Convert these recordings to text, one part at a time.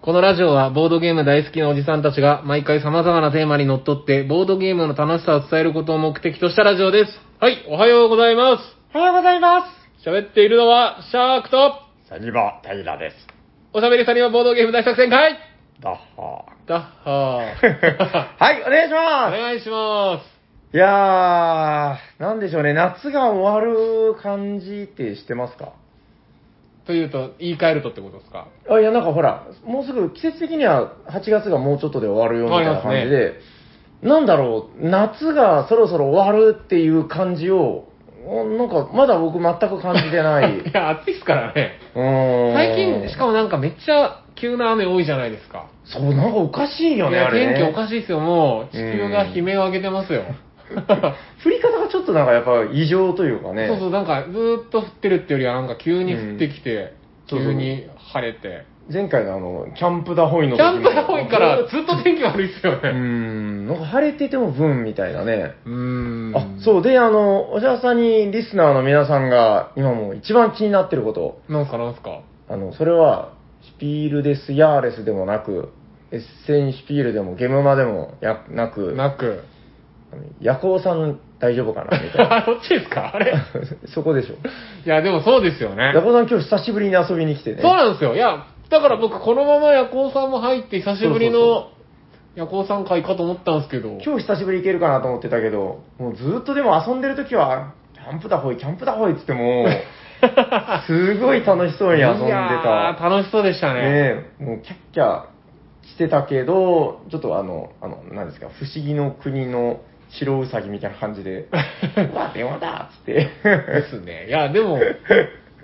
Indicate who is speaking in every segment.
Speaker 1: このラジオはボードゲーム大好きなおじさんたちが毎回様々なテーマにのっとってボードゲームの楽しさを伝えることを目的としたラジオです。はい、おはようございま。
Speaker 2: おはようございます
Speaker 1: 喋っているのはシャークと
Speaker 2: す。サニバ・タイラです。
Speaker 1: おしゃべりサニバボードゲーム大作戦会
Speaker 2: ダッハ
Speaker 1: だっは
Speaker 2: ー。 はい、お願い し
Speaker 1: ー。お
Speaker 2: ま。
Speaker 1: 願いします
Speaker 2: いやー、なんでしょうね、夏が終わる感じってしてますか
Speaker 1: す。というと、言い換えるとってことですか
Speaker 2: あ、いや、なんかほら、もうすぐ季節的には8月がもうちょっとで終わるよみたいな感じ
Speaker 1: 終わ。
Speaker 2: で、なんだろう、夏がそろそろ終わるっていう感じを、おなんかまだ僕全く感じてない
Speaker 1: いや、暑いっすからね。
Speaker 2: うーん
Speaker 1: 最近、しかもなんかめっちゃ急な雨多いじゃないですか。
Speaker 2: そう、なんかおかしいよね、
Speaker 1: いや
Speaker 2: あれ、ね。
Speaker 1: 天気おかしいですよ、もう。地球が悲鳴を上げてます よ。
Speaker 2: 降り方がちょっとなんかやっぱ異常というかね。
Speaker 1: そうそう、なんかずーっと降ってるってよりは、なんか急に降ってきて、
Speaker 2: うん
Speaker 1: 急に晴れて。
Speaker 2: 前回のあの、キャンプダホイ
Speaker 1: キ
Speaker 2: の
Speaker 1: ャンプが多いから、ず
Speaker 2: ずっ
Speaker 1: っと天気悪いっすよ
Speaker 2: とうー
Speaker 1: ね。
Speaker 2: ん、なんか晴れててもブンみたいなね。
Speaker 1: うーん。
Speaker 2: あ、そう、で、あの、おじゃさんにリスナーの皆さんが今もう一番気になってること。
Speaker 1: う。なんすか、なんすか。
Speaker 2: あの、それは、シピールです、ヤーレスでもなく、エッセンシピールでもゲムマでもやなく、
Speaker 1: なく。
Speaker 2: あのヤコウさん大丈夫かなみたいな。
Speaker 1: あ、そっちですかあ れ。
Speaker 2: そこでしょ。
Speaker 1: いや、でもそうですよね
Speaker 2: ヤ。コウさん今日久しぶりに遊びに来て
Speaker 1: そう
Speaker 2: ね。
Speaker 1: なんですよ。いや、だから僕、このまま夜行さんも入って、久しぶり
Speaker 2: そうそう
Speaker 1: の夜行さん会かと思ったんですけど。
Speaker 2: 今日久しぶり行けるかなと思ってたけど、もうずっとでも遊んでる時は、キャンプだほい、キャンプだほいっつって もう、すごい楽しそうに遊んで
Speaker 1: いや
Speaker 2: た。
Speaker 1: ー楽しそうでしたね。
Speaker 2: ねえもうキャッキャしてたけど、ちょっとあの、あの、何ですか、不思議の国の白ウサギみたいな感じ で、うわ、電話だっつって。
Speaker 1: ですね。いや、でも、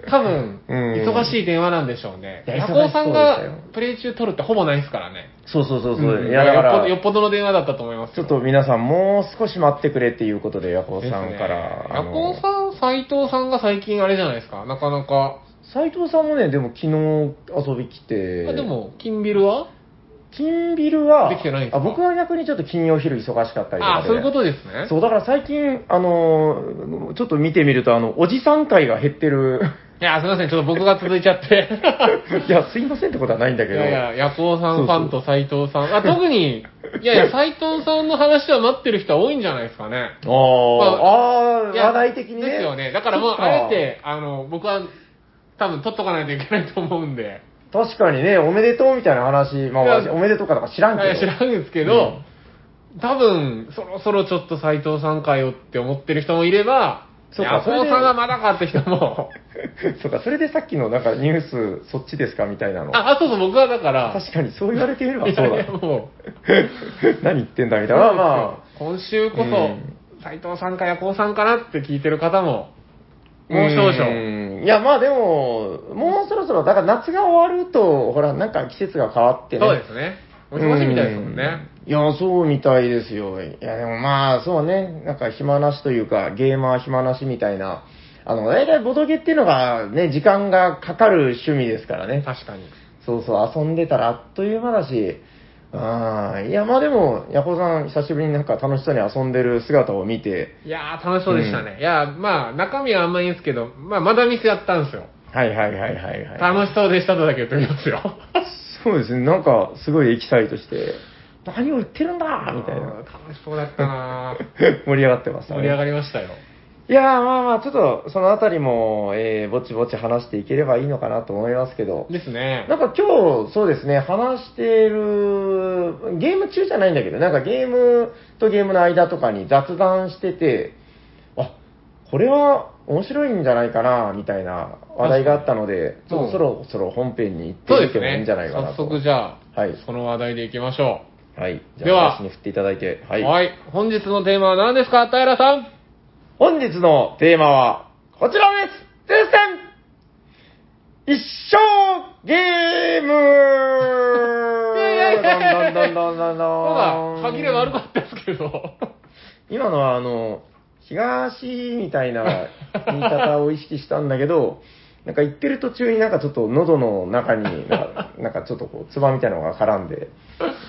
Speaker 1: 多分、
Speaker 2: うん
Speaker 1: 忙しい電話なんでしょうね。
Speaker 2: いや
Speaker 1: 夜行さん
Speaker 2: 忙しそうでし
Speaker 1: が
Speaker 2: たよ
Speaker 1: プレイ中取るってほぼないですからね。
Speaker 2: そうそうそうそう、
Speaker 1: ん
Speaker 2: いやだか
Speaker 1: よっぽどよっ
Speaker 2: ら、
Speaker 1: ぽどの電話だったと思います
Speaker 2: ちょ
Speaker 1: よ
Speaker 2: っと皆さんもう少し待ってくれっていうことで、ヤコウさんか
Speaker 1: ですね
Speaker 2: ら。あ
Speaker 1: 夜
Speaker 2: の
Speaker 1: 行さん、斎藤さんが最近あれじゃないですか。なかなか。
Speaker 2: 斉藤さんもね、でも昨日遊び来て。
Speaker 1: あでも、金ビルは
Speaker 2: 金ビルは、
Speaker 1: できてないんですか
Speaker 2: あ僕は逆にちょっと金曜昼忙しかったりとかで。
Speaker 1: あそういうことですね。
Speaker 2: そうだから最近、あのーちょっと見てみると、あの、おじさん会が減っ てる。
Speaker 1: いや、すいません。ちょっと僕が続いちゃって。
Speaker 2: いや、すいませんってこと はないんだ
Speaker 1: い
Speaker 2: けど。
Speaker 1: やいや、夜行さんファン
Speaker 2: そ
Speaker 1: と斎藤さん。あ、特に、いやいや、斎藤さんの話は待ってる人は多いんじゃないですかね。
Speaker 2: あー、
Speaker 1: ま
Speaker 2: あー、
Speaker 1: いや
Speaker 2: 話題的にね。
Speaker 1: ですよね。だからもう、
Speaker 2: そっか
Speaker 1: あえ。て、あの、僕は、多分取っとかないといけないと思うんで。
Speaker 2: 確かにね、おめでとうみたいな話、まあ
Speaker 1: いや
Speaker 2: 私、おめでとうかとか知らんけ
Speaker 1: い
Speaker 2: ど。
Speaker 1: や知らんですけど、多分、そろそろちょっと斎藤さんかよって思ってる人もいれば、
Speaker 2: そうか
Speaker 1: いや
Speaker 2: それ
Speaker 1: 斎
Speaker 2: で
Speaker 1: 藤さんがまだかって人も、
Speaker 2: そうか、それでさっきのなんかニュース、そっちですかみたいなの。
Speaker 1: あ、あ、そうそう、僕はだから、
Speaker 2: 確かにそう言われてみればそう
Speaker 1: いやいや
Speaker 2: だ。
Speaker 1: もう、
Speaker 2: 何言ってんだみたいな。まあまあ、
Speaker 1: 今週こ
Speaker 2: うん
Speaker 1: そ、斎藤さんか夜行さんかなって聞いてる方も、もう少々。
Speaker 2: 々。いや、まあでも、もうそろそろ、だから夏が終わると、ほら、なんか季節が変わってね。
Speaker 1: そうですね。お忙しいみたいですもんね。
Speaker 2: うん。いや、そうみたいですよ。いや、でもまあ、そうね、なんか暇なしというか、ゲーマー暇なしみたいな。あの、大体ボトゲっていうのがね、時間がかかる趣味ですからね。
Speaker 1: 確かに。
Speaker 2: そうそう、遊んでたらあっという間だし、ああ、いや、まあでも、ヤコさん久しぶりになんか楽しそうに遊んでる姿を見て、
Speaker 1: いやー、楽しそうでしたね。いやー、まあ、中身はあんまいいんですけど、まあ、まだミスやったんですよ。
Speaker 2: はいはいはいはいはい。
Speaker 1: 楽しそうでしたとだけ言っておきますよ。
Speaker 2: そうですね、なんかすごいエキサイトして、何を言ってるんだみたい な
Speaker 1: あ、ー楽しそうだったな ー
Speaker 2: 盛り上がってました、
Speaker 1: 盛り上が
Speaker 2: り
Speaker 1: りましたよ。
Speaker 2: いやー、まあまあ、ちょっとそのあたりも、えーぼちぼち話していければいいのかなと思いますけど、
Speaker 1: ですね。
Speaker 2: なんか今日、そうですね、話している、ゲーム中じゃないんだけど、なんかゲームとゲームの間とかに雑談してて、あこれは面白いんじゃないかな、みたいな話題があったので、ちょっとそろそろ本編に行って
Speaker 1: そうで
Speaker 2: いけ
Speaker 1: す
Speaker 2: ばいい
Speaker 1: ね
Speaker 2: んじゃないか
Speaker 1: 早
Speaker 2: なと。
Speaker 1: 速じゃあ、
Speaker 2: はい
Speaker 1: その話題でいきましょ
Speaker 2: はい。じゃあ
Speaker 1: では
Speaker 2: 私に振っていただいて。
Speaker 1: う。
Speaker 2: はい。
Speaker 1: 本日のテーマは何ですか、平さん
Speaker 2: 本日のテーマは、こちらです抽選一生ゲームどんどんどんどんど
Speaker 1: ま
Speaker 2: ん
Speaker 1: だ、歯切れ悪かったですけど。
Speaker 2: 今のはあの、東みたいな言い方を意識したんだ けど、なんか言ってる途中になんかちょっと喉の中になん か、なんかちょっとこう、唾みたいなのが絡んで、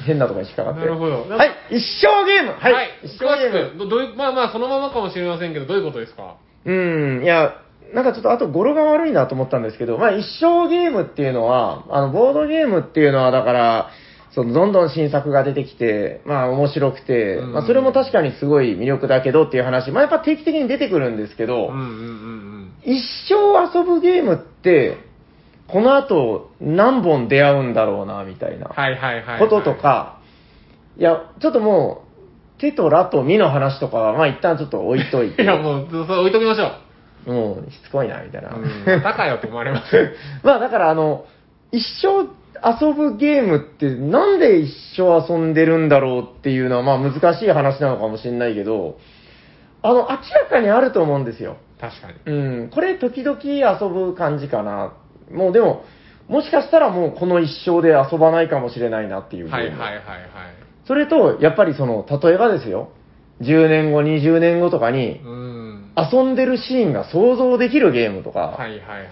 Speaker 2: 変なところに引っかかって。
Speaker 1: なるほど
Speaker 2: はい、一生ゲームはい、
Speaker 1: 詳しく、どどういう、まあまあ、そのままかもしれませんけど、どういうことですか
Speaker 2: うん、いや、なんかちょっとあと語呂が悪いなと思ったんですけど、まあ一生ゲームっていうのは、あの、ボードゲームっていうのはだから、そのどんどん新作が出てきて、まあ面白くて、
Speaker 1: うん
Speaker 2: まあそれも確かにすごい魅力だけどっていう話、まあやっぱ定期的に出てくるんですけど、
Speaker 1: うんうん
Speaker 2: 一生遊ぶゲームって、この後何本出会うんだろうな、みたいな。
Speaker 1: うん。はいはいはいはい。
Speaker 2: ことと。か、いや、ちょっともう、手とラとミの話とかは、まあ一旦ちょっと置いとい
Speaker 1: い
Speaker 2: て、
Speaker 1: や
Speaker 2: も
Speaker 1: もう、そそれ置いときましょう。
Speaker 2: うしつこいな、みたいな。
Speaker 1: うん。高いよと思われます。
Speaker 2: まあだからあの、一生遊ぶゲームってなんで一生遊んでるんだろうっていうのはまあ難しい話なのかもしれないけど、あの、明らかにあると思うんですよ。
Speaker 1: 確かに。
Speaker 2: うん、これ時々遊ぶ感じかな。もうでも、もしかしたらもうこの一生で遊ばないかもしれないなっていうゲーム。
Speaker 1: はいはいはいはい。
Speaker 2: それと、やっぱりその、例えばですよ、10年後、20年後とかに
Speaker 1: う、ん。
Speaker 2: 遊んでるシーンが想像できるゲームとか、
Speaker 1: はいはいはいはい。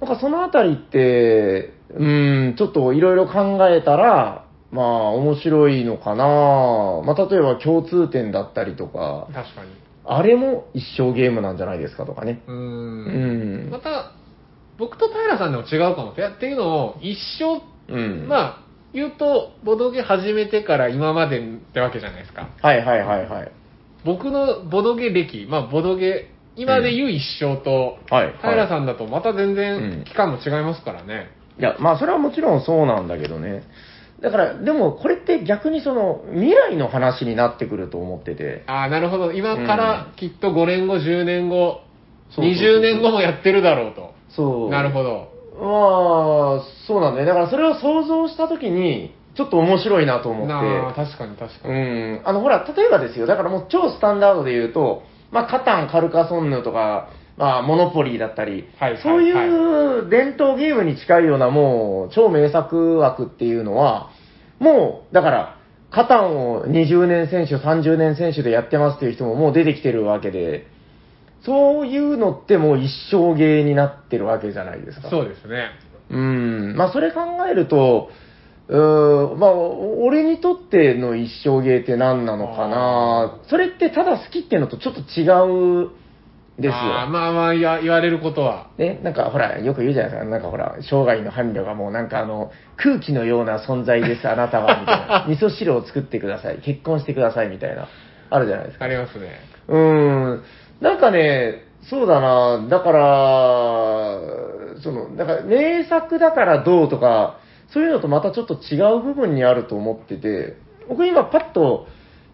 Speaker 2: なんかそのあたりって、うーん、ちょっといろいろ考えたら、まあ面白いのかなまあ例えば共通点だったりとか、
Speaker 1: 確かに。
Speaker 2: あれも一生ゲームなんじゃないですかとかね。
Speaker 1: う。
Speaker 2: うんん。
Speaker 1: また、僕と平さんでも違うかも。いやっていうのを、一生、
Speaker 2: うん。
Speaker 1: まあ、言うと、ボドゲ始めてから今までってわけじゃないですか。
Speaker 2: あ。はいはいはいはい。
Speaker 1: 僕のボドゲ歴、まあ、ボドゲ、今で言う一生と、
Speaker 2: はい、はい。
Speaker 1: 平さんだとまた全
Speaker 2: うん
Speaker 1: 然期間も違いますからね。
Speaker 2: いや、まあそれはもちろんそうなんだけどね。だから、でもこれって逆にその未来の話になってくると思ってて。
Speaker 1: ああ、なるほど。今からきっと5年後、10年後、
Speaker 2: そうそうそうそう
Speaker 1: 20年後もやってるだろうと。
Speaker 2: そう。
Speaker 1: なるほど。
Speaker 2: まあ、そうなんだよ。だからそれを想像したときに、ちょっと面白いなと思って。
Speaker 1: なあ、確かに確か
Speaker 2: う
Speaker 1: に。
Speaker 2: ん。あの、ほら、例えばですよ。だからもう超スタンダードで言うと、まあ、カタン、カルカソンヌとか、まあ、モノポリーだったり、
Speaker 1: はいはい
Speaker 2: そういう伝統ゲームに近いようなもう、超名作枠っていうのは、もう、だから、カタンを20年選手、30年選手でやってますっていう人ももう出てきてるわけで、そういうのってもう一生芸になってるわけじゃないですか。
Speaker 1: そうですね。
Speaker 2: うん、まあそれ考えると、うーんまあ、お俺にとっての一生芸って何なのかなそれってただ好きっていうのとちょっと違うです
Speaker 1: あー
Speaker 2: よ。
Speaker 1: まあまあや言われることは。
Speaker 2: ね、なんかほら、よく言うじゃないですか。なんかほら、生涯の伴侶がもうなんかあの、空気のような存在です、あなたは、みたい な。味噌汁を作ってください、結婚してください、みたいな。あるじゃないですか。
Speaker 1: ありますね。
Speaker 2: うーん。なんかね、そうだな。だから、その、なんか名作だからどうとか、そういうのとまたちょっと違う部分にあると思ってて、僕今パッと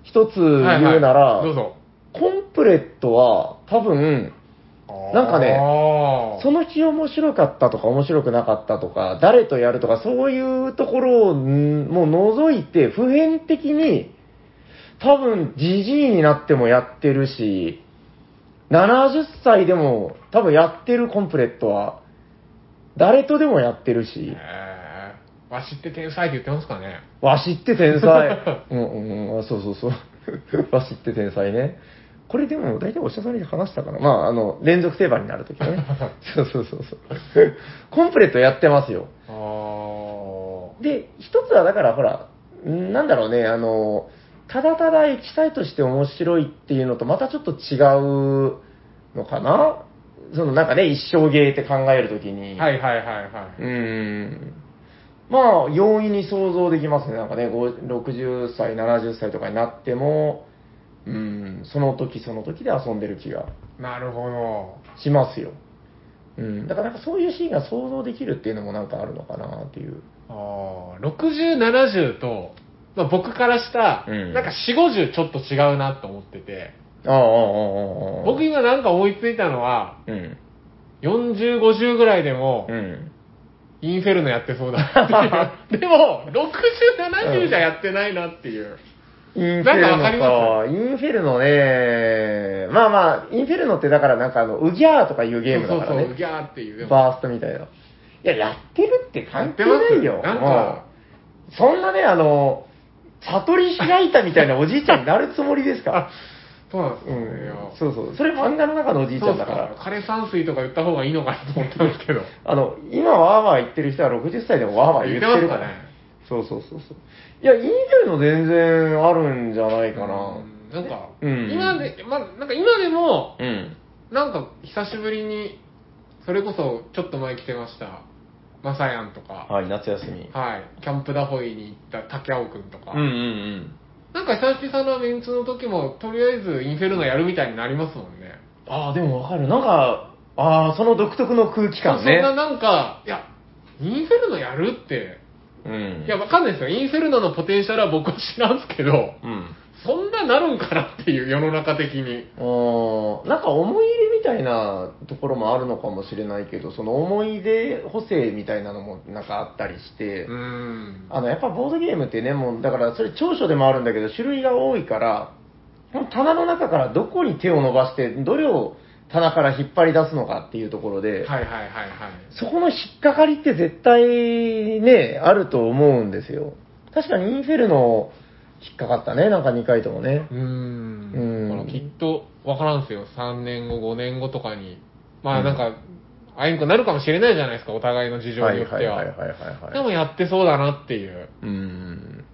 Speaker 2: 一つ
Speaker 1: はいはい
Speaker 2: 言うなら、
Speaker 1: どうぞ。
Speaker 2: コンプレットは多分、なんかね
Speaker 1: あー
Speaker 2: その日面白かったとか面白くなかったとか、誰とやるとか、そういうところをんもう除いて、普遍的に、多分、じじいになってもやってるし、70歳でも多分やってるコンプレットは、誰とでもやってるし、
Speaker 1: えーわしって天才って言ってますかね。
Speaker 2: わしって天才。 うんうんうん、あそうそう そう。わしって天才ね。これでも大体お医者さんに話したかな。まあ、あの、連続セーバーになると きね。そうそうそうそう。コンプレットやってますよ。
Speaker 1: あー
Speaker 2: で、一つはだからほら、んなんだろうね、あの、ただただエキサイトして面白いっていうのとまたちょっと違うのかなそのなんかね、一生芸って考えるときに。
Speaker 1: はいはいはいは
Speaker 2: う
Speaker 1: い。
Speaker 2: ーん。まあ、容易に想像できますね。なんかね、ご60歳、70歳とかになっても、うーん、その時その時で遊んでる気が
Speaker 1: なるほど。
Speaker 2: しますよ。うん。だからなんかそういうシーンが想像できるっていうのもなんかあるのかなっていう。
Speaker 1: あー60、70と、まあ、僕からした、
Speaker 2: うん
Speaker 1: なんか4、50ちょっと違うなと思ってて、
Speaker 2: ああ、ああ、ああああ。
Speaker 1: 僕今なんか思いついたのは、
Speaker 2: うん。
Speaker 1: 40、50ぐらいでも、
Speaker 2: うん。
Speaker 1: インフェルノやってそうだなっ ていう。でも、60、70じゃやってないなっていう。
Speaker 2: インフ
Speaker 1: な
Speaker 2: ェ
Speaker 1: ん
Speaker 2: ル
Speaker 1: か
Speaker 2: ノ
Speaker 1: わかりま
Speaker 2: か。インフェルノね。まあまあ、インフェルノってだからなんかあの、ウギャーとかいうゲームだから
Speaker 1: そうそう、
Speaker 2: ね。
Speaker 1: ギャーっていう。でも
Speaker 2: バーストみたいな。いや、やってるって関係ない
Speaker 1: や
Speaker 2: よ。
Speaker 1: ってますなんか
Speaker 2: まあそんなね、あの、悟り開いたみたいなおじいちゃんになるつもりですか
Speaker 1: そうなんです
Speaker 2: う
Speaker 1: よね。いや
Speaker 2: ん。そうそう。それ漫画の中のおじいちゃんだから
Speaker 1: そうっす。枯山水とか言った方がいいのかなと思ったんですけ ど。
Speaker 2: あの、今わーわー言ってる人は60歳でもわーわー言ってるから。
Speaker 1: 言って
Speaker 2: そうそうそうそう。いや、インフェルノ全然あるんじゃないかな。
Speaker 1: なんか、
Speaker 2: うん
Speaker 1: 今で、まあ、なんか今でも、
Speaker 2: うん。
Speaker 1: なんか久しぶりに、それこそちょっと前来てました、まさやんとか、
Speaker 2: はい、夏休み。
Speaker 1: はい、キャンプダホイに行った竹青くんとか、
Speaker 2: うんうん。
Speaker 1: なんか久々のメンツの時も、とりあえずインフェルノやるみたいになりますもんね。
Speaker 2: ああ、でもわかる。なんか、ああ、その独特の空気
Speaker 1: そ
Speaker 2: 感
Speaker 1: ん
Speaker 2: ね。
Speaker 1: ななんか、いや、インフェルノやるって、
Speaker 2: うん。
Speaker 1: いや、わかんないですよ。インフェルノのポテンシャルは僕は知らんすけど、
Speaker 2: うん。
Speaker 1: そんななるんかなっていう、世の中的に。
Speaker 2: あーなんか思い入れみたいなところもあるのかもしれないけど、その思い出補正みたいなのもなんかあったりして、
Speaker 1: うーん。
Speaker 2: あの、やっぱボードゲームってね、もう、だからそれ長所でもあるんだけど、種類が多いから、この棚の中からどこに手を伸ばして、どれを棚から引っ張り出すのかっていうところで、
Speaker 1: はいはいはいはい。
Speaker 2: そこの引っかかりって絶対ね、あると思うんですよ。確かにインフェルノ引っかかったね、なんか2回ともね。
Speaker 1: うーん
Speaker 2: うん
Speaker 1: だからきっとわからんすよ。3年後、5年後とかに。まあなんか、あいんくなるかもしれないじゃないですか、お互いの事情によっては。
Speaker 2: はいはいはいはいはい、はい。
Speaker 1: でもやってそうだなっていう。
Speaker 2: うーん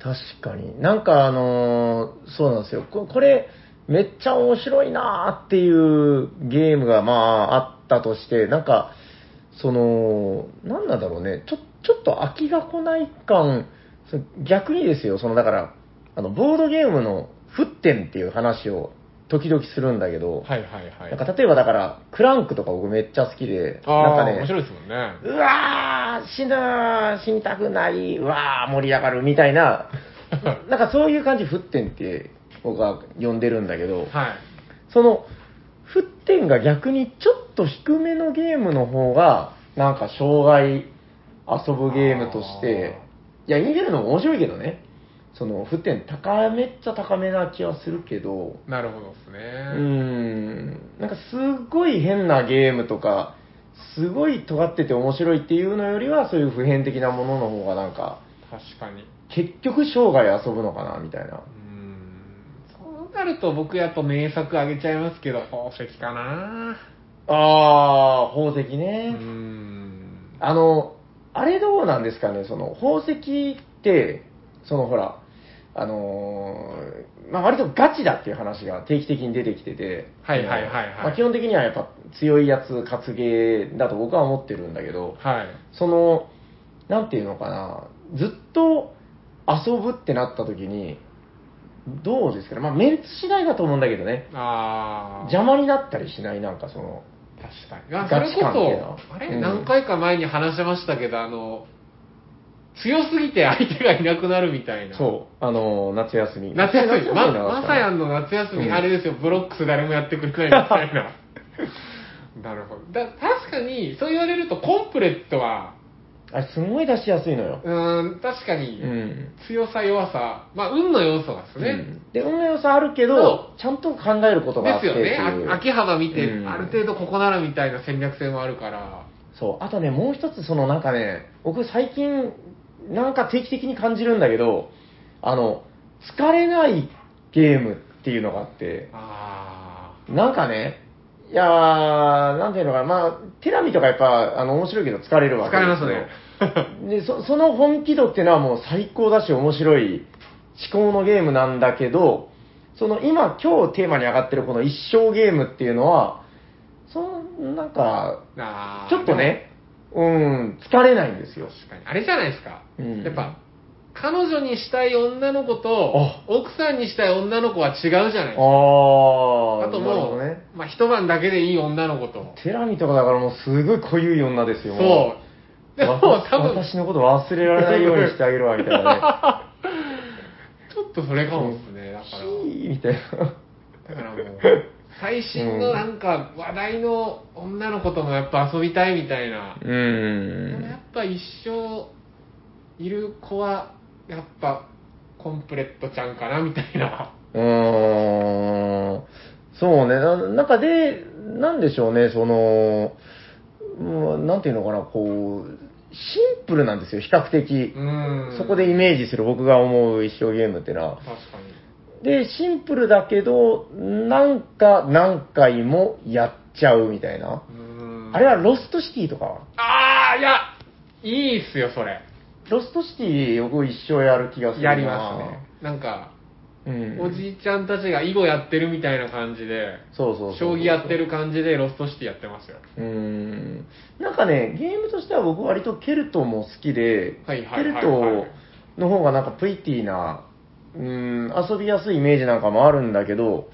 Speaker 2: 確かに。なんかあのーそうなんですよ。ここれ、めっちゃ面白いなーっていうゲームがまああったとして、なんか、その、なんなんだろうね、ちょ、ちょっと飽きが来ない感、その逆にですよ、そのだから、あの、ボードゲームの沸点っていう話を時々するんだけど、
Speaker 1: はいはいはい。
Speaker 2: なんか例えばだから、クランクとか僕めっちゃ好きで、
Speaker 1: ああ
Speaker 2: なんか
Speaker 1: 面白いですもんね。
Speaker 2: うわー、死ぬー、死にたくない、うわー、盛り上がるみた いな、なんかそういう感じ、沸点って僕は呼んでるんだけど、
Speaker 1: はい。
Speaker 2: その、沸点が逆にちょっと低めのゲームの方が、なんか障害遊ぶゲームとして、いや、インフェルノも面白いけどね、その、沸点高めっちゃ高めな気はするけど、
Speaker 1: なるほどですね。
Speaker 2: うーんなんかすごい変なゲームとか、すごい尖ってて面白いっていうのよりは、そういう普遍的なものの方がなんか、
Speaker 1: 確かに。う
Speaker 2: 結局生涯遊ぶのかな、みたいな
Speaker 1: ー。ん。そうなると僕やっぱ名作あげちゃいますけど、宝石かな
Speaker 2: あー、宝石
Speaker 1: うー
Speaker 2: ね。
Speaker 1: ん。
Speaker 2: あの、あれどうなんですかね、その、宝石って、そのほら、あのーまあ、割とガチだっていう話が定期的に出てきてて、
Speaker 1: はいはいはいはい
Speaker 2: まあ基本的にはやっぱ強いやつ、活ゲーだと僕は思ってるんだけど、
Speaker 1: はい。
Speaker 2: その、なんていうのかな、ずっと遊ぶってなった時に、どうですかね、まあ、メンツ次第だと思うんだけどね、
Speaker 1: ああ。
Speaker 2: 邪魔になったりしない、なんかその、
Speaker 1: 確かに。あそ
Speaker 2: ガ
Speaker 1: れ
Speaker 2: チ
Speaker 1: こ
Speaker 2: 感っていうの
Speaker 1: そ、あれ、
Speaker 2: うん
Speaker 1: 何回か前に話しましたけど、あの、強すぎて相手がいなくなるみたいな。
Speaker 2: そう、あの、夏休 み。
Speaker 1: 夏休み、ま、
Speaker 2: なかった
Speaker 1: まさやんの夏休み、
Speaker 2: うん
Speaker 1: あれですよ、ブロックス誰もやってくれないみたいな。 なるほど。だ確かに、そう言われると、コンプレットは、
Speaker 2: あれ、すごい出しやすいのよ。
Speaker 1: うーん、確かに
Speaker 2: う、ん。
Speaker 1: 強さ、弱さ、まあ、運の要素ですね。
Speaker 2: うんで、運の良さあるけど、ちゃんと考えることがあ
Speaker 1: で
Speaker 2: っ
Speaker 1: す
Speaker 2: てっ
Speaker 1: よ
Speaker 2: て
Speaker 1: ね。
Speaker 2: いう
Speaker 1: あ秋葉原見て、
Speaker 2: うん
Speaker 1: ある程度ここならみたいな戦略性もあるから。
Speaker 2: そう。あとね、もう一つ、そのなんかね、僕最近、なんか定期的に感じるんだけど、あの、疲れないゲームっていうのがあって、
Speaker 1: あ
Speaker 2: なんかね、いやー、なんていうのかな、まあ、テラミとかやっぱ、あの、面白いけど疲れる
Speaker 1: あ。
Speaker 2: わ
Speaker 1: 疲
Speaker 2: けで
Speaker 1: れ
Speaker 2: すよ
Speaker 1: ますね。
Speaker 2: でそその本気度っていうのはもう最高だし面白い思考のゲームなんだけどその今今日テーマに上がってるこの一生ゲームっていうのはそのなんか
Speaker 1: あー
Speaker 2: ちょっと。ねうん疲れないんですよ
Speaker 1: 確かに。あれじゃないですか。
Speaker 2: うん
Speaker 1: やっぱ、彼女にしたい女の子と
Speaker 2: あ、
Speaker 1: 奥さんにしたい女の子は違うじゃないです
Speaker 2: あ
Speaker 1: か。
Speaker 2: あ
Speaker 1: あと
Speaker 2: なるほ
Speaker 1: もう、
Speaker 2: どね
Speaker 1: まあ、一晩だけでいい女の子と。
Speaker 2: テラミとかだからもうすごい濃ゆい女ですよも
Speaker 1: そう。
Speaker 2: う
Speaker 1: でも
Speaker 2: わ
Speaker 1: 多分、
Speaker 2: 私のこと忘れられないようにしてあげるわみたいなね
Speaker 1: ちょっとそれかもです ね。だか
Speaker 2: ヒーみたいな
Speaker 1: ら、だからもう、最新のなんか話題の女の子ともやっぱ遊びたいみたいな。
Speaker 2: う
Speaker 1: でもやっ
Speaker 2: ん
Speaker 1: ぱ一生いる子は、やっぱコンプレットちゃんかなみたいな。
Speaker 2: うーんそうね、ななんかで、なんでしょうね、その、うんなんていうのかな、こう、シンプルなんですよ、比較的。
Speaker 1: うん。
Speaker 2: そこでイメージする僕が思う一生ゲームってのは
Speaker 1: 確。かに。
Speaker 2: で、シンプルだけど、なんか何回もやっちゃうみたいな。
Speaker 1: うん
Speaker 2: あれはロストシティとかは
Speaker 1: ああ、いや、いいっすよ、それ。
Speaker 2: ロストシティ僕一生やる気がするな
Speaker 1: やりますね。なんか、
Speaker 2: うん
Speaker 1: おじいちゃんたちが囲碁やってるみたいな感じで、
Speaker 2: そうそうそう
Speaker 1: 将棋やってる感じでロストシティやってましたよ。
Speaker 2: うーんなんかね、ゲームとしては僕割とケルトも好きで、
Speaker 1: はいはいはいはい
Speaker 2: ケルトの方がなんかプリティな、うーん、遊びやすいイメージなんかもあるんだけど、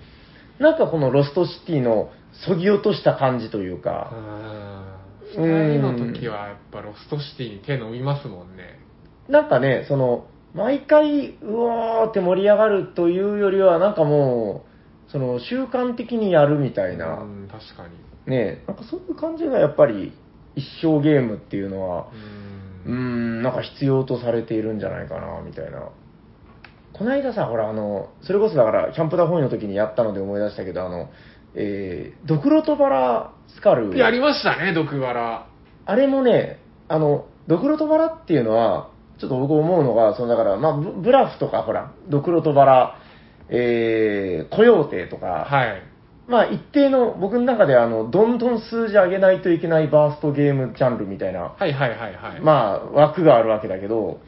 Speaker 2: なんかこのロストシティのそぎ落とした感じというか、
Speaker 1: あー
Speaker 2: う
Speaker 1: 二
Speaker 2: ん
Speaker 1: 人の時はやっぱロストシティに手伸びますもんね。
Speaker 2: なんかね、その、毎回、うわーって盛り上がるというよりは、なんかもう、その、習慣的にやるみたいな、
Speaker 1: うん、確かに。
Speaker 2: ねなんかそういう感じがやっぱり、一生ゲームっていうのは
Speaker 1: う、
Speaker 2: うー
Speaker 1: ん。
Speaker 2: ん、なんか必要とされているんじゃないかな、みたいな。こないださ、ほら、あの、それこそだから、キャンプダホイの時にやったので思い出したけど、あの、えー、ドクロトバラスカル。
Speaker 1: やりましたね、毒バラ。
Speaker 2: あれもね、あの、ドクロトバラっていうのは、ちょっと僕思うのが、そのだから、まあ、ブブラフとか、ほら、ドクロトバラ、えー、コヨーテとか、
Speaker 1: はい。
Speaker 2: まあ、一定の、僕の中で、あの、どんどん数字上げないといけないバーストゲームジャンルみたいな、
Speaker 1: はいはいはいはい。
Speaker 2: まあ、枠があるわけだけど、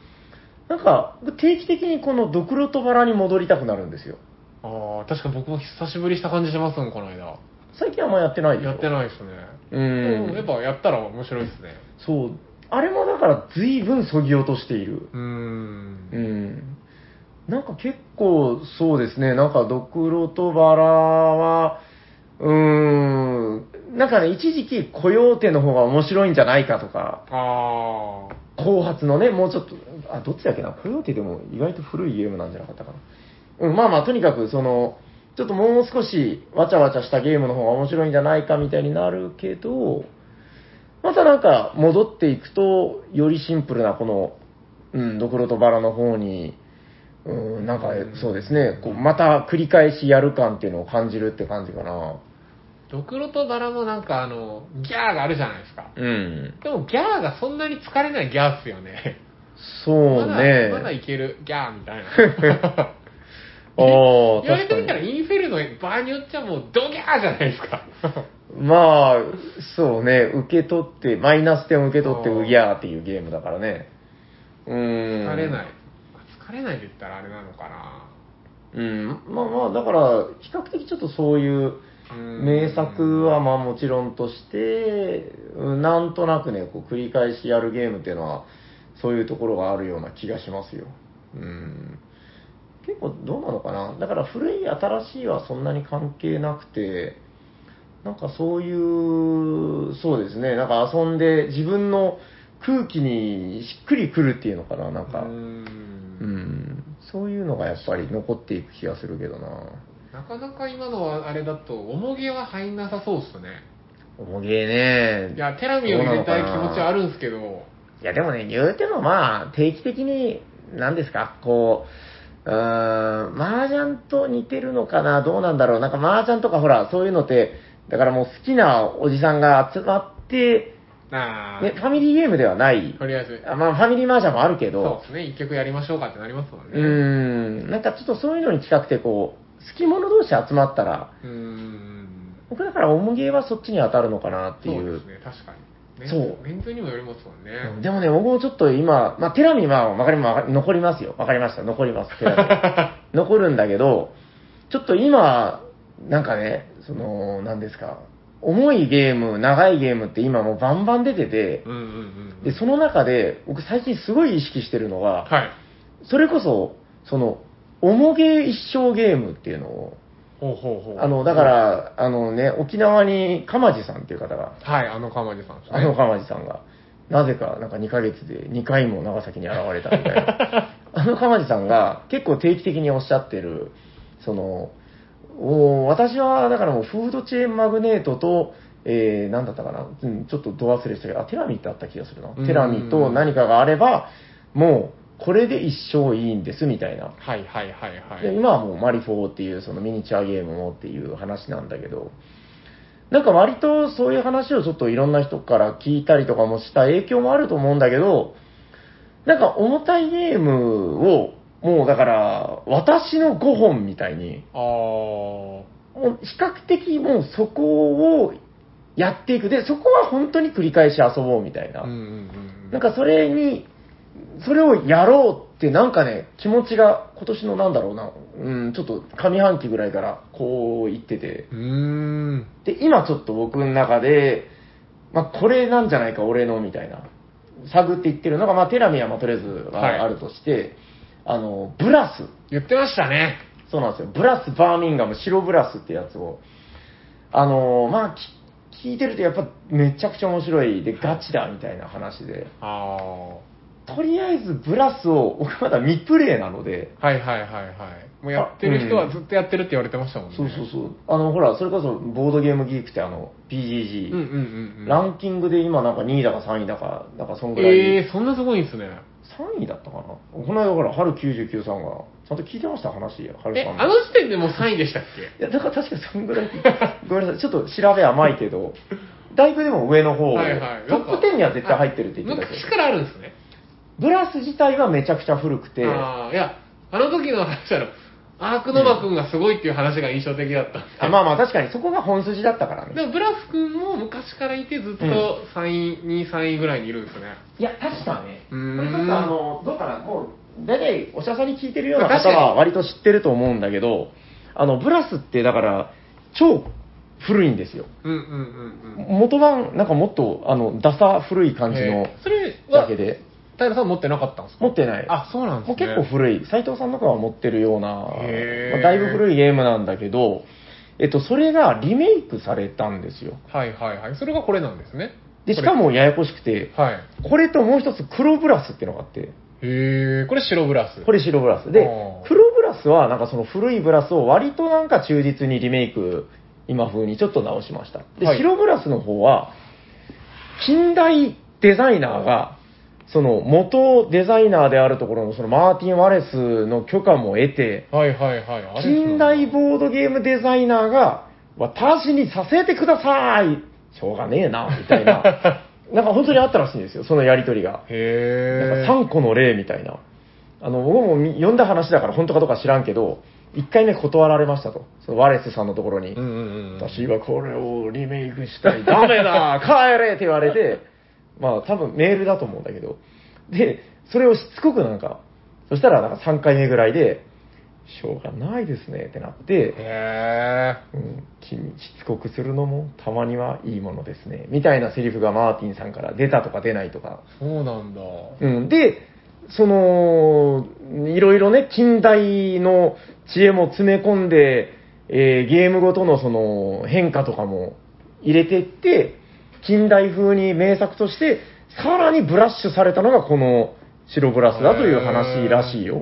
Speaker 2: なんか、定期的にこのドクロとバラに戻りたくなるんですよ。
Speaker 1: ああ、確かに僕も久しぶりした感じしますもん、この間。
Speaker 2: 最近あんまやってないでしょ
Speaker 1: やって
Speaker 2: い。
Speaker 1: ないですね。
Speaker 2: う
Speaker 1: うん
Speaker 2: ん。
Speaker 1: やっぱやったら面白いですね。
Speaker 2: そう。あれもだから随分そぎ落としている。
Speaker 1: うーん。
Speaker 2: うん。なんか結構そうですね、なんかドクロとバラは、うーん、なんかね、一時期、コヨーテの方が面白いんじゃないかとか、
Speaker 1: あ
Speaker 2: 後発のね、もうちょっと、あ、どっちだっけな、コヨーテでも意外と古いゲームなんじゃなかったかな。うん、まあまあ、とにかく、その、ちょっともう少しわちゃわちゃしたゲームの方が面白いんじゃないかみたいになるけど、またなんか戻っていくと、よりシンプルなこの、うん、ドクロとバラの方に、うん、なんかそうですね、こうまた繰り返しやる感っていうのを感じるって感じかな。
Speaker 1: ー。ドクロとバラもなんかあの、ギャーがあるじゃないですか。
Speaker 2: うん。
Speaker 1: でもギャーがそんなに疲れないギャーっすよね。
Speaker 2: そう
Speaker 1: まだ
Speaker 2: ね。
Speaker 1: まだいける、ギャーみたい な。
Speaker 2: あー
Speaker 1: 言われて
Speaker 2: 確
Speaker 1: みた
Speaker 2: からに。
Speaker 1: インフェルノ、場合によっちゃもうドギャーじゃないですか。
Speaker 2: まあ、そうね、受け取って、マイナス点を受け取って、
Speaker 1: あー
Speaker 2: うぎゃーっていうゲームだからね。うーん。
Speaker 1: 疲れない。疲れないって言ったらあれなのかな。
Speaker 2: うん。まあまあ、だから、比較的ちょっとそういう
Speaker 1: うーん
Speaker 2: 名作はまあもちろんとして、うんなんとなくね、こう繰り返しやるゲームっていうのは、そういうところがあるような気がしますよ。うん。結構どうなのかな。だから古い、新しいはそんなに関係なくて、なんかそういう、そうですね、なんか遊んで自分の空気にしっくりくるっていうのかな、なんか。
Speaker 1: うー
Speaker 2: うんん。そういうのがやっぱり残っていく気がするけどな。
Speaker 1: なかなか今のはあれだと、重げは入んなさそうっすね。
Speaker 2: 重げーね
Speaker 1: いや、テラミを入れたい気持ちはあるんですけど、
Speaker 2: いや、でもね、言うてもまあ、定期的に、何ですか、こう、うーん、麻雀と似てるのかな、どうなんだろう、なんか麻雀とかほら、そういうのって、だからもう好きなおじさんが集まって、
Speaker 1: なあ、
Speaker 2: ね、ファミリーゲームではない、
Speaker 1: とりあえず、
Speaker 2: あまあ、ファミリー麻雀もあるけ
Speaker 1: そう
Speaker 2: ど、
Speaker 1: ですね、一曲やりましょうかってなりますもん
Speaker 2: う
Speaker 1: ね。
Speaker 2: ーん、なんかちょっとそういうのに近くて、こう、好き者同士集まったら、
Speaker 1: うーん。
Speaker 2: 僕だから、おもげはそっちに当たるのかなってい
Speaker 1: そう
Speaker 2: う
Speaker 1: です。ね、確かに。ね、
Speaker 2: そう
Speaker 1: メンズにもよりますもんね。
Speaker 2: うんでもね、僕もちょっと今、まあ、テラミはわかりまわかり残りますよ。わかりました。残ります。テラ ミ残るんだけど、ちょっと今、なんかね、その、なんですか、重いゲーム、長いゲームって今もうバンバン出てて、
Speaker 1: うんうんうん。
Speaker 2: で、その中で、僕最近すごい意識してるのが、
Speaker 1: はい。
Speaker 2: それこそ、その、重げ一生ゲームっていうのを、
Speaker 1: ほうほうほう。
Speaker 2: あの、だか、ら、あのね、沖縄に、かまじさんっていう方が、
Speaker 1: はい、あのかまじさんですね。
Speaker 2: あの釜地さんが、なぜか、なんか2ヶ月で2回も長崎に現れたみた いな。あの釜地さんが結構定期的におっしゃってる、その、お私はだからもうフードチェーンマグネートと、えー、なんだったかな、うん、ちょっとド忘れしたけど、あ、テラミってあった気がするな
Speaker 1: う。ん
Speaker 2: テラミと何かがあれば、もう、これで一生いいんです、みたいな。
Speaker 1: はいはいはいは
Speaker 2: で
Speaker 1: い。
Speaker 2: 今はもうマリフォーっていうそのミニチュアゲームもっていう話なんだけど、なんか割とそういう話をちょっといろんな人から聞いたりとかもした影響もあると思うんだけど、なんか重たいゲームを、もうだから、私の5本みたいに、
Speaker 1: あー。
Speaker 2: もう比較的もうそこをやっていく。で、そこは本当に繰り返し遊ぼうみたいな。
Speaker 1: うんうんうん。
Speaker 2: なんかそれに、それをやろうってなんかね、気持ちが今年のなんだろうな、うん、ちょっと上半期ぐらいからこう言ってて、
Speaker 1: うーん。
Speaker 2: で、今ちょっと僕の中で、まあ、これなんじゃないか、俺の、みたいな。探って言ってるのが、まあ、テラミアもとりあえず
Speaker 1: は
Speaker 2: あ
Speaker 1: い
Speaker 2: あるとして、あの、ブラス。
Speaker 1: 言ってましたね。
Speaker 2: そうなんですよ。ブラスバーミンガム、白ブラスってやつを。あのーまあ、き聞いてるとやっぱめちゃくちゃ面白い。で、ガチだ、みたいな話で。
Speaker 1: あ
Speaker 2: とりあえずブラスを、僕まだ未プレイなので、
Speaker 1: あ。はいはいはいはい。もうやってる人はずっとやってるって言われてましたもんね。
Speaker 2: そうそうそう。あの、ほら、それこそボードゲームギークってあの、PGG、
Speaker 1: うんうんうんうん。
Speaker 2: ランキングで今なんか2位だか3位だか、なんかそんぐらい。
Speaker 1: ええー、そんなすごいんですね。
Speaker 2: 3位だったかなこの間ほら、春99さんが、ちゃんと聞いてました話、春
Speaker 1: え、
Speaker 2: さん
Speaker 1: あの時点でもう3位でしたっ
Speaker 2: いや、だから確かにそんぐらい。ごめんなさい、ちょっと調べ甘いけど、だいぶでも上の
Speaker 1: け
Speaker 2: 方、
Speaker 1: はいはい。
Speaker 2: トップ10には絶対入ってるって言
Speaker 1: 言
Speaker 2: っ
Speaker 1: っててた
Speaker 2: たけ
Speaker 1: 昔、か
Speaker 2: ど
Speaker 1: らあるんですね。
Speaker 2: ブラス自体はめちゃくちゃ古くて、あ
Speaker 1: ああ、いや、あの時の話だろ。アークノバ君がすごいっていう話が印象的だったんで。
Speaker 2: まあまあ確かにそこが本筋だったからね。
Speaker 1: でもブラス君も昔からいてずっと
Speaker 2: うん
Speaker 1: 3位、2位、3位ぐらいにいるんですね。
Speaker 2: いや、確かね、
Speaker 1: うーん
Speaker 2: これちょっとあの、どうかな、もう、大体おしゃさに聞いてるような方は割と知ってると思うんだけど、あの、ブラスってだから、超古いんですよ。
Speaker 1: うんうんうんうん。
Speaker 2: 元版、なんかもっと、あの、ダサ古い感じ
Speaker 1: え
Speaker 2: の
Speaker 1: ーそれ
Speaker 2: だ
Speaker 1: は
Speaker 2: け、で、
Speaker 1: 平さん持ってなかったんですか
Speaker 2: 持ってない。
Speaker 1: あ、そうなんで
Speaker 2: もう
Speaker 1: すね。
Speaker 2: 結構古い、斎藤さんのかは持ってるような、
Speaker 1: へー
Speaker 2: まあだいぶ古いゲームなんだけど、えっと、それがリメイクされたんですよ。
Speaker 1: はいはいはい。それがこれなんですね。
Speaker 2: で、しかもややこしくて、
Speaker 1: はい。
Speaker 2: これともう一つ黒ブラスっていうのがあって、
Speaker 1: へえ、これ白ブラス。
Speaker 2: これ白ブラス。で
Speaker 1: あ、ー
Speaker 2: 黒ブラスはなんかその古いブラスを割となんか忠実にリメイク、今風にちょっと直しました。で、
Speaker 1: はい
Speaker 2: 白ブラスの方は、近代デザイナーが、その元デザイナーであるところのそのマーティン・ワレスの許可も得て、
Speaker 1: はいはいはい。あれ
Speaker 2: 近代ボードゲームデザイナーが、私にさせてくださいしょうがねえな、みたいな。なんか本当にあったらしいんですよ、そのやりとりが。
Speaker 1: へえ。
Speaker 2: なんか3個の例みたいな。あの、僕もみ読んだ話だから本当かどうか知らんけど、1回目断られましたと。そのワレスさんのところに。
Speaker 1: うんうんうん。
Speaker 2: 私はこれをリメイクしたい。ダ メだ帰れって言われて、まあ多分メールだと思うんだけど。で、それをしつこくなんか、そしたらなんか3回目ぐらいで、しょうがないですねってなって、
Speaker 1: へ
Speaker 2: うん、きしつこくするのもたまにはいいものですね。みたいなセリフがマーティンさんから出たとか出ないとか。
Speaker 1: え。そうなんだ。は
Speaker 2: うん、で、その、いろいろね、近代の知恵も詰め込んで、えーゲームごとのその変化とかも入れてって、近代風に名作として、さらにブラッシュされたのがこの白ブラスだという話らしいよ。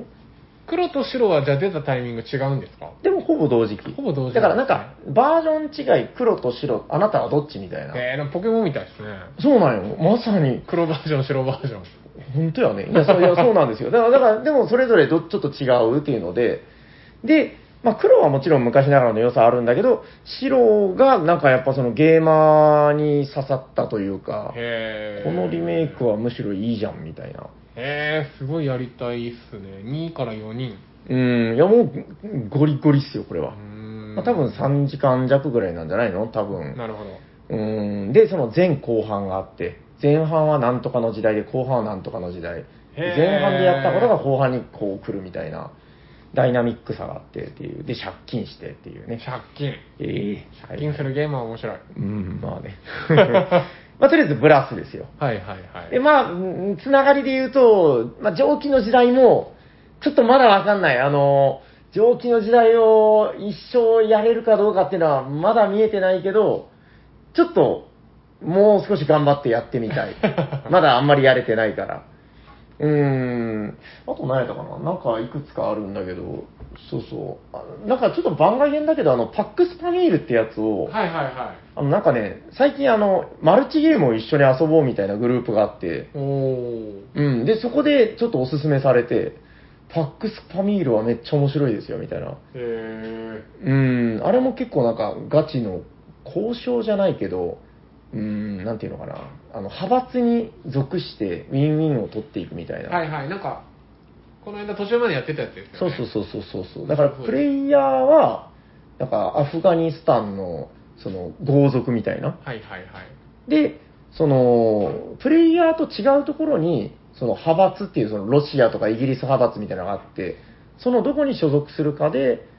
Speaker 1: 黒と白はじゃあ出たタイミング違うんですか
Speaker 2: でもほぼ同時期。
Speaker 1: ほぼ同時期
Speaker 2: だからなんか、バージョン違い、黒と白、あなたはどっちみたいな。
Speaker 1: へえ、なんかポケモンみたいですね。
Speaker 2: そうなんよ。まさに。
Speaker 1: 黒バージョン、白バージョン。
Speaker 2: 本当やね。いや、そういやそうなんですよ。だから、だからでもそれぞれどちょっと違うっていうので、で、まあ、黒はもちろん昔ながらの良さあるんだけど、白がなんかやっぱそのゲーマーに刺さったというか、
Speaker 1: へえ。
Speaker 2: このリメイクはむしろいいじゃんみたいな。
Speaker 1: へえ、すごいやりたいっすね。2から4人。
Speaker 2: うん、いやもうゴリゴリっすよ、これ
Speaker 1: うー
Speaker 2: は。
Speaker 1: ん
Speaker 2: まあ、多分3時間弱ぐらいなんじゃないの多分。
Speaker 1: なるほど。
Speaker 2: うん。で、その前後半があって、前半はなんとかの時代で、後半はなんとかの時代。
Speaker 1: へー
Speaker 2: 前半でやったことが後半にこう来るみたいな、ダイナミックさがあってっていう。で、借金してっていうね。
Speaker 1: 借金。
Speaker 2: えー
Speaker 1: 借金す
Speaker 2: はい
Speaker 1: るゲームは面白い。
Speaker 2: うん、まあね。 まあ、とりあえずブラスですよ。
Speaker 1: はいはいはい。
Speaker 2: で、まあ、うんつながりで言うと、まあ、蒸気の時代も、ちょっとまだわかんない。あの、蒸気の時代を一生やれるかどうかっていうのは、まだ見えてないけど、ちょっと、もう少し頑張ってやってみ たい。まだあんまりやれてないから。うーん。あと何やったかななんかいくつかあるんだけど、そうそう。あなんかちょっと番外編だけど、あの、パックスパニールってやつを、
Speaker 1: はいはいは
Speaker 2: あの、なんかね、最近あの、マルチゲームを一緒に遊ぼうみたいなグループがあって、
Speaker 1: い。おお。
Speaker 2: うん。で、そこでちょっとおすすめされて、パックスパミールはめっちゃ面白いですよ、みたいな。
Speaker 1: へえ。
Speaker 2: うん。あれも結構なんか、ガチの交渉じゃないけど、うん、なんていうのかな。あの、派閥に属して、ウィンウィンを取っていくみたいな。
Speaker 1: はいはい、なんか、この間途中までやってたやつです
Speaker 2: そ
Speaker 1: よ
Speaker 2: う
Speaker 1: ね。
Speaker 2: そう
Speaker 1: う
Speaker 2: そうそうそうそう。だから、プレイヤーは、なんか、アフガニスタンの、その、豪族みたいな。
Speaker 1: はいはいはい。
Speaker 2: で、その、プレイヤーと違うところに、その派閥っていう、そのロシアとかイギリス派閥みたいなのがあって、そのどこに所属するかで、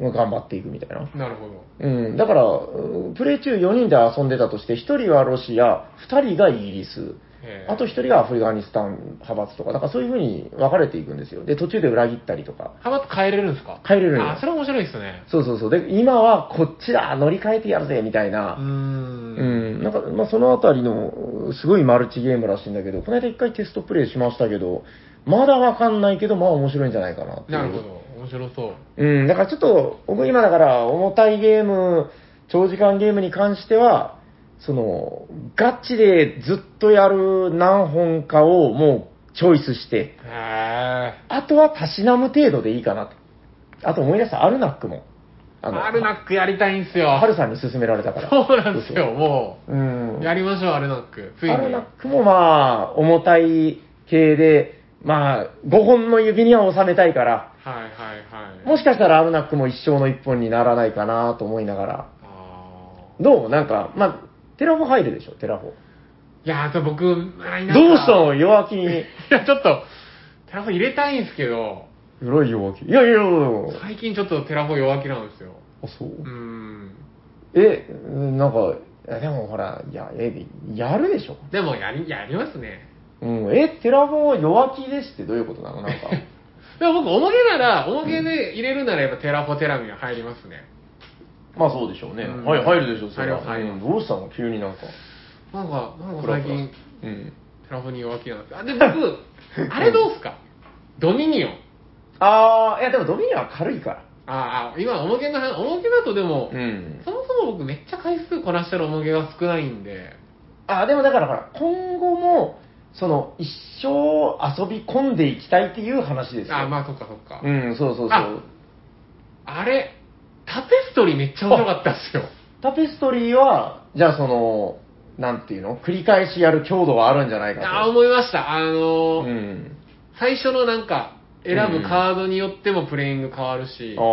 Speaker 2: まあ頑張っていくみたいな。
Speaker 1: なるほど。
Speaker 2: うん、だから、うんプレイ中4人で遊んでたとして、1人はロシア、2人がイギリス、
Speaker 1: えー
Speaker 2: あと1人がアフリガニスタン派閥とか、だからそういうふうに分かれていくんですよ。で、途中で裏切ったりとか。
Speaker 1: 派閥変えれるんですか
Speaker 2: 変えれるんよ
Speaker 1: あ、それ面白いですね。
Speaker 2: そうそうそう。で、今はこっちだ乗り換えてやるぜみたい
Speaker 1: ー。
Speaker 2: うな。うんん、なんか、まあ、そのあたりの、すごいマルチゲームらしいんだけど、この間一回テストプレイしましたけど、まだわかんないけど、まあ面白いんじゃないかなっていう。
Speaker 1: なるほど。面白そう。
Speaker 2: うん、だからちょっと、僕今だから、重たいゲーム、長時間ゲームに関しては、その、ガチでずっとやる何本かをもうチョイスして、
Speaker 1: へえ。
Speaker 2: あとはたしなむ程度でいいかなと。あと思い出した、アルナックも。
Speaker 1: アルナックやりたいんすよ。
Speaker 2: はるさんに勧められたから。
Speaker 1: そうなんですよ、も
Speaker 2: そうそう。うん。
Speaker 1: う。やりましょう、アルナック。ついに。
Speaker 2: アルナックもまあ、重たい系で、まあ、5本の指には収めたいから、
Speaker 1: はいはいはい。
Speaker 2: もしかしたらアルナックも一生の一本にならないかなと思いながら。
Speaker 1: あー
Speaker 2: どうなんか、まあ、テラフォ入るでしょ、テラフォ。
Speaker 1: いやー、そう僕、まあなんか
Speaker 2: どうしたの弱気に。
Speaker 1: いや、ちょっと、テラフォ入れたいんですけど、
Speaker 2: えらい弱気。いやいやいやいやあ、
Speaker 1: 最近ちょっとテラフォ弱気なんですよ。
Speaker 2: そう
Speaker 1: うーん。
Speaker 2: え、なんか、いやでもほら、いや、え、やるでしょ。
Speaker 1: でも、やり、やりますね。
Speaker 2: うん、え、テラフォは弱気ですってどういうことなのなん か。
Speaker 1: でも僕、おもげなら、おもげで入れるならやっぱテラフォテラミは入りますね。
Speaker 2: まあそうでしょうね。
Speaker 1: うん
Speaker 2: はい、入るでしょ、それは。
Speaker 1: 入る入る
Speaker 2: うんどうしたの急になんか。
Speaker 1: なんか、なんか
Speaker 2: フラ
Speaker 1: 最
Speaker 2: フラ
Speaker 1: 近、
Speaker 2: うん。
Speaker 1: テラフォに弱気なんです。あ、で、 僕、あれどうっすかドミニオン。
Speaker 2: あー、いやでもドミニオンは軽いから。
Speaker 1: あーあー、今、おもげの話、おもげだとでも、
Speaker 2: うん。
Speaker 1: そもそも僕めっちゃ回数こなしてるおもげが少ないんで、
Speaker 2: あー、でもだからほら、今後も、その、一生遊び込んでいきたいっていう話ですよ。
Speaker 1: あー、まあそっかそっか。
Speaker 2: うん、そうそうそ
Speaker 1: あ
Speaker 2: う。
Speaker 1: あれ、タペストリーめっちゃ面白かったっすよ。
Speaker 2: タペストリーは、じゃあその、なんていうの繰り返しやる強度はあるんじゃないかと。
Speaker 1: ああー、思いました。あのー
Speaker 2: うん。
Speaker 1: 最初のなんか、選ぶカードによってもプレイング変わるし、あ
Speaker 2: あ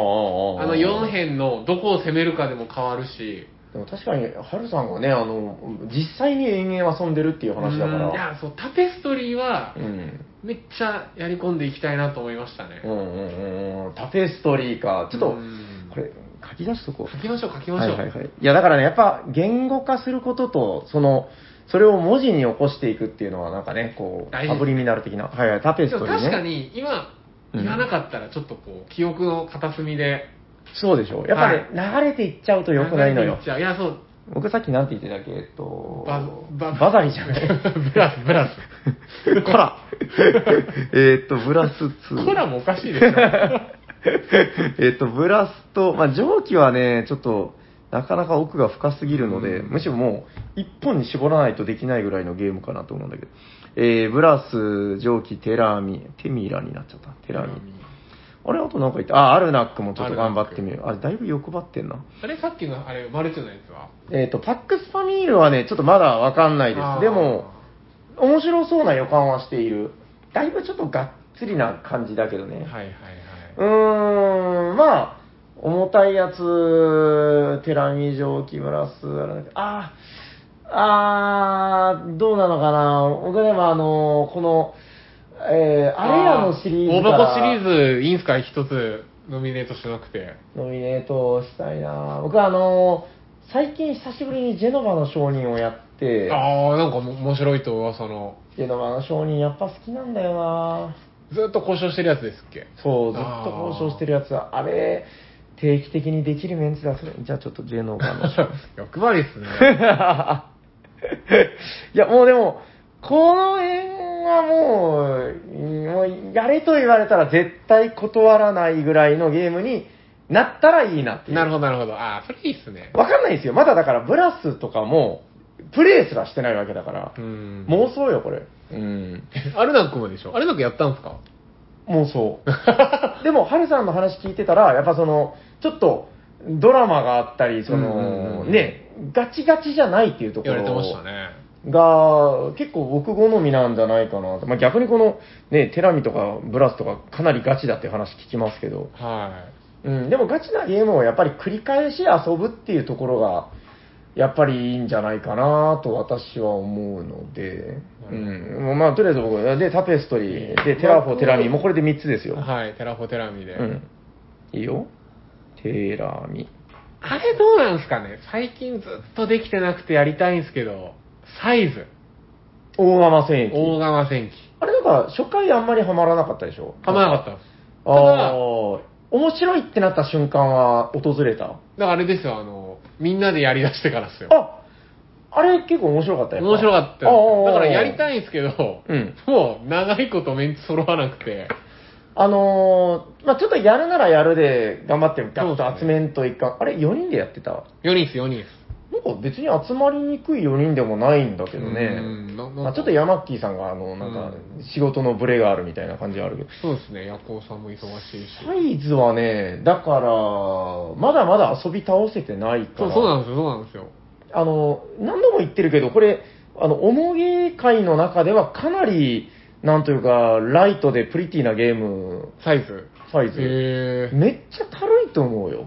Speaker 1: の4。辺のどこを攻めるかでも変わるし、
Speaker 2: でも確かに、ハルさんがね、あの、実際に延々遊んでるっていう話だか
Speaker 1: うんい
Speaker 2: ら。
Speaker 1: や、そう、タペストリーは
Speaker 2: う、ん。
Speaker 1: めっちゃやり込んでいきたいなと思いましたね
Speaker 2: うん。うんうん。タペストリーか。ちょっと
Speaker 1: う、ん
Speaker 2: これ、書き出しとこう。
Speaker 1: 書きましょう、書きま
Speaker 2: は
Speaker 1: し
Speaker 2: い
Speaker 1: ょう。
Speaker 2: はいはい。いや、だからね、やっぱ、言語化することと、その、それを文字に起こしていくっていうのは、なんかね、こう、
Speaker 1: 大事
Speaker 2: サブリミナル的な。はいはい、タペス
Speaker 1: でも
Speaker 2: トリーね。
Speaker 1: 確かに、今、言わなかったら、ちょっとこう、記憶の片隅で、
Speaker 2: そうでしょ。やっぱね、流れていっちゃうと良くない
Speaker 1: 流
Speaker 2: の
Speaker 1: れ
Speaker 2: よ
Speaker 1: てっ。ちゃういや、そう、
Speaker 2: 僕さっきなんて言ってたっけえっと、
Speaker 1: バ
Speaker 2: バザリじゃない。
Speaker 1: ブラス、ブラス。
Speaker 2: コラえっと、ブラス2。
Speaker 1: コラもおかしいでしょ。
Speaker 2: えっと、ブラスと、まあ、蒸気はね、ちょっと、なかなか奥が深すぎるので、
Speaker 1: うん
Speaker 2: むしろもう、一本に絞らないとできないぐらいのゲームかなと思うんだけど。えー、ブラス、蒸気、テラミ、テミラになっちゃった。テラミ。あれあとなんか言った。あ、アルナックもちょっと頑張ってみる。あれ、だいぶ欲張ってんな。
Speaker 1: あれ、さっきの、あれ、マルチのやつは
Speaker 2: えっ、と、パックスファミールはね、ちょっとまだわかんないで
Speaker 1: あー
Speaker 2: す。でも、面白そうな予感はしている。だいぶちょっとがっつりな感じだけどね。
Speaker 1: はいはいはいう
Speaker 2: ーん、まあ、重たいやつ、テラミ蒸気ブラス、あれだけあー、あー、どうなのかな。僕でもあの、この、えー、あれらのシリー
Speaker 1: 大
Speaker 2: ズか
Speaker 1: 箱
Speaker 2: ら
Speaker 1: シリーズ、いいんすか一つ、ノミネートしなくて。
Speaker 2: ノミネートしたいな僕はあの、最近久しぶりにジェノバの証人をやって、
Speaker 1: ああ、なんかも面白いと噂の。
Speaker 2: ジェノバの証人やっぱ好きなんだよな
Speaker 1: ずっと交渉してるやつですっ け
Speaker 2: そう、ずっと交渉してるやつは、あれ、定期的にできるメンツだ、それ。じゃあちょっとジェノバの証人。
Speaker 1: 欲張りっすね。
Speaker 2: いや、もうでも、この辺はもう、もうやれと言われたら絶対断らないぐらいのゲームになったらいいなっていう。
Speaker 1: なるほどなるほど。ああ、それいいっすね。
Speaker 2: わかんないですよ。まだだからブラスとかも、プレイすらしてないわけだから
Speaker 1: う。ん。
Speaker 2: 妄想よ、これ。うん。
Speaker 1: アルナックもでしょアルナックやったんすか
Speaker 2: 妄想。でも、ハルさんの話聞いてたら、やっぱその、ちょっと、ドラマがあったり、そ
Speaker 1: うんうん
Speaker 2: の、
Speaker 1: うん
Speaker 2: ね、ガチガチじゃないっていうとこ
Speaker 1: 言わ
Speaker 2: ろ
Speaker 1: れてましたね。
Speaker 2: が、結構僕好みなんじゃないかなと。まあ、逆にこの、ね、テラミとかブラスとかかなりガチだっていう話聞きますけど、
Speaker 1: はい。
Speaker 2: うん、でもガチなゲームをやっぱり繰り返し遊ぶっていうところが、やっぱりいいんじゃないかなと私は思うので、
Speaker 1: なうん
Speaker 2: もうまあ、とりあえず僕、で、タペストリー、で、テラフォ、テラミ、もうこれで3つですよ。
Speaker 1: はい、テラフォテラミで。
Speaker 2: うん。いいよ。テラミ。
Speaker 1: あれどうなんですかね最近ずっとできてなくてやりたいんですけど、サイズ。
Speaker 2: 大釜戦役。
Speaker 1: 大釜戦記。
Speaker 2: あれなんか、初回あんまりハマらなかったでしょ
Speaker 1: はまらなかったです。
Speaker 2: ああー、面白いってなった瞬間は訪れた。
Speaker 1: だからあれですよ、あの、みんなでやり出してからですよ。
Speaker 2: ああれ結構面白かったよ。
Speaker 1: 面白かった
Speaker 2: あ
Speaker 1: よ。
Speaker 2: ー
Speaker 1: だからやりたいんですけど、
Speaker 2: うん
Speaker 1: もう長いことメンツ揃わなくて、
Speaker 2: あのー、まあちょっとやるならやるで頑張ってガッと集めんといかん。あれ、4人でやってた
Speaker 1: 4人です、4人です。
Speaker 2: なんか別に集まりにくい4人でもないんだけどね
Speaker 1: う。んななんか
Speaker 2: まあちょっとヤマッキーさんが、あの、なんか
Speaker 1: う、
Speaker 2: 仕事のブレがあるみたいな感じはあるけど。
Speaker 1: そうですね、夜行さんも忙しいし。
Speaker 2: サイズはね、だから、まだまだ遊び倒せてないか
Speaker 1: そ
Speaker 2: ら。
Speaker 1: うそうなんですよ、そうなんですよ。
Speaker 2: あの、何度も言ってるけど、これ、あの、おもげ界の中ではかなり、なんというか、ライトでプリティなゲーム、
Speaker 1: サイズ。
Speaker 2: サイズ。
Speaker 1: へー
Speaker 2: めっちゃ軽いと思うよ。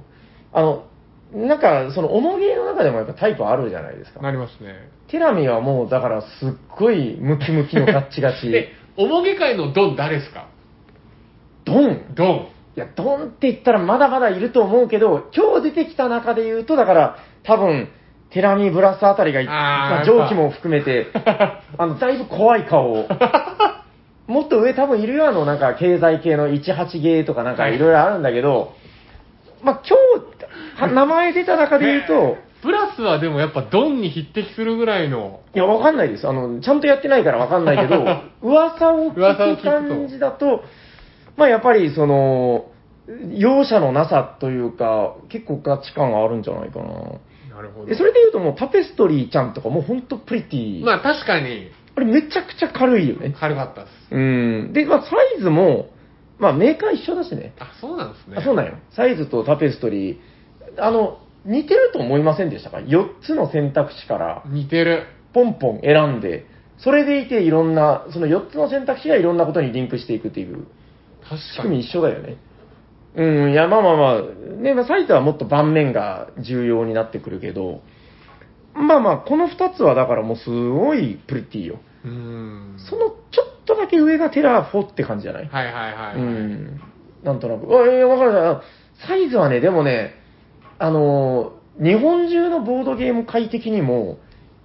Speaker 2: あの、なんか、その、おもげの中でもやっぱタイプあるじゃないですか。
Speaker 1: なりますね。
Speaker 2: テラミはもう、だから、すっごいムキムキのガッチガ チ。
Speaker 1: で、おもげ界のドン誰ですか
Speaker 2: ドン
Speaker 1: ドン。
Speaker 2: いや、ドンって言ったらまだまだいると思うけど、今日出てきた中で言うと、だから、多分、テラミブラスあたりがい、
Speaker 1: あー
Speaker 2: ま
Speaker 1: や
Speaker 2: あ、
Speaker 1: っぱ
Speaker 2: 上記も含め て、あの、だいぶ怖い顔を。もっと上多分いるよ、あの、なんか、経済系の18芸とかなんか
Speaker 1: はい
Speaker 2: いろいろあるんだけど、まあ、今日、名前出た中で言うと、
Speaker 1: プラスはでもやっぱドンに匹敵するぐらいの、
Speaker 2: いや、わかんないです。あの、ちゃんとやってないからわかんないけど、噂を
Speaker 1: 噂を聞
Speaker 2: 聞
Speaker 1: く
Speaker 2: く
Speaker 1: と
Speaker 2: 感じだと、まあ、やっぱり、その、容赦のなさというか、結構ガチ感があるんじゃないかな。
Speaker 1: なるほ
Speaker 2: えそれで言うともうタペストリーちゃんとかもうほんとプリティ。
Speaker 1: まあ確かに
Speaker 2: あれめちゃくちゃ軽いよね。
Speaker 1: 軽かったです。
Speaker 2: うん。で、まあ、サイズも、まあ、メーカー一緒だしね。
Speaker 1: あ、そうなんですね。
Speaker 2: あそうなんよ。サイズとタペストリー、あの、似てると思いませんでしたか ?4 つの選択肢から、
Speaker 1: 似てる。
Speaker 2: ポンポン選んで、それでいていろんな、その4つの選択肢がいろんなことにリンクしていくっていう
Speaker 1: 確
Speaker 2: 仕
Speaker 1: か
Speaker 2: 組み
Speaker 1: に。
Speaker 2: 一緒だよね。うん、いや、まあまあまあ、ね、まあサイズはもっと盤面が重要になってくるけど、まあまあ、この2つはだからもうすごいプリティよ。
Speaker 1: うーん。
Speaker 2: そのちょっとだけ上がテラフォって感じじゃない
Speaker 1: はいはいはい、はい。
Speaker 2: うんなんとなく。あいやいや、わかるな。サイズはね、でもね、あのー、日本中のボードゲーム界的にも、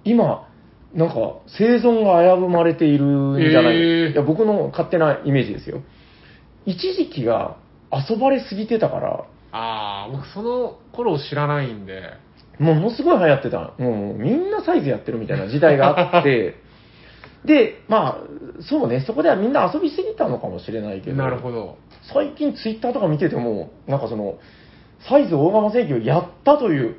Speaker 2: 今、なんか、生存が危ぶまれているんじゃない、
Speaker 1: えー
Speaker 2: いや、僕の勝手なイメージですよ。一時期が遊ばれすぎてたから、
Speaker 1: ああ、僕その頃を知らないんで。
Speaker 2: もうものすごい流行ってた。もうみんなサイズやってるみたいな時代が あって、で、まあ、そうね、そこではみんな遊びすぎたのかもしれないけど。
Speaker 1: なるほど。
Speaker 2: 最近ツイッターとか見てても、なんかその、サイズ大釜請求やったという、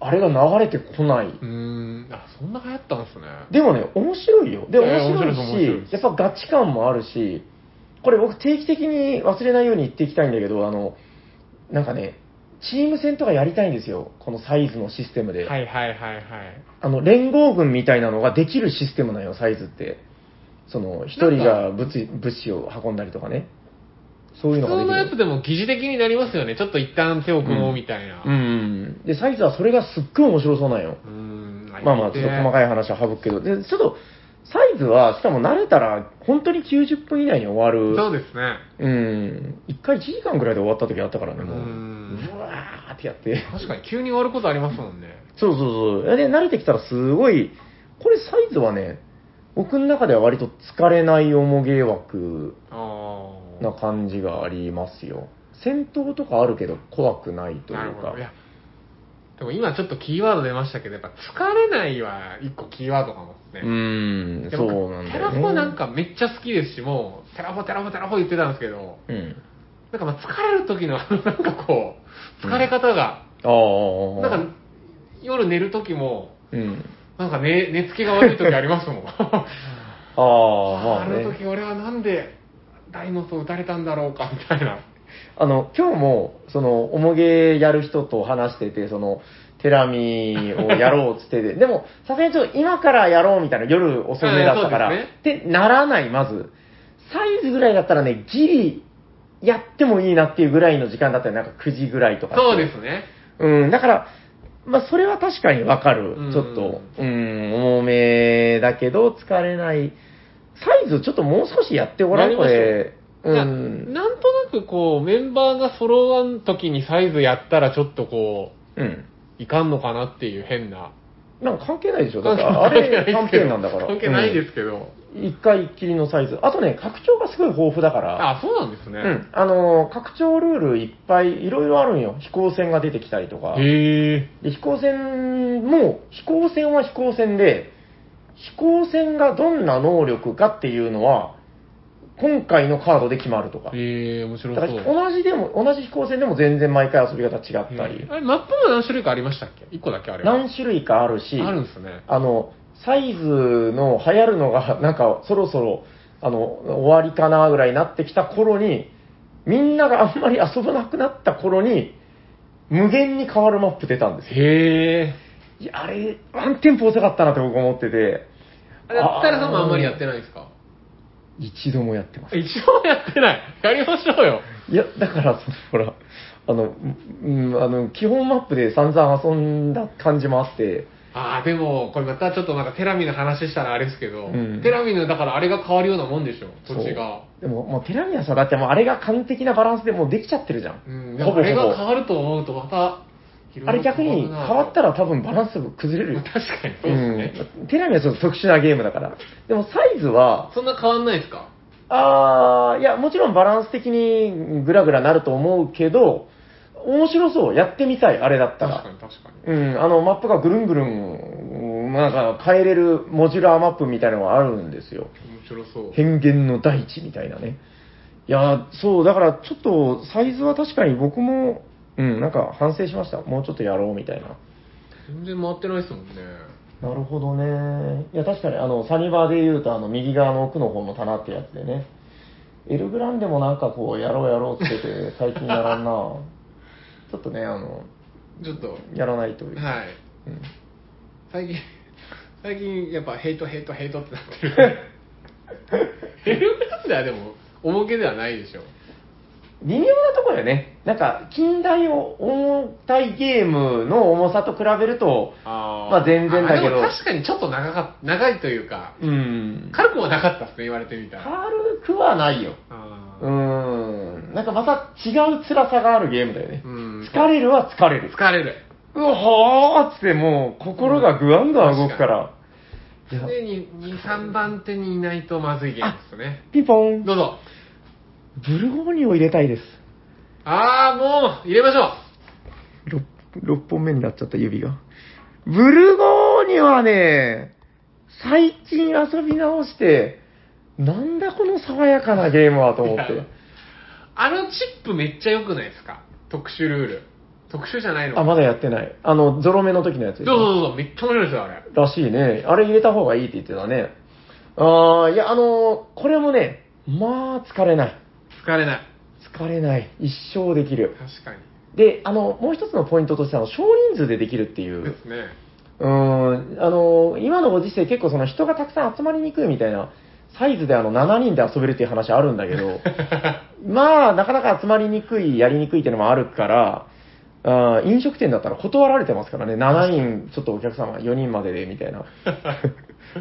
Speaker 2: あれが流れてこない。
Speaker 1: うーん。あ、そんな流行ったんですね。
Speaker 2: でもね、面白いよ。で、
Speaker 1: いやいや
Speaker 2: 面白
Speaker 1: 面白い
Speaker 2: い
Speaker 1: です面白いで
Speaker 2: し、
Speaker 1: す
Speaker 2: やっぱガチ感もあるし、これ僕定期的に忘れないように言っていきたいんだけど、あの、なんかね、チーム戦とかやりたいんですよ。このサイズのシステムで。
Speaker 1: はいはいはいはい。
Speaker 2: あの、連合軍みたいなのができるシステムなんよ、サイズって。その、一人が物資物資を運んだりとかね。そういう
Speaker 1: 普
Speaker 2: のがで
Speaker 1: 通
Speaker 2: きる。
Speaker 1: のやつでも疑似的になりますよね。ちょっと一旦手を組もうみたいな。
Speaker 2: うんうん。で、サイズはそれがすっごい面白そうなんよ。
Speaker 1: うーん。
Speaker 2: まあまあ、ちょっと細
Speaker 1: い。
Speaker 2: かい話は省くけど。で、ちょっと、サイズは、しかも慣れたら、本当に90分以内に終わ
Speaker 1: そう
Speaker 2: る。
Speaker 1: ですね。
Speaker 2: うん。一回1時間ぐらいで終わった時あったからね、もう。
Speaker 1: うん
Speaker 2: うわーってやって。
Speaker 1: 確かに急に終わることありますもんね。
Speaker 2: そうそうそう。で、慣れてきたらすごい、これサイズはね、僕の中では割と疲れない重芸枠
Speaker 1: ああ。
Speaker 2: な感じがありますよ。戦闘とかあるけど怖くないというか。
Speaker 1: なるほど。いや、でも今ちょっとキーワード出ましたけど、やっぱ疲れないは一個キーワードかもですね。
Speaker 2: うーん、
Speaker 1: で
Speaker 2: そ
Speaker 1: 僕
Speaker 2: うなんだよ、ね。
Speaker 1: テラフォなんかめっちゃ好きですし、もう、テラフォテラフォテラフォ言ってたんですけど、
Speaker 2: うん。
Speaker 1: なんかまあ疲れる時の、 あのなんかこう、疲れ方が、
Speaker 2: ああ。
Speaker 1: なんか夜寝る時も、
Speaker 2: うん。
Speaker 1: なんか寝寝つきが悪い時ありますもん。あ
Speaker 2: ああ、まあ
Speaker 1: の
Speaker 2: ね。
Speaker 1: 時俺はなんでダイノソー打たれたんだろうか、みたいな。
Speaker 2: あの、今日も、その、おもげやる人と話してて、その、テラミをやろうっつ ってて、でも、さすがにちょっと今からやろうみたいな、夜遅めだったから、
Speaker 1: あ
Speaker 2: っ
Speaker 1: ーそう
Speaker 2: てならない、まず。サイズぐらいだったらね、ギリ、やってもいいなっていうぐらいの時間だったら、なんか9時ぐらいとか。
Speaker 1: そうですね。
Speaker 2: うん、だから、まあ、それは確かにわか
Speaker 1: う
Speaker 2: る
Speaker 1: ん。
Speaker 2: ちょっと、うん、重めだけど、疲れない。サイズちょっともう少しやってごら
Speaker 1: や
Speaker 2: ん、
Speaker 1: り
Speaker 2: こ
Speaker 1: ましょう
Speaker 2: れ。う
Speaker 1: いや
Speaker 2: ん。
Speaker 1: なんとなくこう、メンバーが揃わん時にサイズやったらちょっとこ
Speaker 2: うん。
Speaker 1: う、いかんのかなっていう変な。
Speaker 2: なんか関係ないでしょだってあれ、キャンペーンなんだから。
Speaker 1: 関係ないですけど。
Speaker 2: うん。一回きりのサイズ。あとね、拡張がすごい豊富だから。
Speaker 1: あ、そうなんですね。
Speaker 2: うん。あのー、拡張ルールいっぱい、いろいろあるんよ。飛行船が出てきたりとか。
Speaker 1: へえ。
Speaker 2: で飛行船も、飛行船は飛行船で、飛行船がどんな能力かっていうのは、今回のカードで決まるとか。
Speaker 1: へえ、面白
Speaker 2: だ
Speaker 1: そ
Speaker 2: から
Speaker 1: う。
Speaker 2: 同じでも、同じ飛行船でも全然毎回遊び方違った
Speaker 1: う
Speaker 2: り
Speaker 1: ん、あれ、マップも何種類かありましたっけ ?1 個だけあれは。
Speaker 2: 何種類かあるし、
Speaker 1: あるんですね。
Speaker 2: あの、サイズの流行るのが、なんかそろそろ、あの、終わりかなぐらいになってきた頃に、みんながあんまり遊ばなくなった頃に、無限に変わるマップ出たんですよ。
Speaker 1: へえ。
Speaker 2: いや、あれ、ワンテンポ遅かったなって僕思ってて、
Speaker 1: あれ、北原さんもあんまりやってないですか
Speaker 2: 一度もやってま
Speaker 1: 一応もやってない。やりましょうよ。
Speaker 2: す。いや、だから、その、ほら、あの、うん、あの、基本マップで散々遊んだ感じもあって、
Speaker 1: ああ、でも、これまたちょっとなんかテラミの話したらあれですけど、
Speaker 2: うん
Speaker 1: テラミのだからあれが変わるようなもんでしょ、土地が。
Speaker 2: でも、もうテラミアさんだってもうあれが完璧なバランスでもうできちゃってるじゃん。
Speaker 1: うん、でもあれが変わると思うとまた、
Speaker 2: あれ逆に変わった
Speaker 1: ら、
Speaker 2: ら多分バランス崩れるよ。
Speaker 1: 確かにそうですね。
Speaker 2: うんテラミアちょっと特殊なゲームだから。でもサイズは、
Speaker 1: そんな変わんないですか
Speaker 2: あー、いや、もちろんバランス的にグラグラなると思うけど、面白そう。やってみたい、あれだった
Speaker 1: 確
Speaker 2: ら。
Speaker 1: かに確かに。
Speaker 2: うん、あの、マップがぐるんぐるん、うんなんか変えれるモジュラーマップみたいなのがあるんですよ。
Speaker 1: 面白そう。
Speaker 2: 変幻の大地みたいなね。いやー、そう、だからちょっとサイズは確かに僕も、うん、なんか反省しました。もうちょっとやろうみたいな。
Speaker 1: 全然回ってないですもんね。
Speaker 2: なるほどね。いや、確かに、あの、サニバーで言うと、あの、右側の奥の方の棚ってやつでね。エルグランでもなんかこう、やろうやろうって言ってて、最近や らんなちょっとね、あの、
Speaker 1: ちょっと、は
Speaker 2: やらないという。
Speaker 1: い。
Speaker 2: うん
Speaker 1: 最近、 最近やっぱヘイトヘイトヘイトってなってる。 ヘルメットはでも、重けではないでしょ。
Speaker 2: 微妙なところよね。なんか、近代を重たいゲームの重さと比べると、
Speaker 1: あー
Speaker 2: まあ全然だけど
Speaker 1: あでも確かにちょっと長か長いというか、
Speaker 2: うん。
Speaker 1: 軽くもなかったですね、言われてみたら。
Speaker 2: 軽くはないよ。
Speaker 1: あ
Speaker 2: う
Speaker 1: ー
Speaker 2: ん。なんかまた違う辛さがあるゲームだよね
Speaker 1: う。ん。
Speaker 2: 疲れるは疲れる。
Speaker 1: 疲れる。
Speaker 2: うわーっつってもう心がぐわんぐわん動くから。
Speaker 1: 常
Speaker 2: いや
Speaker 1: に2、3番手にいないとまずいゲームですね。
Speaker 2: ピンポン。
Speaker 1: どうぞ。
Speaker 2: ブルゴーニュを入れたいです。
Speaker 1: あー、もう、入れましょ
Speaker 2: 6, 6本目になっちゃった指が。ブルゴーニュはね、最近遊び直して、なんだこの爽やかなゲームはと思っ
Speaker 1: いや
Speaker 2: て。
Speaker 1: う。あのチップめっちゃ良くないですか特殊ルール。特殊じゃないの
Speaker 2: あ、まだやってない。あの、ゾロ目の時のやつでし
Speaker 1: どうぞ
Speaker 2: ょ
Speaker 1: どうぞ、めっちゃ面白いですよ、あれ。
Speaker 2: らしいね。あれ入れた方がいいって言ってたね。あー、いや、あのーこれもね、まあ疲れない。
Speaker 1: 疲れない。
Speaker 2: 疲れない。一生できる。
Speaker 1: 確かに。
Speaker 2: で、あの、もう一つのポイントとして、あの、少人数でできるっていう
Speaker 1: で。すね。
Speaker 2: うーん、あの、今のご時世結構その人がたくさん集まりにくいみたいな、サイズであの、7人で遊べるっていう話あるんだけど、まあ、なかなか集まりにくい、やりにくいっていうのもあるから、あー飲食店だったら断られてますからね、7人、ちょっとお客様4人までで、みたいな。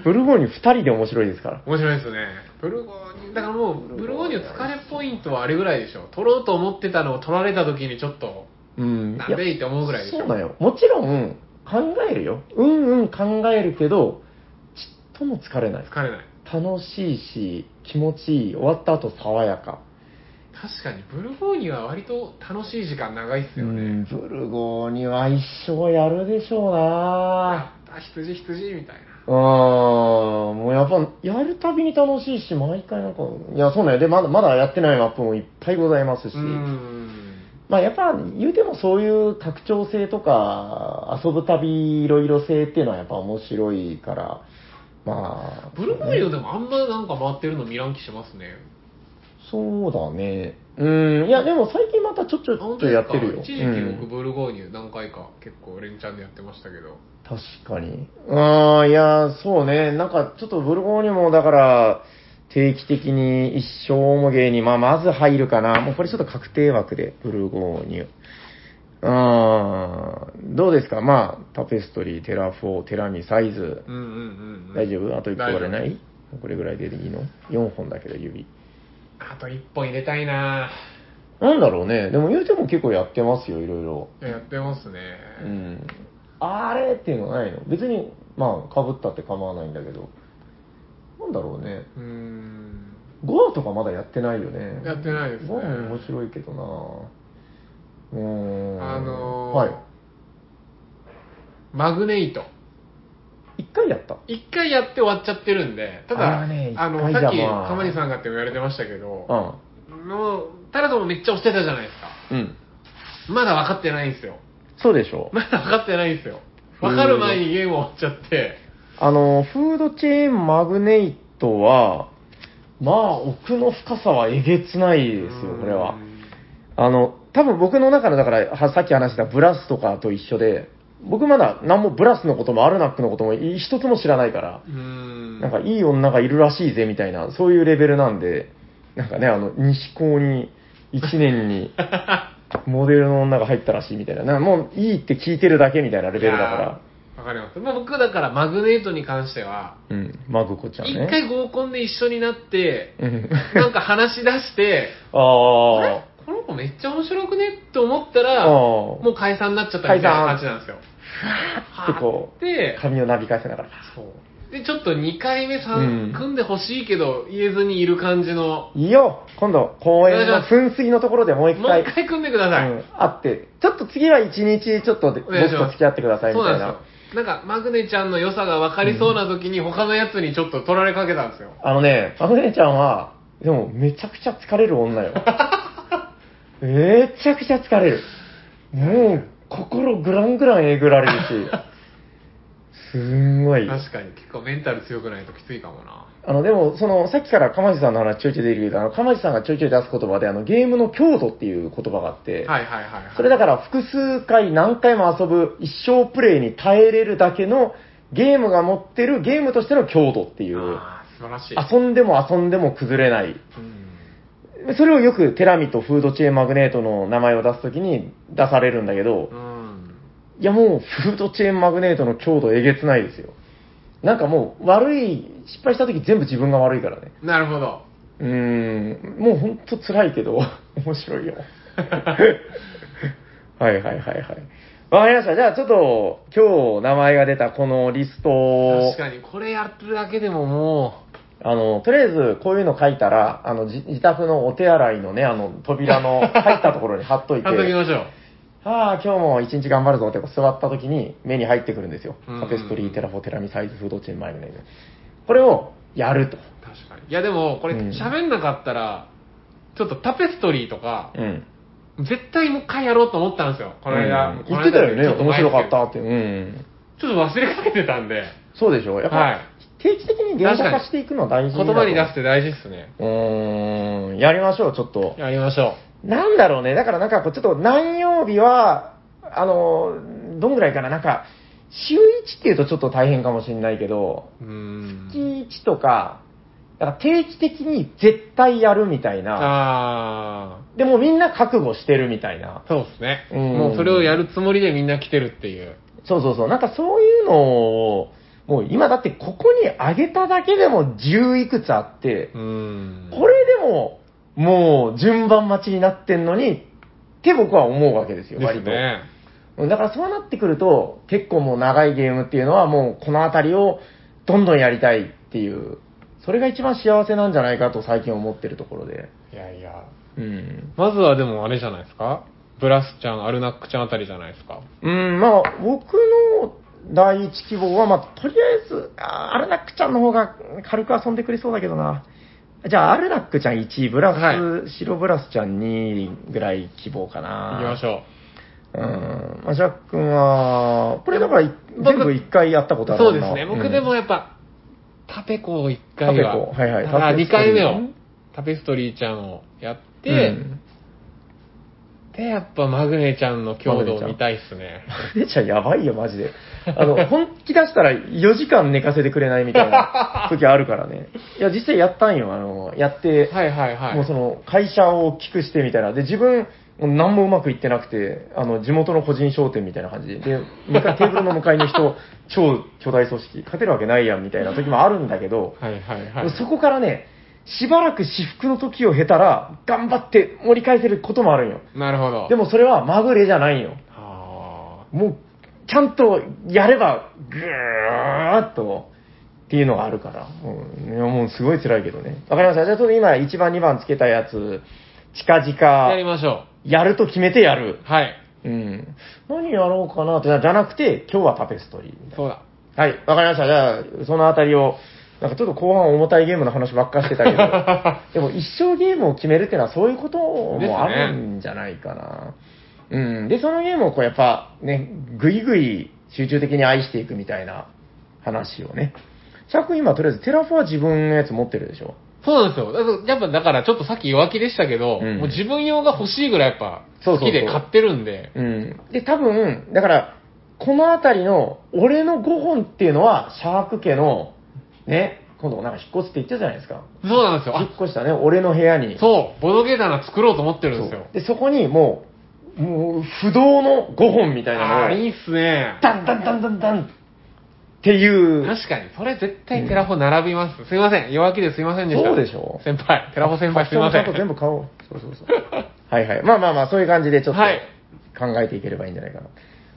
Speaker 2: ブルゴーニュ2人で面白いですから。
Speaker 1: 面白いですね。ブルゴーニュ、だからもう、ブルゴーニュ疲れポイントはあれぐらいでしょ。取ろうと思ってたのを取られた時にちょっと、
Speaker 2: うん。
Speaker 1: ない
Speaker 2: や
Speaker 1: んでいって思うぐらいでしょ。
Speaker 2: そうだよ。もちろん、考えるよ。うんうん考えるけど、ちっとも疲れない。
Speaker 1: 疲れない。
Speaker 2: 楽しいし、気持ちいい。終わった後爽やか。
Speaker 1: 確かに、ブルゴーニュは割と楽しい時間長いっすよね。
Speaker 2: うんブルゴーには一生やるでしょうな
Speaker 1: あ、羊羊みたいな。
Speaker 2: うーん、もうやっぱ、やるたびに楽しいし、毎回なんか、いや、そうなんよ。で、まだ、まだやってないマップもいっぱいございますし、
Speaker 1: うん。
Speaker 2: まあやっぱ、言うてもそういう拡張性とか、遊ぶたびいろいろ性っていうのはやっぱ面白いから、まあ、
Speaker 1: ブルゴーニュでもあんまなんか回ってるの見らん気しますね。
Speaker 2: そうだね。うん、いや、でも最近またちょっちょっとやってるよ。
Speaker 1: 一時期僕ブルゴーニュ何回か結構連チャンでやってましたけど。
Speaker 2: 確かに。ああ、いや、そうね。なんか、ちょっとブルゴーニュも、だから、定期的に一生も芸に、まあ、まず入るかな。もうこれちょっと確定枠で、ブルゴーニュ。ああ、どうですかまあ、タペストリー、テラフォー、テラミ、サイズ。
Speaker 1: うんうんうんうん。
Speaker 2: 大丈夫あと1個割れないこれぐらいでいいの ?4 本だけど指。
Speaker 1: あと1本入れたいな
Speaker 2: なんだろうね。でも言うても結構やってますよ、いろいろ。
Speaker 1: ぁやってますね。
Speaker 2: うん。あれっていうのはないの別に、まあ、かぶったって構わないんだけど。なんだろうね。
Speaker 1: うーん。
Speaker 2: ゴアとかまだやってないよね。
Speaker 1: やってないですね
Speaker 2: ゴアも面白いけどなうーん。
Speaker 1: あのー
Speaker 2: はい。
Speaker 1: マグネイト。
Speaker 2: 一回やった。
Speaker 1: 一回やって終わっちゃってるんで、ただ、
Speaker 2: あーね
Speaker 1: あの、
Speaker 2: 一回じ
Speaker 1: さ
Speaker 2: ゃ
Speaker 1: っき、
Speaker 2: まあ
Speaker 1: かまりさんがって言われてましたけど、
Speaker 2: うん。
Speaker 1: もう、タラトもめっちゃ押してたじゃないですか。
Speaker 2: うん。
Speaker 1: まだ分かってないんですよ。
Speaker 2: そうでしょう。
Speaker 1: まだ分かってないんですよ。分かる前にゲーム終わっちゃって、
Speaker 2: あの、フードチェーンマグネイトは、まあ、奥の深さはえげつないですよ、これ
Speaker 1: う。
Speaker 2: は
Speaker 1: ん
Speaker 2: あの、多分僕の中の、だから、はさっき話したブラスとかと一緒で、僕まだ何もブラスのこともアルナックのこともい一つも知らないから、
Speaker 1: うーん。
Speaker 2: なんかいい女がいるらしいぜみたいな、そういうレベルなんで、なんかね、あの、西高に1年 にモデルの女が入ったらしいみたいな、なんかもういいって聞いてるだけみたいなレベルだから、
Speaker 1: いやー。わかります。まあ、僕だからマグネートに関しては、
Speaker 2: うん、マグコちゃん
Speaker 1: 一、
Speaker 2: ね。
Speaker 1: 回合コンで一緒になって、
Speaker 2: うん。
Speaker 1: なんか話し出して、あ
Speaker 2: あ
Speaker 1: れ
Speaker 2: あ。
Speaker 1: この子めっちゃ面白くねって思った
Speaker 2: あ
Speaker 1: ら、
Speaker 2: あ
Speaker 1: もう解散になっちゃったみたいな感じなんですよ。
Speaker 2: ってこう
Speaker 1: で、
Speaker 2: 髪をなびかせながら。
Speaker 1: そう。で、ちょっと2回目、
Speaker 2: うん
Speaker 1: 3、組んでほしいけど、言えずにいる感じの、
Speaker 2: いいよ今度、公園の噴水のところでもう一
Speaker 1: もう
Speaker 2: 回
Speaker 1: 一、回組んでください。
Speaker 2: うん会って、ちょっと次は一日ちょっとで
Speaker 1: お
Speaker 2: 僕
Speaker 1: 願いします
Speaker 2: と付き合ってくださいみ
Speaker 1: そうない
Speaker 2: た
Speaker 1: んで
Speaker 2: な。
Speaker 1: すよ。なんか、マグネちゃんの良さが分かりそうな時に、他のやつにちょっと取られかけたんですよ。
Speaker 2: あのね、あの姉ちゃんは、でもめちゃくちゃ疲れる 女よ。めちゃくちゃ疲れる。もう心グラングランえぐられるし、すんごい。
Speaker 1: 確かに、結構メンタル強くないときついかもな。
Speaker 2: あの、でも、その、さっきから鎌地さんの話ちょいちょい出てるけど、あの、鎌地さんがちょいちょい出す言葉で、あの、ゲームの強度っていう言葉があって、
Speaker 1: はいはいはい、はい。
Speaker 2: それだから複数回何回も遊ぶ一生プレイに耐えれるだけのゲームが持ってるゲームとしての強度っていう、
Speaker 1: あー素晴らしい。
Speaker 2: 遊んでも遊んでも崩れない。
Speaker 1: うん。
Speaker 2: それをよくテラミとフードチェーンマグネートの名前を出すときに出されるんだけど
Speaker 1: う、ん。
Speaker 2: いやもうフードチェーンマグネートの強度えげつないですよ。なんかもう悪い、失敗したとき全部自分が悪いからね。
Speaker 1: なるほど。
Speaker 2: うーん、もうほんと辛いけど、 面白 いよ。はいはいはいはい。わかりました。じゃあちょっと、今日名前が出たこのリストを
Speaker 1: 確、かに、これやってるだけでもも
Speaker 2: あの、とりあえずこういうの書いたら、あの、じ自宅のお手洗いのね、あの、扉の入ったところに貼っ
Speaker 1: う、
Speaker 2: とい て
Speaker 1: 貼、っときましょう。
Speaker 2: ああ、今日も一日頑張るぞってこう座った時に目に入ってくるんですよ。
Speaker 1: うんうん
Speaker 2: タペストリー、テラフォ、テラミ、サイズ、フードチェーン、マイグネーズ。これをやると。
Speaker 1: 確かに。いやでも、これ
Speaker 2: うん
Speaker 1: 喋んなかったら、ちょっとタペストリーとか、
Speaker 2: うん。絶
Speaker 1: 絶対もう一回やろうと思ったんですよ。この間。
Speaker 2: うん
Speaker 1: こ
Speaker 2: 言
Speaker 1: の
Speaker 2: っ
Speaker 1: 間
Speaker 2: てたよね、
Speaker 1: ちょと
Speaker 2: 面
Speaker 1: 前で
Speaker 2: 白
Speaker 1: すけ
Speaker 2: か
Speaker 1: ど
Speaker 2: ったって。うん。
Speaker 1: ちょっと忘れかけてたんで、
Speaker 2: そうでしょやっぱ、
Speaker 1: はい
Speaker 2: 定期的に言語化していくのは大事。
Speaker 1: 言葉に出すってて大事ですね。
Speaker 2: うーん、やりましょう、ちょっと。
Speaker 1: やりましょ
Speaker 2: なんだろうね、だからなんかこう、ちょっと何曜日は、あの、どんぐらいかな、なんか、週1っていうとちょっと大変かもしれないけど、
Speaker 1: う。うーん。
Speaker 2: 月1とか、だから定期的に絶対やるみたいな、
Speaker 1: あ
Speaker 2: でもみんな覚悟してるみたいな
Speaker 1: あ、、そうですね。
Speaker 2: うん
Speaker 1: もうそれをやるつもりでみんな来てるっていう。
Speaker 2: そうそうそう、なんかそういうのを、もう今だってここにあげただけでも10いくつあって、
Speaker 1: うーん。
Speaker 2: これでも、もう順番待ちになってんのに、って僕は思うわけですよ、
Speaker 1: です
Speaker 2: 割と。
Speaker 1: ね。
Speaker 2: うんだからそうなってくると、結構もう長いゲームっていうのはもうこのあたりをどんどんやりたいっていう、それが一番幸せなんじゃないかと最近思ってるところで。
Speaker 1: いやいや。
Speaker 2: うん。
Speaker 1: まずはでもあれじゃないですかブラスちゃん、アルナックちゃんあたりじゃないですか。
Speaker 2: うん、まあ僕の第一希望は、まあとりあえず、あアルナックちゃんの方が軽く遊んでくれそうだけどな。じゃあ、アルナックちゃん1、ブラス、
Speaker 1: は
Speaker 2: 白ブラスちゃん2ぐらい希望かな。
Speaker 1: 行きましょう。
Speaker 2: うん、まあ、ジャックンは、これだからい全部一回やったことある
Speaker 1: そう
Speaker 2: も
Speaker 1: んで
Speaker 2: な
Speaker 1: すね。僕
Speaker 2: ん
Speaker 1: でもやっぱ、タペコを1回は。
Speaker 2: タペコはいはい
Speaker 1: あ、
Speaker 2: タペ
Speaker 1: 2
Speaker 2: ストリ
Speaker 1: 回
Speaker 2: ーね
Speaker 1: 目を、タペストリーちゃんをやって、
Speaker 2: うん
Speaker 1: で、やっぱマグネちゃんの強度を見たいっすね。
Speaker 2: マグネちゃんやばいよ、マジで。あの、本気出したら4時間寝かせてくれないみたいな時あるか らね。いや、実際やったんよ、あの、やって、
Speaker 1: はいはいはい。
Speaker 2: もうその、会社を大きくしてみたいな。で、自分、もう何もうまくいってなくて、あの、地元の個人商店みたいな感じで、で、向かいテーブルの向かいの人、超巨大組織、勝てるわけないやんみたいな時もあるんだけど、
Speaker 1: はいはいはい。
Speaker 2: そこからね、しばらく私服の時を経たら、頑張って盛り返せることもあるんよ。
Speaker 1: なるほど。
Speaker 2: でもそれはまぐれじゃないんよ。
Speaker 1: あ
Speaker 2: もう、ちゃんとやれば、ぐーっと、っていうのがあるから。うん、いやもうすごい辛いけどね。わかりました。じゃあちょっと今1番2番つけたやつ、近
Speaker 1: ーやり
Speaker 2: 々、
Speaker 1: ましょ
Speaker 2: やると決めてやる
Speaker 1: う。。はい。
Speaker 2: うん。何やろうかなって、じゃなくて、今日はタペストリーみたい
Speaker 1: そうだ。
Speaker 2: な。はい、わかりました。じゃあ、そのあたりを、なんかちょっと後半重たいゲームの話ばっかしてたけど、でも一生ゲームを決めるっていうのはそういうこともあるんじゃないかな。うん。で、そのゲームをこうやっぱね、ぐいぐい集中的に愛していくみたいな話をね。シャーク今とりあえずテラフォは自分のやつ持ってるでしょ。
Speaker 1: そうなんですよ。だからやっぱだからちょっとさっき弱気でしたけど、
Speaker 2: うん
Speaker 1: もう自分用が欲しいぐらいやっぱ
Speaker 2: そう
Speaker 1: 好
Speaker 2: そうそう
Speaker 1: きで買ってるんで。
Speaker 2: うん。で、多分、だから、このあたりの俺の5本っていうのはシャーク家の、ね、今度なんか引っ越すって言ったじゃないですか。
Speaker 1: そうなんですよ。
Speaker 2: 引っ
Speaker 1: あ、
Speaker 2: 越したね、俺の部屋に。
Speaker 1: そう、ボドゲ棚作ろうと思ってるんですよ。
Speaker 2: で、そこにもう、もう不動の5本みたいなの
Speaker 1: あ
Speaker 2: を
Speaker 1: あー、いいっすね。
Speaker 2: ダンダンダンダンダンっていう、
Speaker 1: 確かに、それ絶対テラフォ並びます。すいません、弱気ですいませんでした。
Speaker 2: そうでしょ
Speaker 1: 先輩、テラフォ先輩すいませ
Speaker 2: ちゃんと全
Speaker 1: ん。
Speaker 2: 部買おう。そうそ うそう。はいはい。まあまあまあ、そういう感じでちょっ
Speaker 1: はい
Speaker 2: と考えていければいいんじゃないかな。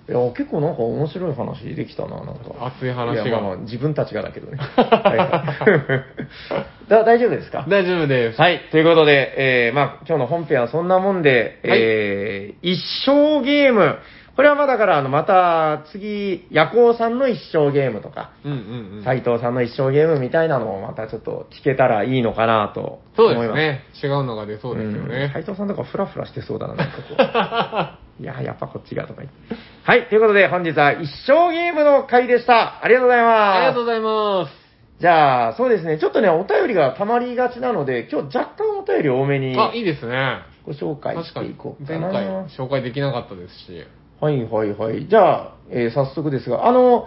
Speaker 2: いや、結構なんか面白い話できたな、なんか。
Speaker 1: 熱い話が
Speaker 2: やまあまあ自分たちがだけどね。は いはい、だ大丈夫ですか
Speaker 1: 大丈夫です。
Speaker 2: はい。ということで、えー、まあ、今日の本編はそんなもんで、えー、一生ゲーム。これはまあだから、あの、また、次、夜行さんの一生ゲームとか、
Speaker 1: うんうんうん。
Speaker 2: 斉藤さんの一生ゲームみたいなのをまたちょっと聞けたらいいのかなと
Speaker 1: そう
Speaker 2: 思い
Speaker 1: で
Speaker 2: ます。
Speaker 1: すね。違うのが出そうですよ
Speaker 2: うん斉
Speaker 1: ね。
Speaker 2: 藤さんとかフラフラしてそうだな、なんかこう。い や、やっぱこっちがとか言って。はい。ということで、本日は一生ゲームの回でした。ありがとうございます。
Speaker 1: ありがとうございます。
Speaker 2: じゃあ、そうですね。ちょっとね、お便りが溜まりがちなので、今日若干お便り多めに。
Speaker 1: あ、いいですね。
Speaker 2: ご紹介
Speaker 1: 確
Speaker 2: し
Speaker 1: か
Speaker 2: てい
Speaker 1: に
Speaker 2: こう、か
Speaker 1: 前
Speaker 2: な。
Speaker 1: 回紹介できなかったですし。
Speaker 2: はいはいはい。じゃあ、えー早速ですが、あの、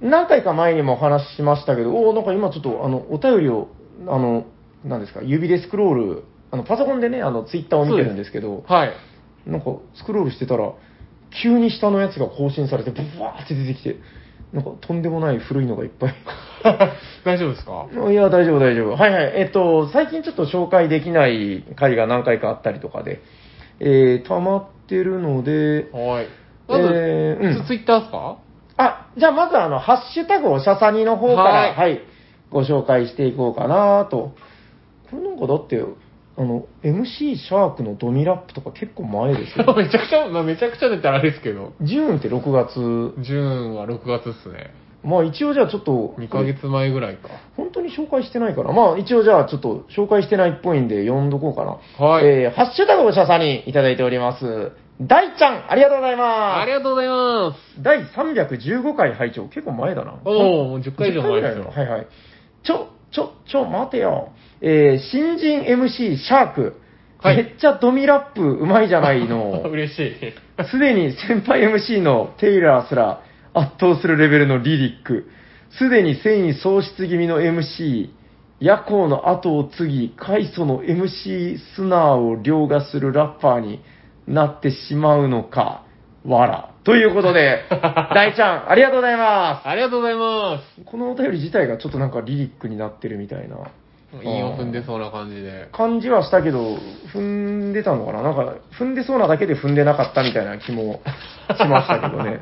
Speaker 2: 何回か前にもお話ししましたけど、おーなんか今ちょっと、あの、お便りを、あの、何ですか、指でスクロール、あの、パソコンでね、あの、ツイッターを見てるんですけど、
Speaker 1: はい。
Speaker 2: なんか、スクロールしてたら、急に下のやつが更新されて、ブワーって出てきて、なんか、とんでもない古いのがいっぱい。
Speaker 1: 大丈夫ですか
Speaker 2: いや、大丈夫、大丈夫。はいはい。えっと、最近ちょっと紹介できない回が何回かあったりとかで、えー、溜まってるので、
Speaker 1: はい。
Speaker 2: え
Speaker 1: まず、
Speaker 2: ーうん
Speaker 1: ツツイッターですか
Speaker 2: あ、じゃあまずあの、ハッシュタグおしゃさにの方から、は、
Speaker 1: はいい
Speaker 2: ご紹介していこうかなと。これなんかだって、あの、MC シャークのドミラップとか結構前ですよ。
Speaker 1: めちゃくちゃ、まあ、めちゃくちゃ出たらあれですけど。
Speaker 2: ジューンって6月。
Speaker 1: ジューンは6月っすね。
Speaker 2: まあ一応じゃあちょっと、
Speaker 1: 2ヶ月前ぐらいか。
Speaker 2: 本当に紹介してないから、まあ一応じゃあちょっと紹介してないっぽいんで読んどこうかな。
Speaker 1: はい
Speaker 2: えー、ハッシュタグおしゃさにいただいております。大ちゃん、ありがとうございます。
Speaker 1: ありがとうございます。
Speaker 2: 第315回拝聴結構前だな。
Speaker 1: おお、もう10回以上前です
Speaker 2: 10
Speaker 1: よ。
Speaker 2: 回ぐらいのはいはい。ちょ、ちょ、ちょ、待てよ。えー、新人 MC シャーク。
Speaker 1: はい。
Speaker 2: めっちゃドミラップうまいじゃないの
Speaker 1: 嬉しい。
Speaker 2: すでに先輩 MC のテイラーすら圧倒するレベルのリリック。すでに繊維喪失気味の MC。夜行の後を継ぎ、開祖の MC スナーを凌駕するラッパーになってしまうのか。わら。ということで、大ちゃん、ありがとうございます。
Speaker 1: ありがとうございま
Speaker 2: このお便り自体がちょっとなんかリリックになってるみたいな
Speaker 1: す。韻を踏んでそうな感じで。
Speaker 2: 感じはしたけど、踏んでたのかななんか、踏んでそうなだけで踏んでなかったみたいな気もしましたけど ね。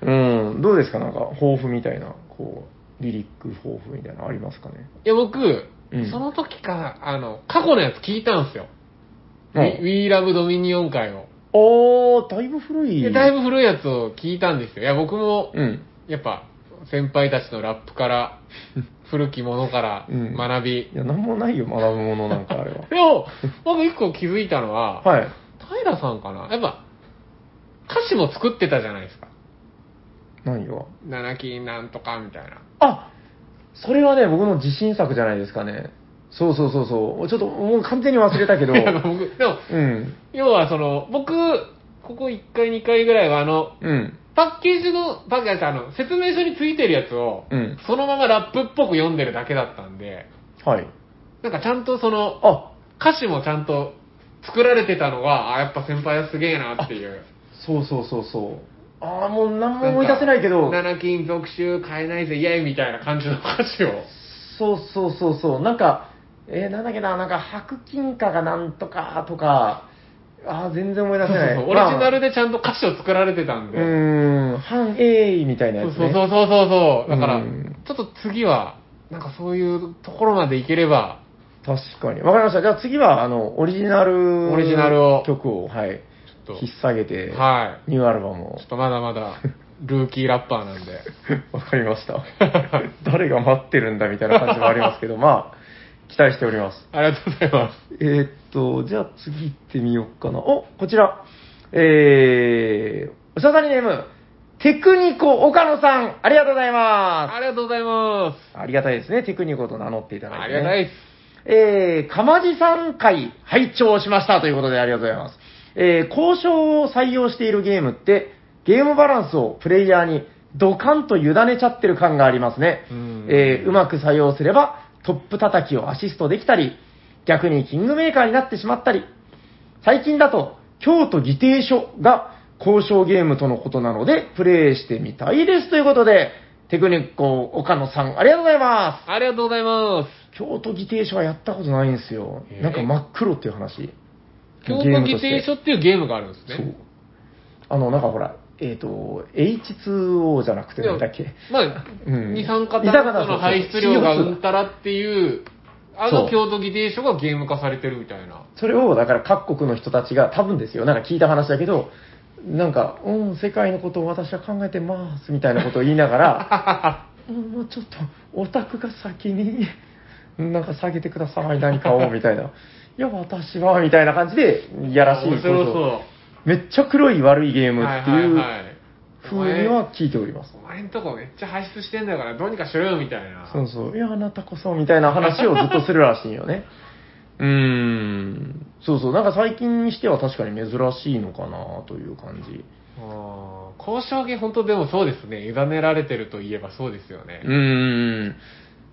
Speaker 2: うん、どうですかなんか、抱負みたいな、こう、リリック抱負みたいなのありますかね。
Speaker 1: いや、僕、
Speaker 2: うん
Speaker 1: その時から、あの、過去のやつ聞いたんですよ。
Speaker 2: うん
Speaker 1: We We Love Dominion 会を。
Speaker 2: おー、だいぶ古い。
Speaker 1: でだいぶ古いやつを聞いたんですよ。いや、僕も、
Speaker 2: うん。
Speaker 1: やっぱ、先輩たちのラップ から、古きものから
Speaker 2: うん
Speaker 1: 学び。
Speaker 2: い。や、なんもないよ、学ぶものなんかあれは
Speaker 1: でも、僕一個気づいたのは、
Speaker 2: はい。
Speaker 1: 平さんかなやっぱ、歌詞も作ってたじゃないですか。
Speaker 2: 何が
Speaker 1: 七金なんとかみたいな。
Speaker 2: あそれはね、僕の自信作じゃないですかね。そうそうそうそう。ちょっともう完全に忘れたけ ど。
Speaker 1: いや 僕、でも、
Speaker 2: うん。
Speaker 1: 要はその、僕、ここ1回2回ぐらいはあの、
Speaker 2: うん。
Speaker 1: パッケージの、パッケージ、あの、説明書についてるやつを、
Speaker 2: うん
Speaker 1: そのままラップっぽく読んでるだけだったんで、
Speaker 2: はい。
Speaker 1: なんかちゃんとその、
Speaker 2: あ、
Speaker 1: 歌詞もちゃんと作られてたのが、あ、やっぱ先輩はすげえなっていう。
Speaker 2: そうそうそうそう。ああ、もう何も思い出せないけど、
Speaker 1: 7金続集買えないぜ、イエイみたいな感じの歌詞を。
Speaker 2: そうそうそうそう。なんか、えーなんだっけな、なんか白金貨がなんとかとか、ああ、全然思い
Speaker 1: そ
Speaker 2: 出
Speaker 1: う
Speaker 2: せ
Speaker 1: そう
Speaker 2: ない。
Speaker 1: そうオリジナル
Speaker 2: で。
Speaker 1: でちゃんと歌詞を作られてたんで。
Speaker 2: うーん、反映みたいなや
Speaker 1: そう
Speaker 2: つ、ね。
Speaker 1: そうそうそうそう。だから、
Speaker 2: うん
Speaker 1: ちょっと次は、なんかそういうところまでいければ、
Speaker 2: 確かに。わかりました。じゃあ次は、あの、オリジナル。
Speaker 1: オリジナルを
Speaker 2: 曲を、はい。
Speaker 1: ちょっ
Speaker 2: 引っ提げて、
Speaker 1: と、は
Speaker 2: ニューアルバム
Speaker 1: い。
Speaker 2: を
Speaker 1: ちょっ。とまだまだ、ルーキーラッパーなんで。
Speaker 2: わかりました。 誰が待ってるんだみたいな感じもありますけど、ま あ、期待しております。
Speaker 1: ありがとうございます。
Speaker 2: えーっと、じゃあ次行ってみようかな。お、こちら。えー、おしゃさりネーム、テクニコ岡野さん、ありがとうございま。
Speaker 1: ありがとうございます
Speaker 2: ありがたいですね。テクニコと名乗ってい
Speaker 1: す。
Speaker 2: ただいて、
Speaker 1: あ
Speaker 2: ね。
Speaker 1: りがたいです。
Speaker 2: えー、かまじさん会、拝聴しましたということでありがとうございます。えー、交渉を採用しているゲームって、ゲームバランスをプレイヤーにドカンと委ねちゃってる感がありますね。
Speaker 1: うん
Speaker 2: えーうまく採用すれば、トップ叩きをアシストできたり、逆にキングメーカーになってしまったり、最近だと、京都議定書が交渉ゲームとのことなので、プレイしてみたいですということで、テクニック岡野さん、ありがとうございます。
Speaker 1: ありがとうございます。
Speaker 2: 京都議定書はやったことないんですよ
Speaker 1: へ。え
Speaker 2: なんか真っ黒っていう話。
Speaker 1: 京
Speaker 2: ゲー
Speaker 1: 都
Speaker 2: ム
Speaker 1: 議
Speaker 2: として
Speaker 1: 定書っていうゲームがあるんですね。
Speaker 2: そう。あの、なんかほら、えっ、と、H2O じゃなくてなんだっけ。
Speaker 1: まあ、
Speaker 2: うん
Speaker 1: 二酸化
Speaker 2: 二酸化
Speaker 1: 炭素
Speaker 2: 炭素
Speaker 1: の排出量が
Speaker 2: そうそう
Speaker 1: うんたらっていう、あ
Speaker 2: そ
Speaker 1: の
Speaker 2: う
Speaker 1: 京都議定書がゲーム化されてるみたいな。
Speaker 2: それを、だから各国の人たちが、多分ですよ、なんか聞いた話だけど、なんか、うん、世界のことを私は考えてます、みたいなことを言いながら、 うん、もうちょっと、オタクが先に、なんか下げてください、何かを、みたいな。いや、私は、みたいな感じで、やらしい
Speaker 1: 面白
Speaker 2: こ
Speaker 1: そう
Speaker 2: とをめっちゃ黒い悪いゲームっていう、
Speaker 1: はいはいはい
Speaker 2: ふうには聞いております
Speaker 1: お。前お前んとこめっちゃ排出してんだからどうにかしろよみたいな。
Speaker 2: そうそう。いや、あなたこそ、みたいな話をずっとするらしいよね。うーん。そうそう。なんか最近にしては確かに珍しいのかなという感じ。
Speaker 1: あー交渉ゲ本当でもそうですね。委ねられてるといえばそうですよね。
Speaker 2: うーん。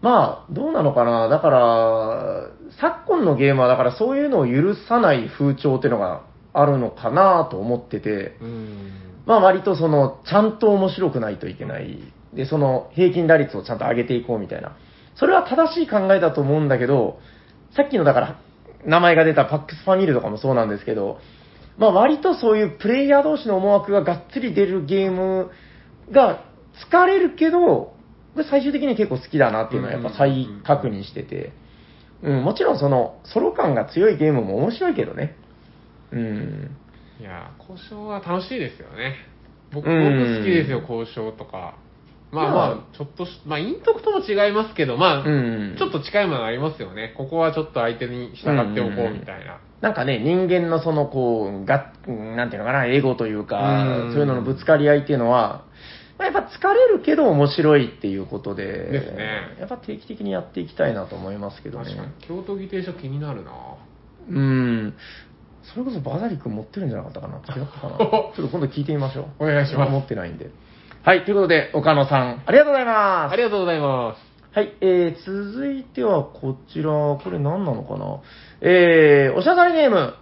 Speaker 2: まあ、どうなのかな。だから、昨今のゲームはだからそういうのを許さない風潮っていうのがあるのかなと思ってて。
Speaker 1: うん。
Speaker 2: まあ割とその、ちゃんと面白くないといけない。で、その、平均打率をちゃんと上げていこうみたいな。それは正しい考えだと思うんだけど、さっきのだから、名前が出たパックスファミルとかもそうなんですけど、まあ割とそういうプレイヤー同士の思惑ががっつり出るゲームが疲れるけど、僕最終的に結構好きだなっていうのはやっぱ再確認してて、うん、もちろんその、ソロ感が強いゲームも面白いけどね。うん。
Speaker 1: いや、交渉は楽しいですよね。僕、
Speaker 2: うん
Speaker 1: 僕好きですよ、交渉とか。まあ
Speaker 2: まあ
Speaker 1: まあ、ちょっとし、まあ、陰徳とも違いますけど、まあ、
Speaker 2: うん。
Speaker 1: ちょっと近いものありますよね。ここはちょっと相手に従っておこうみたいな。
Speaker 2: なんかね、人間のその、こう、が、なんていうのかな、エゴというか
Speaker 1: う、ん
Speaker 2: そういうののぶつかり合いっていうのは、まあ、やっぱ疲れるけど面白いっていうことで、
Speaker 1: ですね
Speaker 2: やっぱ定期的にやっていきたいなと思いますけどね
Speaker 1: 確。かに。京都議定書気になるな
Speaker 2: うん。それこそバザリ君持ってるんじゃなかったかな違った かなちょっと今度聞いてみましょう。
Speaker 1: お願いします
Speaker 2: 持ってないんで。はい、ということで、岡野さん、ありがとうございます
Speaker 1: あ。りがとうございま
Speaker 2: はい、えー、続いてはこちら、これ何なのかなえー、おしゃさりネーム、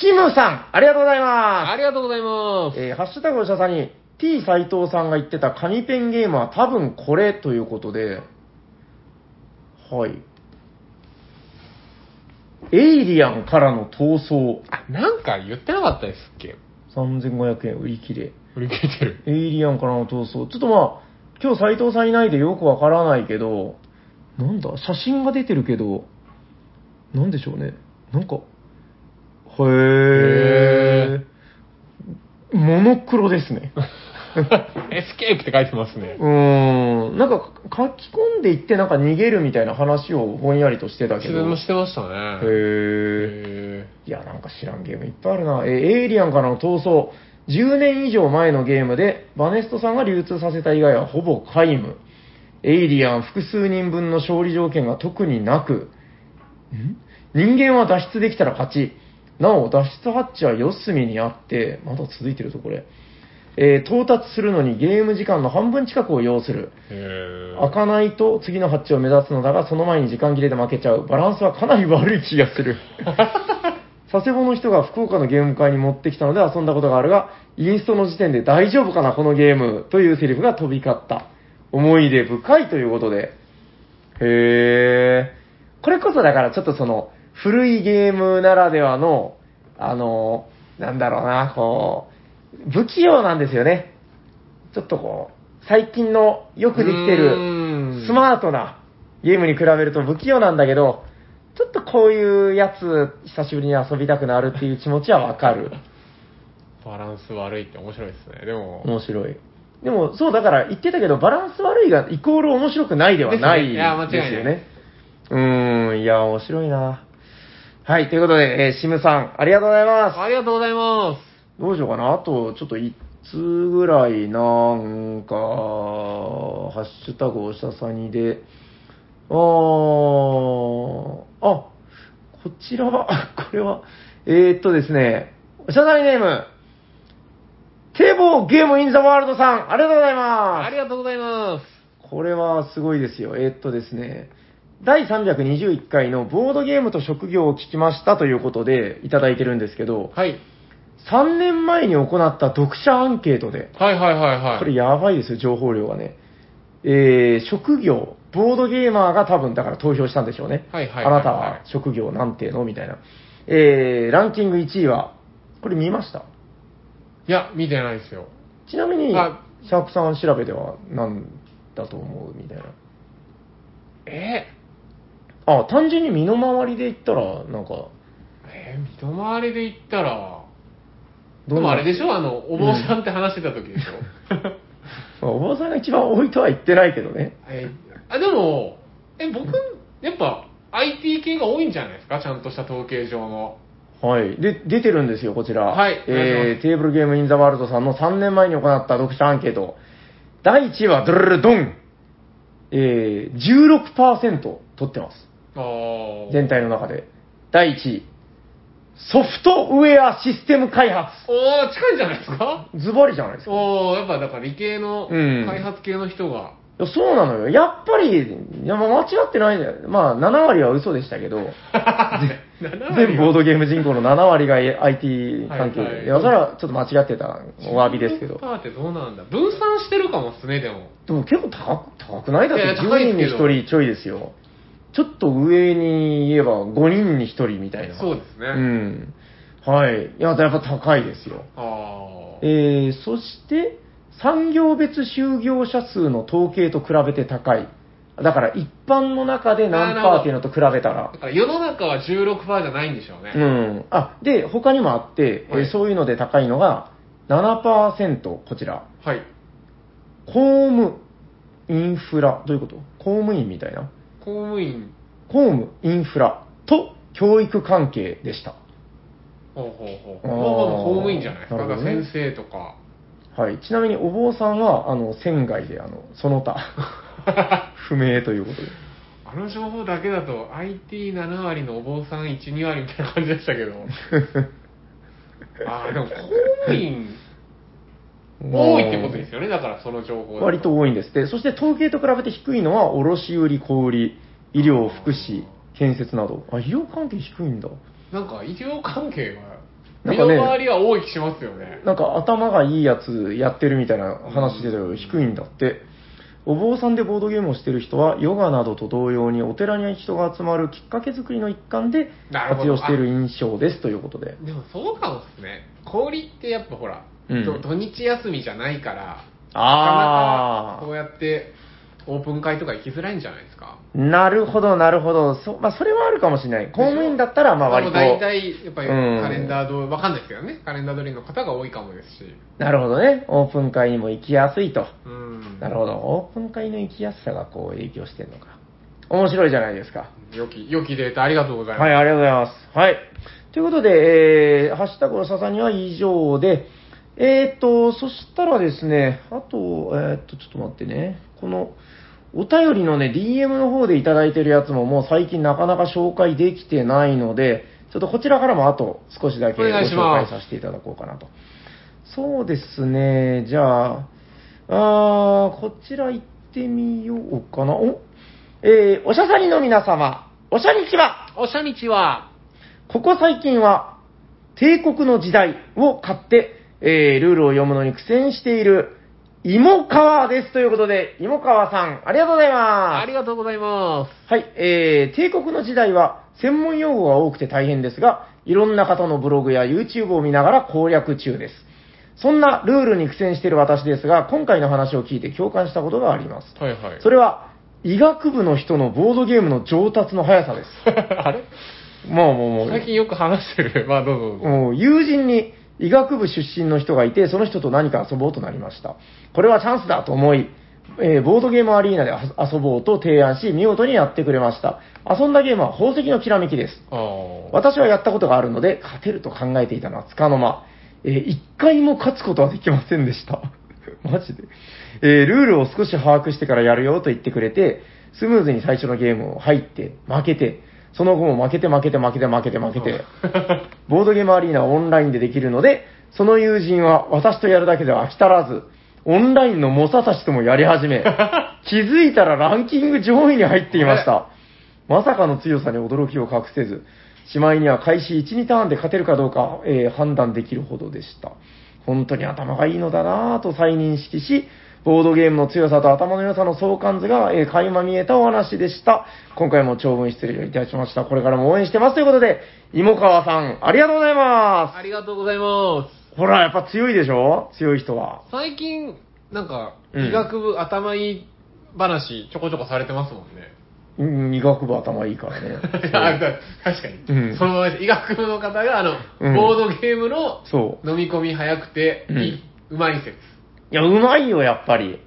Speaker 2: シムさん、ありがとうござい
Speaker 1: す。あ
Speaker 2: ま。
Speaker 1: りがとうございますす。
Speaker 2: えー、ハッシュタグおしゃさに、T 斎藤さんが言ってたカニペンゲームは多分これということで、はい。エイリアンからの逃走、
Speaker 1: あ、なんか言ってなかったですっけ
Speaker 2: 3500円売り切れ。
Speaker 1: 売り切れてる。
Speaker 2: エイリアンからの逃走。ちょっとまあ、今日斎藤さんいないでよくわからないけど、なんだ、写真が出てるけど、なんでしょうね。なんか、へえ。モノクロです ね。
Speaker 1: エスケープって書いてますね
Speaker 2: う。ーん。なんか書き込んでいってなんか逃げるみたいな話をぼんやりとしてたけ
Speaker 1: 自
Speaker 2: ど。
Speaker 1: 分も
Speaker 2: へ
Speaker 1: してましたね。
Speaker 2: え。
Speaker 1: へ
Speaker 2: いや、なんか知らんゲームいっぱいあるな。えーエイリアンからの逃走。10年以上前のゲームで、バネストさんが流通させた以外はほぼ皆無。エイリアン複数人分の勝利条件が特になく、人間は脱出できたら勝ち。なお、脱出ハッチは四隅にあって、まだ続いてるぞ、これ。えー到達するのにゲーム時間の半分近くを要する。
Speaker 1: へー
Speaker 2: 開かないと次のハッチを目指すのだが、その前に時間切れで負けちゃう。バランスはかなり悪い気がする。佐世保の人が福岡のゲーム会に持ってきたので遊んだことがあるが、インストの時点で大丈夫かな、このゲームというセリフが飛び交った。思い出深いということで。へー。これこそだからちょっとその、古いゲームならではの、あの、なんだろうな、こう、不器用なんですよね。ちょっとこう、最近のよくできて
Speaker 1: うー
Speaker 2: る
Speaker 1: ん、
Speaker 2: スマートなゲームに比べると不器用なんだけど、ちょっとこういうやつ、久しぶりに遊びたくなるっていう気持ちはわかる。
Speaker 1: バランス悪いって面白いですね。でも、
Speaker 2: 面白い。でも、そう、だから言ってたけど、バランス悪いがイコール面白くないではない
Speaker 1: ですねい
Speaker 2: ですよ
Speaker 1: や
Speaker 2: ね。
Speaker 1: 間違いないう
Speaker 2: ーん、いや、面白いな。はい、ということで、えーシムさん、ありがとうございます。
Speaker 1: ありがとうございます。
Speaker 2: どうしようかな。あと、ちょっと1通ぐらい、なんか、ハッシュタグおしゃさにで、あー、あ、こちらは、 これは、えー、っとですね、おしゃさにネーム、堤防ゲームインザワールドさん、ありがとうございます。
Speaker 1: ありがとうございます。
Speaker 2: これはすごいですよ。えーっとですね、第321回のボードゲームと職業を聞きましたということでいただいてるんですけど、
Speaker 1: はい。
Speaker 2: 3年前に行った読者アンケートで、
Speaker 1: はいはいはいはい。
Speaker 2: これやばいですよ、情報量がね。えー、職業、ボードゲーマーが多分だから投票したんでしょうね。
Speaker 1: はいはい
Speaker 2: あ
Speaker 1: はいはい
Speaker 2: なたは職業なんていうのみたいな。えー、ランキング1位は、これ見ました
Speaker 1: いや、見てないですよ。
Speaker 2: ちなみに、シ
Speaker 1: あ
Speaker 2: ャークさん調べでは何だと思うみたいな。
Speaker 1: え
Speaker 2: あ、単純に身の回りで言ったら、なんか、
Speaker 1: えー、身の回りで言ったら、
Speaker 2: ど
Speaker 1: で
Speaker 2: う
Speaker 1: も
Speaker 2: な
Speaker 1: あ
Speaker 2: る
Speaker 1: れでしょあの、お坊さんって話してた時でしょ、
Speaker 2: まあお坊さんが一番多いとは言ってないけどね。
Speaker 1: えーあ、でも、え、僕、やっぱ、IT 系が多いんじゃないですかちゃんとした統計上の。
Speaker 2: はい。で、出てるんですよ、こちら。
Speaker 1: はいお願いし
Speaker 2: え
Speaker 1: ま
Speaker 2: ー、
Speaker 1: す
Speaker 2: テーブルゲームインザワールドさんの3年前に行った読者アンケート。第1位は、ドルルルドン。えー、16%取ってます。
Speaker 1: あー
Speaker 2: 全体の中で。第1位。ソフトウェアシステム開発。
Speaker 1: おー、近いんじゃないですか
Speaker 2: ズバリじゃないですか。
Speaker 1: おー、やっぱだから理系の
Speaker 2: うん
Speaker 1: 開発系の人が、
Speaker 2: いやそうなのよ。やっぱり、いやまあ間違ってないんだよ。まあ、7割は嘘でしたけど。
Speaker 1: 7割は
Speaker 2: 全ボードゲーム人口の7割が IT 関係
Speaker 1: はいは
Speaker 2: で、
Speaker 1: い
Speaker 2: いやそれはちょっと間違ってたお詫びですけど
Speaker 1: パ、ーってどうなんだ分散してるかもっすね、でも。
Speaker 2: でも結構高く高くないだって
Speaker 1: いや
Speaker 2: 10
Speaker 1: いや高いです
Speaker 2: 人
Speaker 1: け
Speaker 2: に
Speaker 1: ど
Speaker 2: 1人ちょいですよ、ちょっと上に言えば5人に1人みたいな、
Speaker 1: そうですね。
Speaker 2: うん、はい、いや、やっぱ高いですよ、
Speaker 1: あー。
Speaker 2: えー、そして産業別就業者数の統計と比べて高い、だから一般の中で何パーっていうのと比べたら
Speaker 1: だ。から世の中は16%じゃないんでしょうね。
Speaker 2: うん。あ、で、他にもあって、えー
Speaker 1: はい
Speaker 2: そういうので高いのが、7%、こちら。
Speaker 1: はい。
Speaker 2: 公務、インフラ、どういうこと公務員みたいな。
Speaker 1: 公務員、
Speaker 2: 公務、インフラと教育関係でした。
Speaker 1: ほうほうほう。
Speaker 2: あー
Speaker 1: まあまあ公務員じゃないですか。
Speaker 2: な
Speaker 1: だ
Speaker 2: る
Speaker 1: か
Speaker 2: ほ
Speaker 1: ら
Speaker 2: どね
Speaker 1: 先生とか。
Speaker 2: はい。ちなみに、お坊さんは、あの、仙外で、あの、その他、不明ということで。
Speaker 1: あの情報だけだと IT7 割のお坊さん1、2割みたいな感じでした けど。 ああ、でも公務員、多いってことですよね。だからその情報だ
Speaker 2: 割と多いんですって。そして、統計と比べて低いのは、卸売、小売、医療、福祉、建設など。あ、医療関係低いんだ。
Speaker 1: なんか医療関係は、
Speaker 2: なん
Speaker 1: 身
Speaker 2: か
Speaker 1: の
Speaker 2: ね
Speaker 1: 回りは多い気しますよね。
Speaker 2: なんか頭がいいやつやってるみたいな話でたけど低いんだって。お坊さんでボードゲームをしてる人は、ヨガなどと同様にお寺に人が集まるきっかけ作りの一環で
Speaker 1: なるほ
Speaker 2: 活
Speaker 1: ど
Speaker 2: 用している印象ですということで。
Speaker 1: でもそうかもっすね。氷ってやっぱほら、
Speaker 2: うん
Speaker 1: ど土日休みじゃないから、なかな
Speaker 2: あ
Speaker 1: かこうやってオープン会とか行きづらいんじゃないですか。
Speaker 2: ー。なるほど、なるほど。そ,、まあ、それはあるかもしれない。公務員だったら、まあ割と。
Speaker 1: でも大体、やっぱり
Speaker 2: うん
Speaker 1: カレンダー通り、わかんないですけどね、カレンダー通りの方が多いかもですし。
Speaker 2: なるほどね。オープン会にも行きやすいと。
Speaker 1: うん。
Speaker 2: なるほど。オープン会の行きやすさがこう影響してるのか。面白いじゃないですか。
Speaker 1: 良き、良きデータありがとうございます。
Speaker 2: はい、ありがとうございます。はい。ということで、えー、ハッシュタグのささには以上で、えーっと、そしたらですね、あと、えーっと、ちょっと待ってね、この、お便りのね、DM の方でいただいてるやつももう最近なかなか紹介できてないので、ちょっとこちらからもあと少しだけ
Speaker 1: お
Speaker 2: ご紹
Speaker 1: 願いしま
Speaker 2: 介
Speaker 1: す
Speaker 2: させていただこうかなと。そうですね、じゃあ、あー、こちら行ってみようかな。おえー、おしゃさりの皆様、おしゃにちは
Speaker 1: おしゃにちは。
Speaker 2: ここ最近は、帝国の時代を買って、えー、ルールを読むのに苦戦している、芋川です。ということで、芋川さん、ありがとうござい
Speaker 1: あ
Speaker 2: ま
Speaker 1: りがとうございます。
Speaker 2: す。はい、えー、帝国の時代は、専門用語が多くて大変ですが、いろんな方のブログや YouTube を見ながら攻略中です。そんなルールに苦戦している私ですが、今回の話を聞いて共感したことがあります。
Speaker 1: はいはい。
Speaker 2: それは、医学部の人のボードゲームの上達の速さです。
Speaker 1: あれ
Speaker 2: もうもうもう。
Speaker 1: 最近よく話してる。まあどうぞどうぞ。
Speaker 2: うん友人に医学部出身の人がいて、その人と何か遊ぼうとなりました。これはチャンスだと思い、えーボードゲームアリーナで遊遊ぼうと提案し、見事にやってくれました。遊んだゲームは宝石のきらめきです。
Speaker 1: あ
Speaker 2: 私はやったことがあるので、勝てると考えていたのはつかの間。えー一回も勝つことはできませんでした。 マジで。えールールを少し把握してからやるよと言ってくれて、スムーズに最初のゲームを入って、負けて、その後も負けて負けて負けて負けて負けて、ボードゲームアリーナはオンラインでできるので、その友人は私とやるだけでは飽き足らず、オンラインの猛者たちともやり始め、気づいたらランキング上位に入っていました。まさかの強さに驚きを隠せず、しまいには開始1、2ターンで勝てるかどうか、えー判断できるほどでした。本当に頭がいいのだなぁと再認識し、ボードゲームの強さと頭の良さの相関図が、えー垣間見えたお話でした。今回も長文失礼をいたしました。これからも応援してますということで、芋川さん、ありがとうございま
Speaker 1: ありがとうございます。
Speaker 2: す。ほら、やっぱ強いでしょ強い人は。
Speaker 1: 最近、なんか、
Speaker 2: うん
Speaker 1: 医学部頭いい話、ちょこちょこされてますもんね。
Speaker 2: うん、医学部頭いいからね
Speaker 1: い。や あだ確かに、
Speaker 2: うん
Speaker 1: そのままです医学部の方が、あの、
Speaker 2: うん
Speaker 1: ボードゲームの
Speaker 2: そう。
Speaker 1: 飲み込み早くて、
Speaker 2: うん
Speaker 1: いいうまい説。
Speaker 2: いや、うまいよ、やっぱり。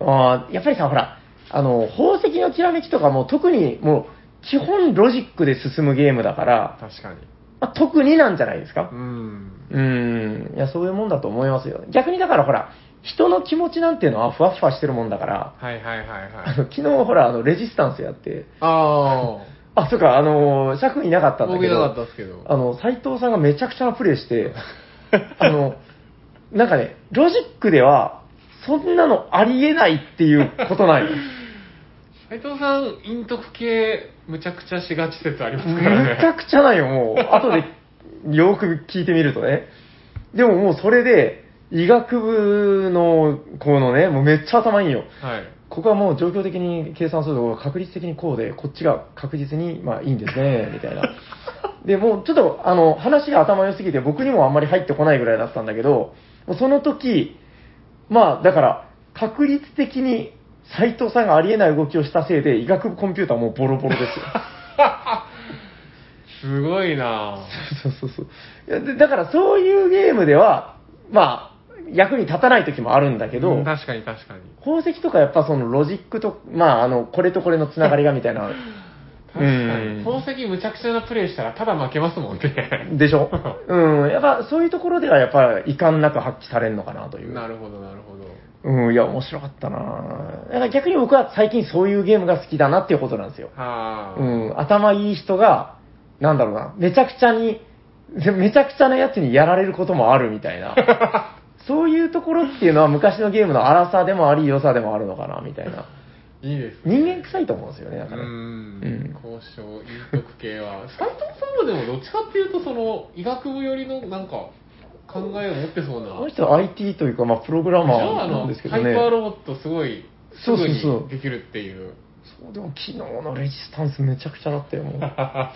Speaker 2: あーやっぱりさ、ほら、あの、宝石のきらめきとかも特にもう、基本ロジックで進むゲームだから、
Speaker 1: 確かに。
Speaker 2: まあ特になんじゃないですか
Speaker 1: う。ん。
Speaker 2: うーん、いや、そういうもんだと思いますよ。逆にだからほら、人の気持ちなんていうのはふわっふわしてるもんだから、
Speaker 1: はいはいはいは
Speaker 2: あ
Speaker 1: い。
Speaker 2: の昨日ほら、あの、レジスタンスやって、
Speaker 1: あ
Speaker 2: あ、そうか、あの、尺いなかっ
Speaker 1: あ、
Speaker 2: たんだ
Speaker 1: 僕い
Speaker 2: け
Speaker 1: なかっ
Speaker 2: ど
Speaker 1: た、ですけど。
Speaker 2: あの、斎藤さんがめちゃくちゃなプレイして、 あの、なんかね、ロジックでは、そんなのありえないっていうことない。
Speaker 1: 斉藤さん、陰徳系、むちゃくちゃしがち説ありますか
Speaker 2: む
Speaker 1: らね。
Speaker 2: ちゃくちゃなんよ、もう。後で、よく聞いてみるとね。でももうそれで、医学部の子のね、もうめっちゃ頭いいよ。
Speaker 1: はい。
Speaker 2: ここはもう状況的に計算すると確率的にこうで、こっちが確実に、まあいいんですね、みたいな。で、もうちょっと、あの、話が頭良すぎて僕にもあんまり入ってこないぐらいだったんだけど、もうその時、まあだから、確率的に斎藤さんがありえない動きをしたせいで、医学部コンピューターもうボロボロですよ。
Speaker 1: すごいなぁ
Speaker 2: そうそうそう。いやでだからそういうゲームでは、まあ、役に立たない時もあるんだけど、
Speaker 1: うん確かに確かに。
Speaker 2: 宝石とかやっぱそのロジックと、まあ、あの、これとこれのつながりがみたいな、
Speaker 1: 確か
Speaker 2: うん
Speaker 1: に。宝石むちゃくちゃなプレイしたら、ただ負けますもんね。
Speaker 2: でしょうん、やっぱそういうところではやっぱ遺憾なく発揮されるのかなとい う。
Speaker 1: なるほど、なるほど。
Speaker 2: うん、いや、面白かったなだから逆に僕は最近そういうゲームが好きだなっていうことなんですよ。
Speaker 1: は
Speaker 2: う
Speaker 1: ぁ。
Speaker 2: ん、頭いい人が、なんだろうな、めちゃくちゃに、 めちゃくちゃなやつにやられることもあるみたいな。 そういうところっていうのは昔のゲームの荒さでもあり、良さでもあるのかな、みたいな。
Speaker 1: いいですね。
Speaker 2: 人間臭いと思うんですよね、なんか
Speaker 1: う
Speaker 2: ね。
Speaker 1: ん
Speaker 2: うん。
Speaker 1: 交渉、陰徳系は。斉藤さんはでも、どっちかっていうと、その、医学部寄りの、なんか、考えを持ってそうな。
Speaker 2: この人は IT というか、まあ、プログ
Speaker 1: じ
Speaker 2: ラ
Speaker 1: ゃ
Speaker 2: マ
Speaker 1: あ、あ
Speaker 2: ーなん
Speaker 1: の、
Speaker 2: ですけど
Speaker 1: ハイパ
Speaker 2: ね。
Speaker 1: ーロボットすごい、す
Speaker 2: そう
Speaker 1: ぐ
Speaker 2: そうそう
Speaker 1: にできるっていう。
Speaker 2: そう、でも昨日のレジスタンスめちゃくちゃだったよ、もう。
Speaker 1: あ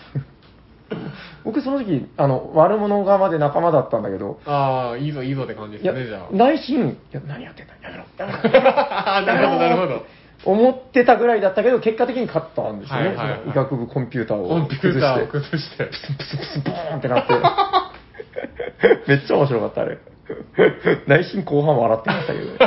Speaker 2: 僕その時、あの、悪者側で仲間だったんだけど、
Speaker 1: あ、いいぞ、いいぞって感じ
Speaker 2: い
Speaker 1: で
Speaker 2: や
Speaker 1: すね、じゃ、
Speaker 2: 内心、いや、何やってんだ、やめろ、やめろ。
Speaker 1: あ。なるほど、なるほ
Speaker 2: 思ってたぐらいだったけど、結果的に勝ったんですよね。
Speaker 1: はいはいはい
Speaker 2: その医学部コンピューター
Speaker 1: ど。
Speaker 2: を
Speaker 1: コンピューターを
Speaker 2: 崩
Speaker 1: 崩し
Speaker 2: して。
Speaker 1: て。
Speaker 2: プスプスボーンってな って。めっちゃ面白かった、あれ。内心後半笑ってましたけ どね。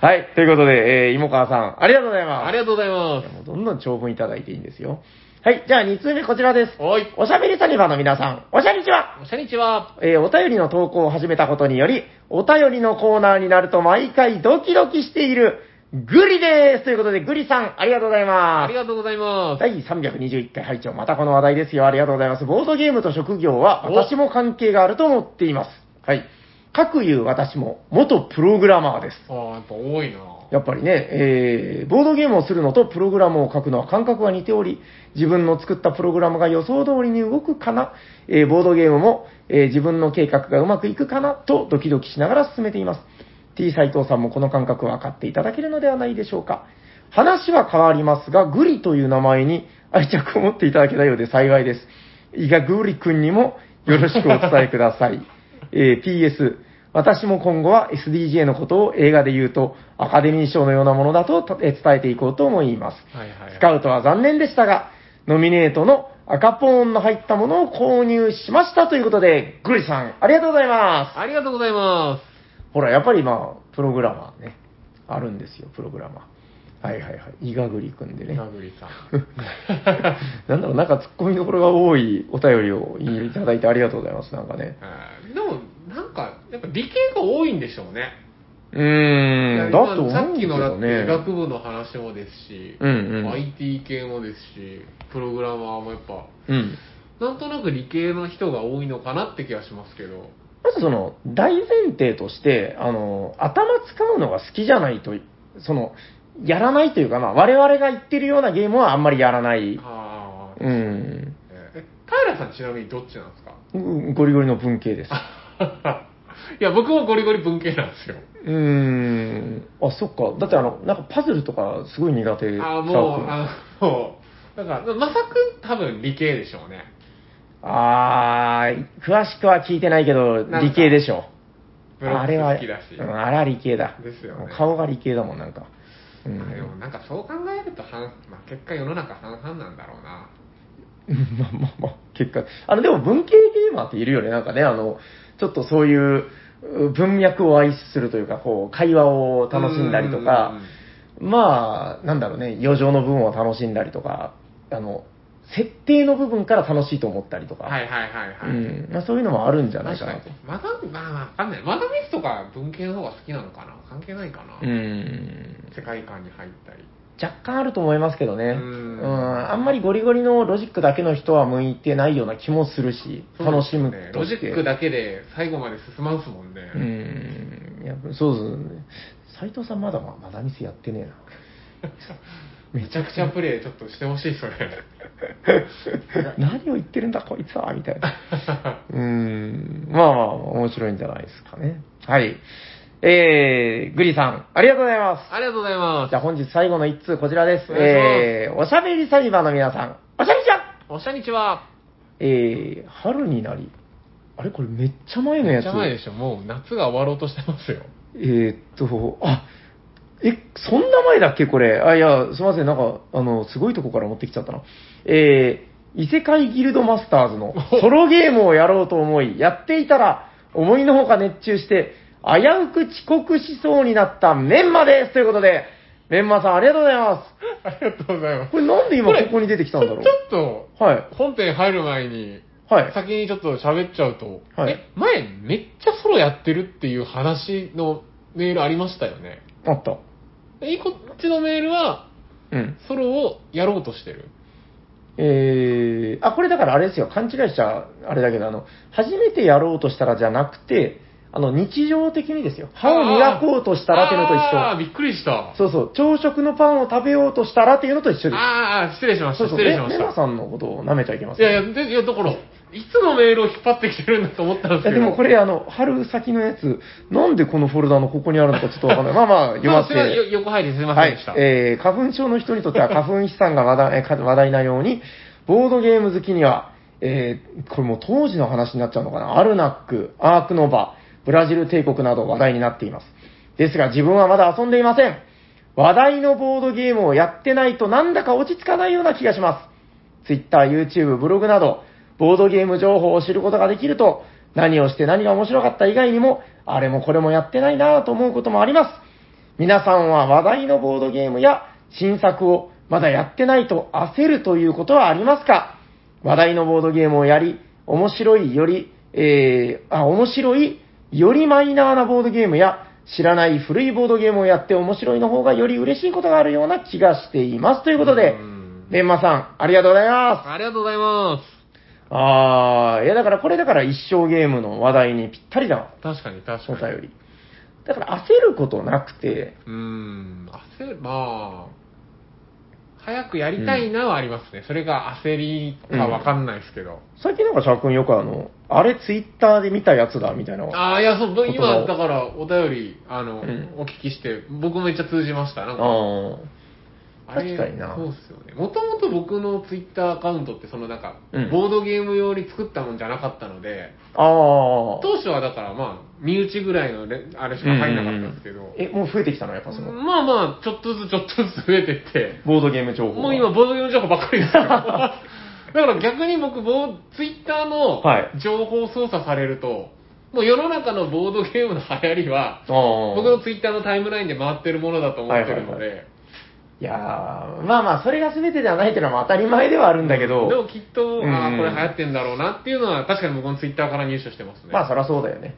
Speaker 2: はい、ということで、えー、芋川さん、ありがとうございます。
Speaker 1: ありがとうございます。
Speaker 2: もうどんどん長文いただいていいんですよ。はい、じゃあ2通目こちらです。
Speaker 1: おい。
Speaker 2: おしゃべりサニバの皆さん、おしゃにちは
Speaker 1: おしゃにちは。
Speaker 2: えーお便りの投稿を始めたことにより、お便りのコーナーになると毎回ドキドキしている、グリですということで、グリさん、ありがとうござい
Speaker 1: あ
Speaker 2: ま
Speaker 1: り
Speaker 2: す。
Speaker 1: がとうございます。
Speaker 2: 第321回拝聴またこの話題ですよ。ありがとうございます。ボードゲームと職業は、
Speaker 1: お
Speaker 2: 私も関係があると思っています。はい。各言う私も、元プログラマーです。
Speaker 1: ああ、やっぱ多いな。
Speaker 2: やっぱりね、えーボードゲームをするのとプログラムを書くのは感覚が似ており、自分の作ったプログラムが予想通りに動くかな、えーボードゲームも、えー自分の計画がうまくいくかなとドキドキしながら進めています。T 斎藤さんもこの感覚を分かっていただけるのではないでしょうか。話は変わりますが、グリという名前に愛着を持っていただけたようで幸いです。伊賀グリ君にもよろしくお伝えください。えー PS、私も今後は SDGA のことを映画で言うと、アカデミー賞のようなものだとえー伝えていこうと思います。
Speaker 1: はいはい。
Speaker 2: スカウトは残念でしたが、ノミネートの赤ポーンの入ったものを購入しましたということで、グリさん、ありがとうございます。
Speaker 1: ありがとうございま。
Speaker 2: ほら、やっぱりまあ、プログラマーね。あるんですよ、プログラマー。はいはいはい。伊賀栗くんですね。
Speaker 1: なぐりさん。
Speaker 2: なんだろう、なんか突っ込みどころが多いお便りをいただいてありがとうございます、なんかね。
Speaker 1: うんでも、なんか、やっぱ理系が多いんでしょうね。
Speaker 2: うーん、
Speaker 1: いや
Speaker 2: だと思うけどね。
Speaker 1: さっきのだって医学部の話もですし、
Speaker 2: うんうん
Speaker 1: IT 系もですし、プログラマーもやっぱ、
Speaker 2: うん。
Speaker 1: なんとなく理系の人が多いのかなって気がしますけど。
Speaker 2: まずその、大前提として、あの、頭使うのが好きじゃないと、その、やらないというか、まあ、我々が言ってるようなゲームはあんまりやらない。
Speaker 1: ああ、
Speaker 2: うん。
Speaker 1: え平さんちなみにどっちなんですか
Speaker 2: うんゴリゴリの文系です。
Speaker 1: いや、僕もゴリゴリ文系なんですよ。
Speaker 2: うーん。あ、そっか。だってあの、なんかパズルとかすごい苦手。
Speaker 1: ああ、
Speaker 2: 沢
Speaker 1: もう、
Speaker 2: 君
Speaker 1: あの、だから、まさくん多分理系でしょうね。
Speaker 2: あー、詳しくは聞いてないけ
Speaker 1: な
Speaker 2: ど、
Speaker 1: んか
Speaker 2: 理系でしょ。
Speaker 1: ブロ
Speaker 2: あれ
Speaker 1: ッ
Speaker 2: は、
Speaker 1: ク好きだし。
Speaker 2: うんあれは理系だ。
Speaker 1: ですよね
Speaker 2: もう顔が理系だもん、なんか。うん
Speaker 1: あでもなんかそう考えると半、まあ、結果世の中半々なんだろうな。
Speaker 2: うん まあまあまあ、結果。あの、でも文系ゲーマーっているよね、なんかね、あの、ちょっとそういうう文脈を愛するというか、こう、会話を楽しんだり
Speaker 1: う
Speaker 2: と
Speaker 1: んうん
Speaker 2: か
Speaker 1: うん、
Speaker 2: まあ、なんだろうね、余剰の部分を楽しんだりとか、あの、設定の部分から楽しいと思ったりとか、
Speaker 1: はいはいはいはい。
Speaker 2: うんまあ、そういうのもあるんじゃない
Speaker 1: 確か
Speaker 2: か
Speaker 1: に
Speaker 2: なと。。
Speaker 1: マダム、まあわかんない。マダミスとか文系の方が好きなのかな関係ないかな、
Speaker 2: うん
Speaker 1: 世界観に入ったり。
Speaker 2: 若干あると思いますけど
Speaker 1: う
Speaker 2: ね。うんん。あんまりゴリゴリのロジックだけの人は向いてないような気もするし、楽しむ
Speaker 1: そうですね。
Speaker 2: と
Speaker 1: ロ
Speaker 2: し
Speaker 1: ジ
Speaker 2: て
Speaker 1: ックだけで最後まで進まんすもんね。
Speaker 2: うーん、やっぱそうですね。斎藤さんまだままだミスやってねえな。
Speaker 1: めちゃくちゃプレイちょっとしてほし い、それ。
Speaker 2: 何を言ってるんだこいつはみたいな。うーん、まあまあ面白いんじゃないですかね。はい。えー、グリさん、ありがとうございます。
Speaker 1: ありがとうございま
Speaker 2: じゃあ本日最後の一通こちらです。
Speaker 1: お願いします
Speaker 2: えー、おしゃべりサニバーの皆さん、おしゃべりちゃん
Speaker 1: す。おしゃにちは。
Speaker 2: えー、春になり、あれこれめっちゃ前の
Speaker 1: め
Speaker 2: や
Speaker 1: っ
Speaker 2: つ。
Speaker 1: ちゃ前でしょ。もう夏が終わろうとしてますよ。
Speaker 2: えーっと、あえ、そんな前だっけ、これ。あ、いや、すみません、なんか、あの、すごいとこから持ってきちゃったな。えー異世界ギルドマスター ズのソロゲームをやろうと思い、やっていたら、思いのほか熱中して、危うく遅刻しそうになったメンマですということで、メンマさんありがとうございま
Speaker 1: ありがとうございます
Speaker 2: す。。これなんで今
Speaker 1: これ
Speaker 2: ここに出てきたんだろ
Speaker 1: ちょっと、
Speaker 2: う。はい。
Speaker 1: 本編入る前に、
Speaker 2: はい。
Speaker 1: 先にちょっと喋っちゃうと、
Speaker 2: はい
Speaker 1: え、前めっちゃソロやってるっていう話のメールありましたよね。
Speaker 2: あった。
Speaker 1: えこっちのメールは、
Speaker 2: うん。
Speaker 1: ソロをやろうとしてる。
Speaker 2: えー、あ、これだからあれですよ、勘違いしちゃあれだけど、あの、初めてやろうとしたらじゃなくて、あの、日常的にですよ、歯を磨こうとしたらっていうのと
Speaker 1: あーあ
Speaker 2: 一
Speaker 1: ー、びっくりした。
Speaker 2: 緒。そうそう、朝食のパンを食べようとしたらっていうのと一緒です。
Speaker 1: ああ、失礼しました。
Speaker 2: そうそう、
Speaker 1: 失礼し
Speaker 2: ね
Speaker 1: まし
Speaker 2: メ
Speaker 1: た。
Speaker 2: マさんのことを舐めちゃいけま
Speaker 1: い
Speaker 2: せん。
Speaker 1: やいや、でいや、だから、いつのメールを引っ張ってきてるんだと思ったんです
Speaker 2: いや
Speaker 1: けど。
Speaker 2: でもこれ、あの、春先のやつ、なんでこのフォルダのここにあるのかちょっとわかんない。まあま あ、読ませて。
Speaker 1: あすいませんよ横入りすみま
Speaker 2: は
Speaker 1: せん
Speaker 2: い
Speaker 1: でした。、
Speaker 2: えー、花粉症の人に とっては花粉飛散が話題えー話題なように、ボードゲーム好きには、えー、これもう当時の話になっちゃうのかな、アルナック、アークノバ、ブラジル帝国など話題になっています。ですが自分はまだ遊んでいません。話題のボードゲームをやってないとなんだか落ち着かないような気がします。Twitter、YouTube、ブログなど、ボードゲーム情報を知ることができると、何をして何が面白かった以外にも、あれもこれもやってないなぁと思うこともあります。皆さんは話題のボードゲームや新作をまだやってないと焦るということはありますか話題のボードゲームをやり、面白いより、えー、あ、面白いよりマイナーなボードゲームや知らない古いボードゲームをやって面白いの方がより嬉しいことがあるような気がしています。ということで
Speaker 1: う、ん
Speaker 2: レンマさん、ありがとうございます。
Speaker 1: ありがとうございま
Speaker 2: あー、いやだからこれだから一生ゲームの話題にぴったりだわ、
Speaker 1: す。確かに確か
Speaker 2: お
Speaker 1: に。
Speaker 2: 便り。だから焦ることなくて、
Speaker 1: うーん、焦る、まあ、早くやりたいなはありますね。それが焦りかわかんないですけど。
Speaker 2: 最近なんかシャー君よくあの、あれツイッターで見たやつだみたいな。
Speaker 1: ああ、いや、そう、
Speaker 2: 言葉
Speaker 1: 今、
Speaker 2: を
Speaker 1: だから、お便り、あの、
Speaker 2: うん
Speaker 1: お聞きして、僕もめっちゃ通じました。なんか、
Speaker 2: あ
Speaker 1: あれ、
Speaker 2: 確かにな
Speaker 1: そうっすよね。もともと僕のツイッターアカウントって、そのなんか、
Speaker 2: うん
Speaker 1: ボードゲーム用に作ったもんじゃなかったので、
Speaker 2: ーあー。
Speaker 1: 当初はだから、まあ、身内ぐらいのレ、あれしか入んなかったんですけど、
Speaker 2: うんうんうんえ、もう増えてきたのやっぱその、
Speaker 1: まあまあ、ちょっとずつちょっとずつ増えてって、
Speaker 2: ボードゲーム情報
Speaker 1: も
Speaker 2: は
Speaker 1: う今、、ボードゲーム情報ばっかりですよ。 だから逆に僕、ボーツイッターの
Speaker 2: はい
Speaker 1: 情報操作されると、もう世の中のボードゲームの流行りは、僕
Speaker 2: 僕
Speaker 1: のツイッターのタイムラインで回ってるものだと思ってるの
Speaker 2: はいはい
Speaker 1: で、
Speaker 2: いやーまあまあ、それが全てではないっていうのは当たり前ではあるんだけど、
Speaker 1: でもきっと、あ
Speaker 2: う
Speaker 1: あ、
Speaker 2: ん
Speaker 1: これ流行ってんだろうなっていうのは、確かに僕のツイッターから入手してますね。
Speaker 2: まあそりゃそうだよね。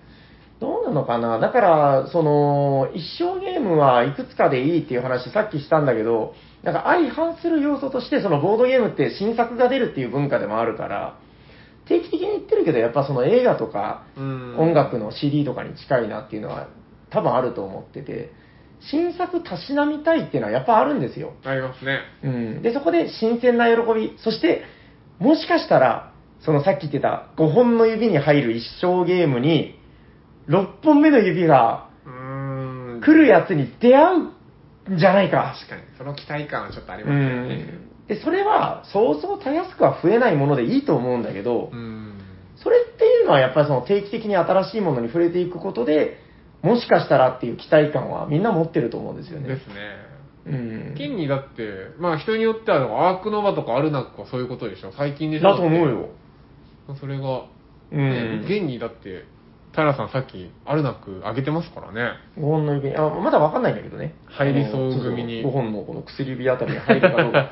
Speaker 2: どうなのかなだから、その、一生ゲームはいくつかでいいっていう話さっきしたんだけど、なんか相反する要素として、そのボードゲームって新作が出るっていう文化でもあるから、定期的に言ってるけど、やっぱその映画とか、
Speaker 1: うん
Speaker 2: 音楽の CD とかに近いなっていうのは多分あると思ってて、新作たしなみたいっていうのはやっぱあるんですよ。
Speaker 1: ありますね。
Speaker 2: うん、でそこで新鮮な喜び、そしてもしかしたら、そのさっき言ってた5本の指に入る一生ゲームに、6本目の指が
Speaker 1: うーん。
Speaker 2: 来るやつに出会うんじゃないか。
Speaker 1: 確かに、その期待感はちょっとあり
Speaker 2: う
Speaker 1: ますよね。
Speaker 2: ん、でそれはそうそうたやすくは増えないものでいいと思うんだけど、
Speaker 1: うん。
Speaker 2: それっていうのはやっぱりその定期的に新しいものに触れていくことで、もしかしたらっていう期待感はみんな持ってると思うんですよ
Speaker 1: で
Speaker 2: ね。
Speaker 1: すね。
Speaker 2: うん、
Speaker 1: 現にだって、まあ人によっては、アークノバとかアルナックはそういうことでしょ最近でしょ
Speaker 2: だと思うよ。
Speaker 1: それが、
Speaker 2: うん、
Speaker 1: ね現にだって、平さんさっき、アルナックあげてますからね。
Speaker 2: 5本の指に、あ、まだわかんないんだけどね。
Speaker 1: 入りそう組に
Speaker 2: 5本のこの薬指あたりに入るかど うか。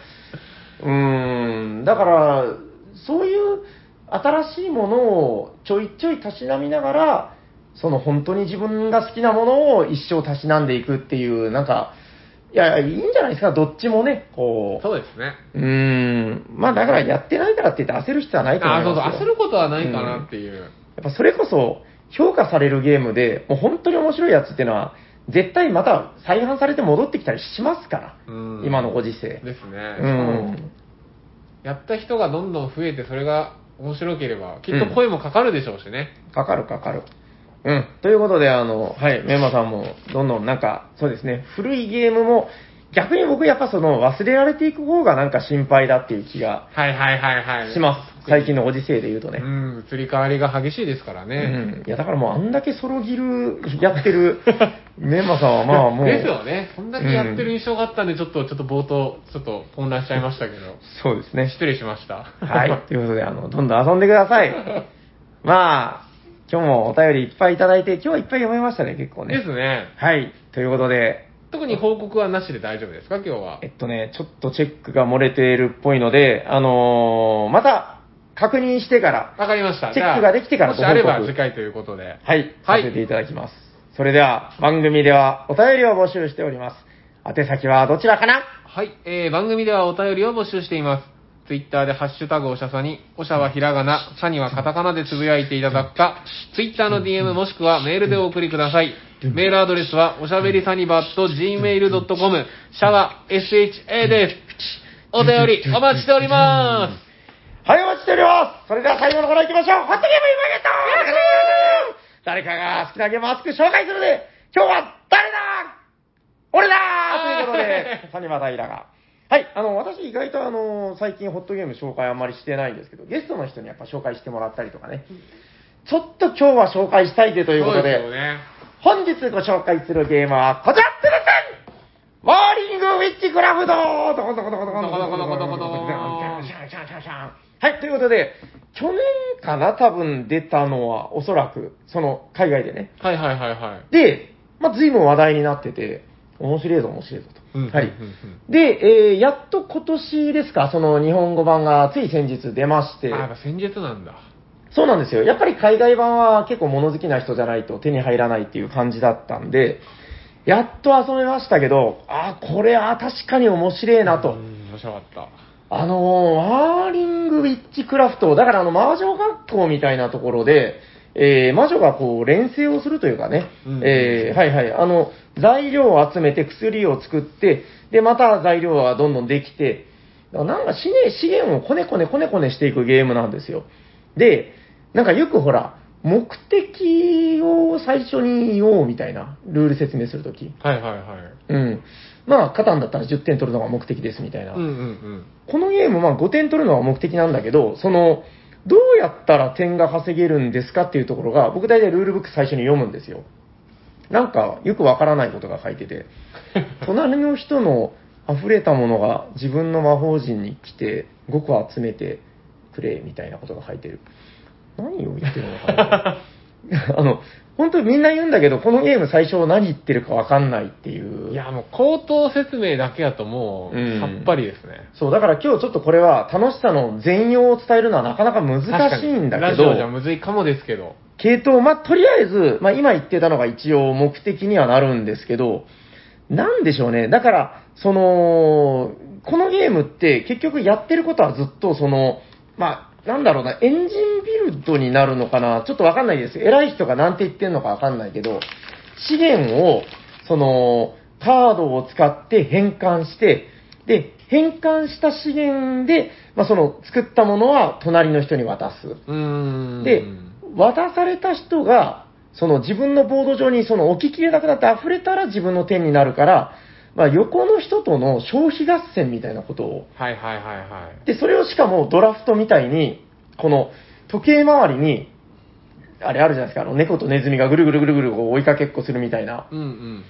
Speaker 2: うーん、だから、そういう新しいものをちょいちょいたしなみながら、その本当に自分が好きなものを一生たしなんでいくっていう、なんか、いや、いいんじゃないですか、どっちもね、こう。
Speaker 1: そうですね。
Speaker 2: うーん、まあだからやってないからって言って焦る必要はないと思
Speaker 1: あ
Speaker 2: い
Speaker 1: そ
Speaker 2: ま
Speaker 1: う
Speaker 2: すよ。
Speaker 1: そう、焦ることはないかなっていう。
Speaker 2: やっぱそれこそ評価されるゲームで、もう本当に面白いやつっていうのは、絶対また再販されて戻ってきたりしますから、
Speaker 1: うん
Speaker 2: 今のご時世。
Speaker 1: です
Speaker 2: う
Speaker 1: ね。
Speaker 2: ん。
Speaker 1: やった人がどんどん増えて、それが面白ければ、きっと声もかかるでしょうしね。
Speaker 2: かかるかかる。うん。ということで、あの、はい、メンマさんも、どんどんなんか、そうですね、古いゲームも、逆に僕やっぱその忘れられていく方がなんか心配だっていう気が
Speaker 1: はいはいはいはい。
Speaker 2: します。最近のご時世で言うとね。
Speaker 1: うん、移り変わりが激しいですから
Speaker 2: う
Speaker 1: ね。
Speaker 2: ん。いや、だからもうあんだけソロギルやっ てるメンマさんはまあもう。
Speaker 1: ですよね。そんだけやってる印象があったんで、ちょっと、ちょっと冒頭、ちょっと混乱しちゃいましたけど。
Speaker 2: そうですね。
Speaker 1: 失礼しました。
Speaker 2: はい。ということで、あの、どんどん遊んでください。 まあ、今日もお便りいっぱいいただいて、今日はいっぱい読めましたね、結構
Speaker 1: で
Speaker 2: ね。
Speaker 1: すね。
Speaker 2: はい。ということで、
Speaker 1: 特に報告はなしで大丈夫ですか、今日は
Speaker 2: え。っとね、ちょっとチェックが漏れているっぽいので、あのーまた確認してから、
Speaker 1: わかりました。
Speaker 2: チェックができてから
Speaker 1: じゃあもしあれ
Speaker 2: ご報
Speaker 1: ば
Speaker 2: 告
Speaker 1: 次回ということで。
Speaker 2: はい、
Speaker 1: はい
Speaker 2: させていただきます。それでは、番組ではお便りを募集しております。宛先はどちらかな
Speaker 1: はい、えー、番組ではお便りを募集しています。ツイッターでハッシュタグおしゃさに、おしゃはひらがな、さにはカタカナでつぶやいていただくか、ツイッターの DM もしくはメールでお送りください。メールアドレスは、おしゃべりさにばっと gmail.com、シャワー sha です。お便りお待ちしております。
Speaker 2: はい、お待ちしております。それでは最後のコーナー行きましょう。ホットゲームイマーケット誰かが好きなゲームを熱く紹介するで、今日は誰だ俺だということ で、サニバタイラが。はい、あの、私意外とあの、最近ホットゲーム紹介あんまりしてないんですけど、ゲストの人にやっぱ紹介してもらったりとかね。ちょっと今日は紹介したいでということ
Speaker 1: そう
Speaker 2: で、
Speaker 1: すよね。
Speaker 2: 本日ご紹介するゲームはこちらてれてんモーリングウィッチクラフトどこどこどこどこどこどこどこどこどこはい、ということで、去年かな、多分出たのは、おそらく、その、海外でね。
Speaker 1: はいはいはいはい。
Speaker 2: で、まあ、随分話題になってて、面白いぞ、面白いぞと。
Speaker 1: うん
Speaker 2: はい
Speaker 1: うんうんうん。
Speaker 2: で、えーやっと今年ですか、その日本語版がつい先日出まして。
Speaker 1: あ、やっぱ先日なんだ。
Speaker 2: そうなんですよ。やっぱり海外版は結構物好きな人じゃないと手に入らないっていう感じだったんで、やっと遊べましたけど、あー、これは確かに面白いな
Speaker 1: う
Speaker 2: と。
Speaker 1: ん面白かった。
Speaker 2: あのー、ワーリングウィッチクラフト、だからあの、魔女学校みたいなところで、えー魔女がこう、連成をするというかね、
Speaker 1: うん
Speaker 2: えーはいはい、あの、材料を集めて薬を作って、で、また材料がどんどんできて、なんか資源資源をこねこねこねこねしていくゲームなんですよ。で、なんかよくほら、目的を最初に言おうみたいな、ルール説明するとき。
Speaker 1: はいはいはい。
Speaker 2: うん。まあ、カタンだったら10点取るのが目的ですみたいな。
Speaker 1: うんうん
Speaker 2: このゲーム、まあ5点取るのは目的なんだけど、その、どうやったら点が稼げるんですかっていうところが、僕大体ルールブック最初に読むんですよ。なんか、よくわからないことが書いてて、隣の人の溢れたものが自分の魔法陣に来て、5個集めてくれ、みたいなことが書いてる。何を言ってるのかなあの、本当にみんな言うんだけど、このゲーム最初何言ってるかわかんないってい
Speaker 1: う
Speaker 2: う。
Speaker 1: ん。いや、もう口頭説明だけやともう、
Speaker 2: うん
Speaker 1: さっぱりですね。
Speaker 2: そう、だから今日ちょっとこれは楽しさの全容を伝えるのはなかなか難しいんだけ
Speaker 1: 確かにラジオじゃ
Speaker 2: ど、
Speaker 1: むずいかもですけど。
Speaker 2: 系統、まあ、とりあえず、まあ、今言ってたのが一応目的にはなるんですけど、なんでしょうね。だから、その、このゲームって結局やってることはずっとその、まあ、なんだろうな、エンジンビルドになるのかな、ちょっとわかんないです。偉い人がなんて言ってんのかわかんないけど、資源を、その、カードを使って変換して、で、変換した資源で、まあ、その、作ったものは隣の人に渡す。
Speaker 1: うーん。
Speaker 2: で、渡された人が、その自分のボード上にその置ききれなくなって溢れたら自分の点になるから、まあ、横の人との消費合戦みたいなことを。
Speaker 1: はいはいはいはい。
Speaker 2: で、それをしかもドラフトみたいに、この時計回りに、あれあるじゃないですか、あの猫とネズミがぐるぐるぐるぐるこう追いかけっこするみたいな。
Speaker 1: うんうん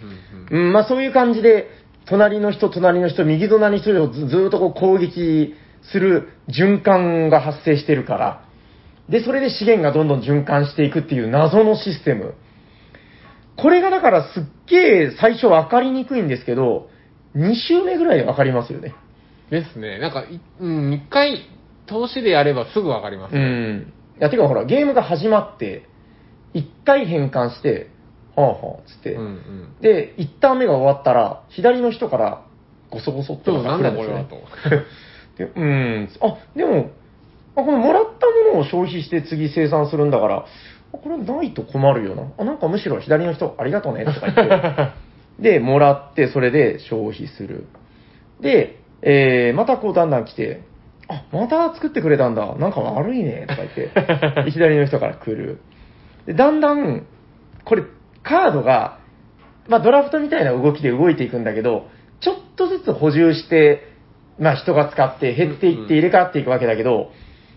Speaker 1: うん
Speaker 2: うん、まあそういう感じで、隣の人、隣の人、右隣の人をずずーっとこう攻撃する循環が発生してるから。で、それで資源がどんどん循環していくっていう謎のシステム。これがだからすっげえ最初分かりにくいんですけど、2周目ぐらいで分かりますよね。
Speaker 1: うん。ですね。なんか、いうん、一回、投資でやればすぐわかります
Speaker 2: う。ん。いや、てかほら、ゲームが始まって、1回変換して、はあはあ、つって、
Speaker 1: うんうん。
Speaker 2: で、1ターン目が終わったら、左の人から、ゴソゴソって
Speaker 1: そ
Speaker 2: の
Speaker 1: う、
Speaker 2: が
Speaker 1: な
Speaker 2: 来
Speaker 1: ん
Speaker 2: る
Speaker 1: だ
Speaker 2: んで
Speaker 1: こ
Speaker 2: す
Speaker 1: れは
Speaker 2: よ、ね。
Speaker 1: と。
Speaker 2: でうん。あ、でも、あこのもらったものを消費して次生産するんだから、あこれないと困るよな。あ、なんかむしろ左の人、ありがとうね、とか 言って。で、もらって、それで消費する。で、えー、またこうだんだん来て、あ、また作ってくれたんだ。なんか悪いね、とか言って。で 左の人から来る。で、だんだん、これ、カードが、まあ、ドラフトみたいな動きで動いていくんだけど、ちょっとずつ補充して、まあ、人が使って減っていって
Speaker 1: うん
Speaker 2: 入れ替わっていくわけだけど、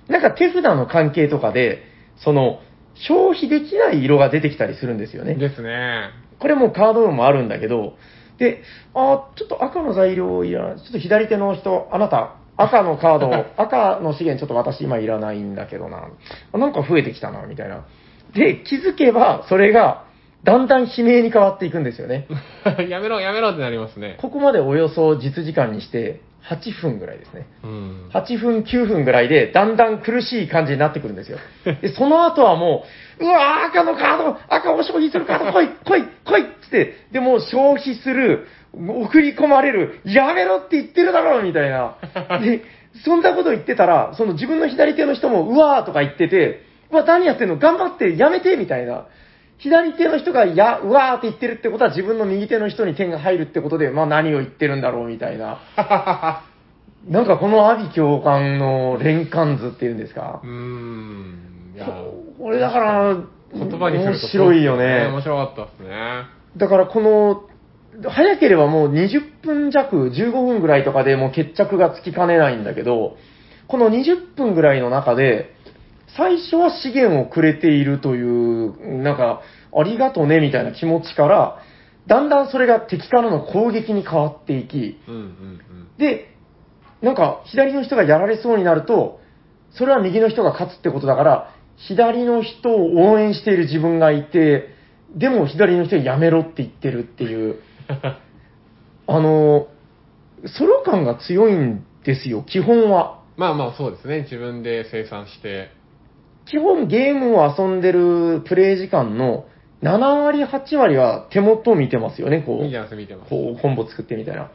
Speaker 2: なんか手札の関係とかで、その、消費できない色が出てきたりするんですよね。
Speaker 1: ですね。
Speaker 2: これもうカード運もあるんだけど、で、あーちょっと赤の材料いらない。ちょっと左手の人、あなた、赤のカードを、赤の資源ちょっと私今いらないんだけどな。あなんか増えてきたな、みたいな。で、気づけば、それが、だんだん悲鳴に変わっていくんですよね。
Speaker 1: やめろ、やめろってなりますね。
Speaker 2: ここまでおよそ実時間にして、8分ぐらいですね。
Speaker 1: うん。
Speaker 2: 8分、9分ぐらいで、だんだん苦しい感じになってくるんで すよ。で、その後はもう、うわー、赤のカード、赤を消費するカード、来い、来い、来いっつって、で、もう消費する、送り込まれる、やめろって言ってるだろみたい な。で、そんなこと言ってたら、その自分の左手の人も、うわーとか言ってて、うわ、何やってんの頑張って、やめてみたいな。左手の人が、いや、うわーって言ってるってことは、自分の右手の人に点が入るってことで、まあ何を言ってるんだろうみたいな。なんかこの阿鼻教官の連関図っていうんですか
Speaker 1: うーん。いや、
Speaker 2: これだから、
Speaker 1: 言葉にすると
Speaker 2: 面白いよ
Speaker 1: 面
Speaker 2: ね。
Speaker 1: 白かったですね。
Speaker 2: だからこの、早ければもう20分弱、15分ぐらいとかでもう決着がつきかねないんだけど、この20分ぐらいの中で、最初は資源をくれているという、なんか、ありがとうねみたいな気持ちから、だんだんそれが敵からの攻撃に変わっていき、
Speaker 1: うんうん
Speaker 2: で、なんか左の人がやられそうになると、それは右の人が勝つってことだから、左の人を応援している自分がいて、でも左の人にやめろって言ってるっていう、
Speaker 1: うん。
Speaker 2: あの、ソロ感が強いんですよ、基本は。
Speaker 1: まあまあそうですね。自分で生産して。
Speaker 2: 基本ゲームを遊んでるプレイ時間の7割、8割は手元を見てますよね、こう。
Speaker 1: 見てます、見てます。
Speaker 2: こう、コンボ作ってみたいな。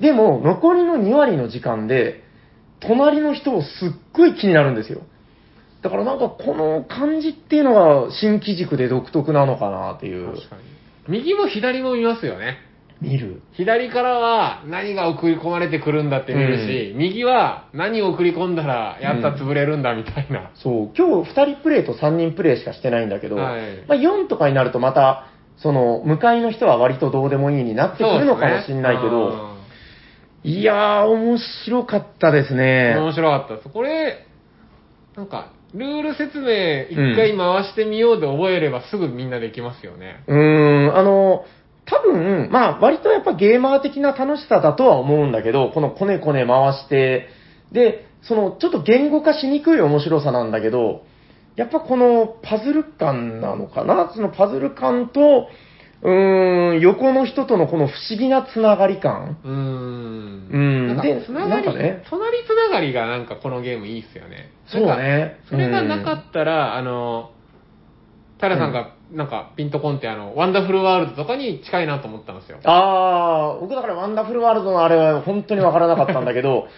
Speaker 2: でも、残りの2割の時間で、隣の人をすっごい気になるんですよ。だからなんかこの感じっていうのが新機軸で独特なのかなっていう。
Speaker 1: 確かに。右も左も見ますよね。
Speaker 2: 見る。
Speaker 1: 左からは何が送り込まれてくるんだって見るし、右は何を送り込んだらやった潰れるんだみたいな。
Speaker 2: そう、今日2人プレイと3人プレイしかしてないんだけど、
Speaker 1: はい
Speaker 2: まあ4とかになるとまた、その、向かいの人は割とどうでもいいになってくるのかもしれないけど、いやー、面白かったです
Speaker 1: そうですね
Speaker 2: ね。
Speaker 1: うん面白かったです。これ、なんか、ルール説明一回回してみようで覚えればすぐみんなできますよね。
Speaker 2: うーん、あの、多分、まあ、割とやっぱゲーマー的な楽しさだとは思うんだけど、このコネコネ回して、で、その、ちょっと言語化しにくい面白さなんだけど、やっぱこのパズル感なのかなそのパズル感と、うーん、横の人とのこの不思議なつながり感。
Speaker 1: うーん。
Speaker 2: うん
Speaker 1: なんか
Speaker 2: で
Speaker 1: つなが
Speaker 2: なん
Speaker 1: り、
Speaker 2: かね
Speaker 1: 隣つながりがなんかこのゲームいいっすよね。
Speaker 2: そう
Speaker 1: なんか
Speaker 2: ね。
Speaker 1: それがなかったら、あの、タラさんが、なんか、ピンとこんって、あの、ワンダフルワールドとかに近いなと思ったんですよ。
Speaker 2: あー、僕だからワンダフルワールドのあれは本当にわからなかったんだけど、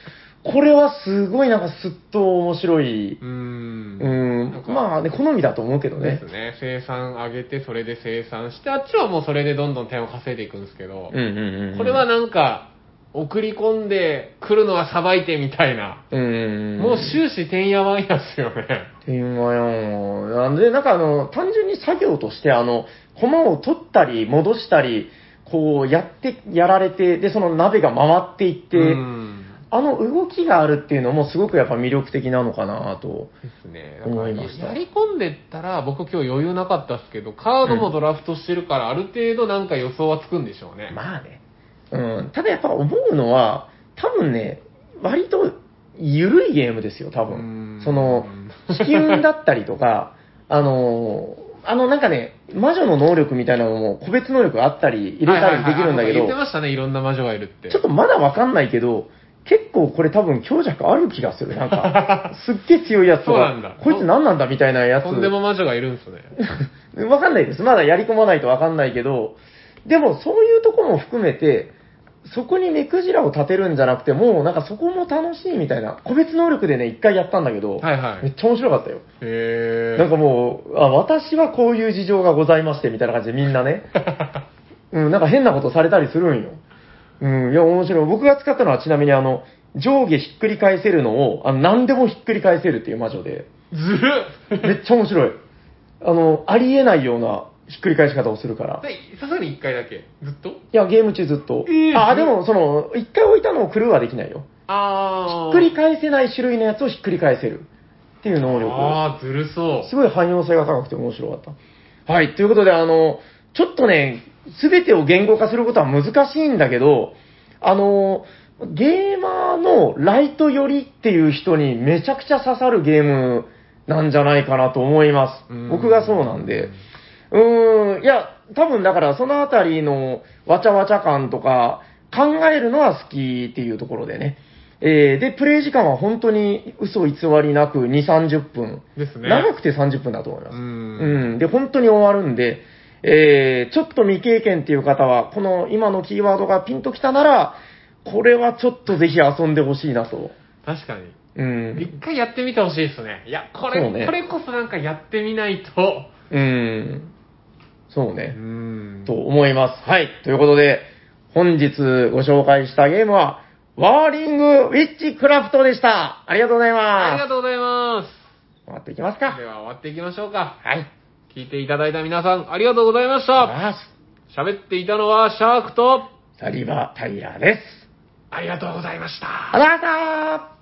Speaker 2: これはすごいなんかすっと面白い。
Speaker 1: うーん。なん
Speaker 2: うん
Speaker 1: か
Speaker 2: まあね、好みだと思うけど
Speaker 1: で
Speaker 2: ね
Speaker 1: す。ね。生産上げて、それで生産して、あっちはもうそれでどんどん点を稼いでいくんですけど
Speaker 2: うん、うんうん。
Speaker 1: これは、なんか、送り込んで、来るのはさばいてみたいな。
Speaker 2: うんうんうん。
Speaker 1: もう終始てんやわんやっすよね。
Speaker 2: っていうのよ。なんで、なんかあの、単純に作業として、あの、駒を取ったり、戻したり、こう、やって、やられて、で、その鍋が回っていって、
Speaker 1: うん
Speaker 2: あの動きがあるっていうのもすごくやっぱ魅力的なのかなと。
Speaker 1: ですね。
Speaker 2: 思い
Speaker 1: な
Speaker 2: ま
Speaker 1: ん
Speaker 2: し
Speaker 1: か
Speaker 2: た
Speaker 1: やり込んでったら、僕今日余裕なかったっすけど、カードもドラフトしてるから、ある程度なんか予想はつくんでしょうね。
Speaker 2: まあね。うん。ただやっぱ思うのは、多分ね、割と緩いゲームですよ、多
Speaker 1: う
Speaker 2: 分
Speaker 1: ん。
Speaker 2: その、地球だったりとか、あのーあのなんかね、魔女の能力みたいなのも個別能力があったり、入れたりできるんだ
Speaker 1: はいはいはい
Speaker 2: け
Speaker 1: あそうか言っ
Speaker 2: ど
Speaker 1: て、ましたね、いろんな魔女がいるって。
Speaker 2: ちょっとまだわかんないけど、結構これ多分強弱ある気がする。なんか、すっげえ強いやつと
Speaker 1: そうなんだ
Speaker 2: か、こいつ何なんだみたいなやつ。
Speaker 1: とんでも魔女がいるんですね。
Speaker 2: わかんないです。まだやり込まないとわかんないけど、でもそういうとこも含めて、そこに目くじらを立てるんじゃなくて、もうなんかそこも楽しいみたいな、個別能力でね、一回やったんだけど、
Speaker 1: はいは
Speaker 2: め
Speaker 1: い。
Speaker 2: っちゃ面白かったよ。
Speaker 1: へー。
Speaker 2: なんかもうあ、私はこういう事情がございまして、みたいな感じでみんなね、うん、なんか 変なことされたりするんよ。うん、いや、面白い。僕が使ったのはちなみにあの、上下ひっくり返せるのを、あの何でもひっくり返せるっていう魔女で。
Speaker 1: ずるっ
Speaker 2: めっちゃ面白い。あの、ありえないようなひっくり返し方をするから。
Speaker 1: でさすがに一回だけ。ずっと
Speaker 2: いや、ゲーム中ずっと。
Speaker 1: ええ
Speaker 2: あ、でも、その、一回置いたのをクルーはできないよ。
Speaker 1: あ
Speaker 2: ひ
Speaker 1: ー。
Speaker 2: っくり返せない種類のやつをひっくり返せる。っていう能力。
Speaker 1: あー、ずるそう。
Speaker 2: すごい汎用性が高くて面白かった。はい、ということで、あの、ちょっとね、すべてを言語化することは難しいんだけど、あの、ゲーマーのライト寄りっていう人にめちゃくちゃ刺さるゲームなんじゃないかなと思います
Speaker 1: うん。
Speaker 2: 僕がそうなんで。うーん、いや、多分だからそのあたりのわちゃわちゃ感とか、考えるのは好きっていうところでね。えー、で、プレイ時間は本当に嘘偽りなく2、30分。
Speaker 1: ですね。
Speaker 2: 長くて30分だと思います
Speaker 1: う。ん。
Speaker 2: うん。で、本当に終わるんで、えー、ちょっと未経験っていう方は、この今のキーワードがピンときたなら、これはちょっとぜひ遊んでほしいなと。
Speaker 1: 確かに。
Speaker 2: うん。
Speaker 1: 一回やってみてほしいですね。いや、こ
Speaker 2: そ
Speaker 1: れ、
Speaker 2: うね
Speaker 1: これこそなんかやってみないと。
Speaker 2: うん。そうね。
Speaker 1: ん
Speaker 2: と思います。はい。ということで、本日ご紹介したゲームは、ワーリングウィッチクラフトでした。ありがとうござい
Speaker 1: あり
Speaker 2: ま
Speaker 1: がとうございます。
Speaker 2: す。終わっていきますか
Speaker 1: で。は終わっていきましょうか。
Speaker 2: はい。
Speaker 1: 聞いていただいた皆さん、ありがとうございました。
Speaker 2: ます
Speaker 1: 喋っていたのはシャークと、
Speaker 2: サリバ・タイラーです。
Speaker 1: ありがとうございました。
Speaker 2: ありがとうございました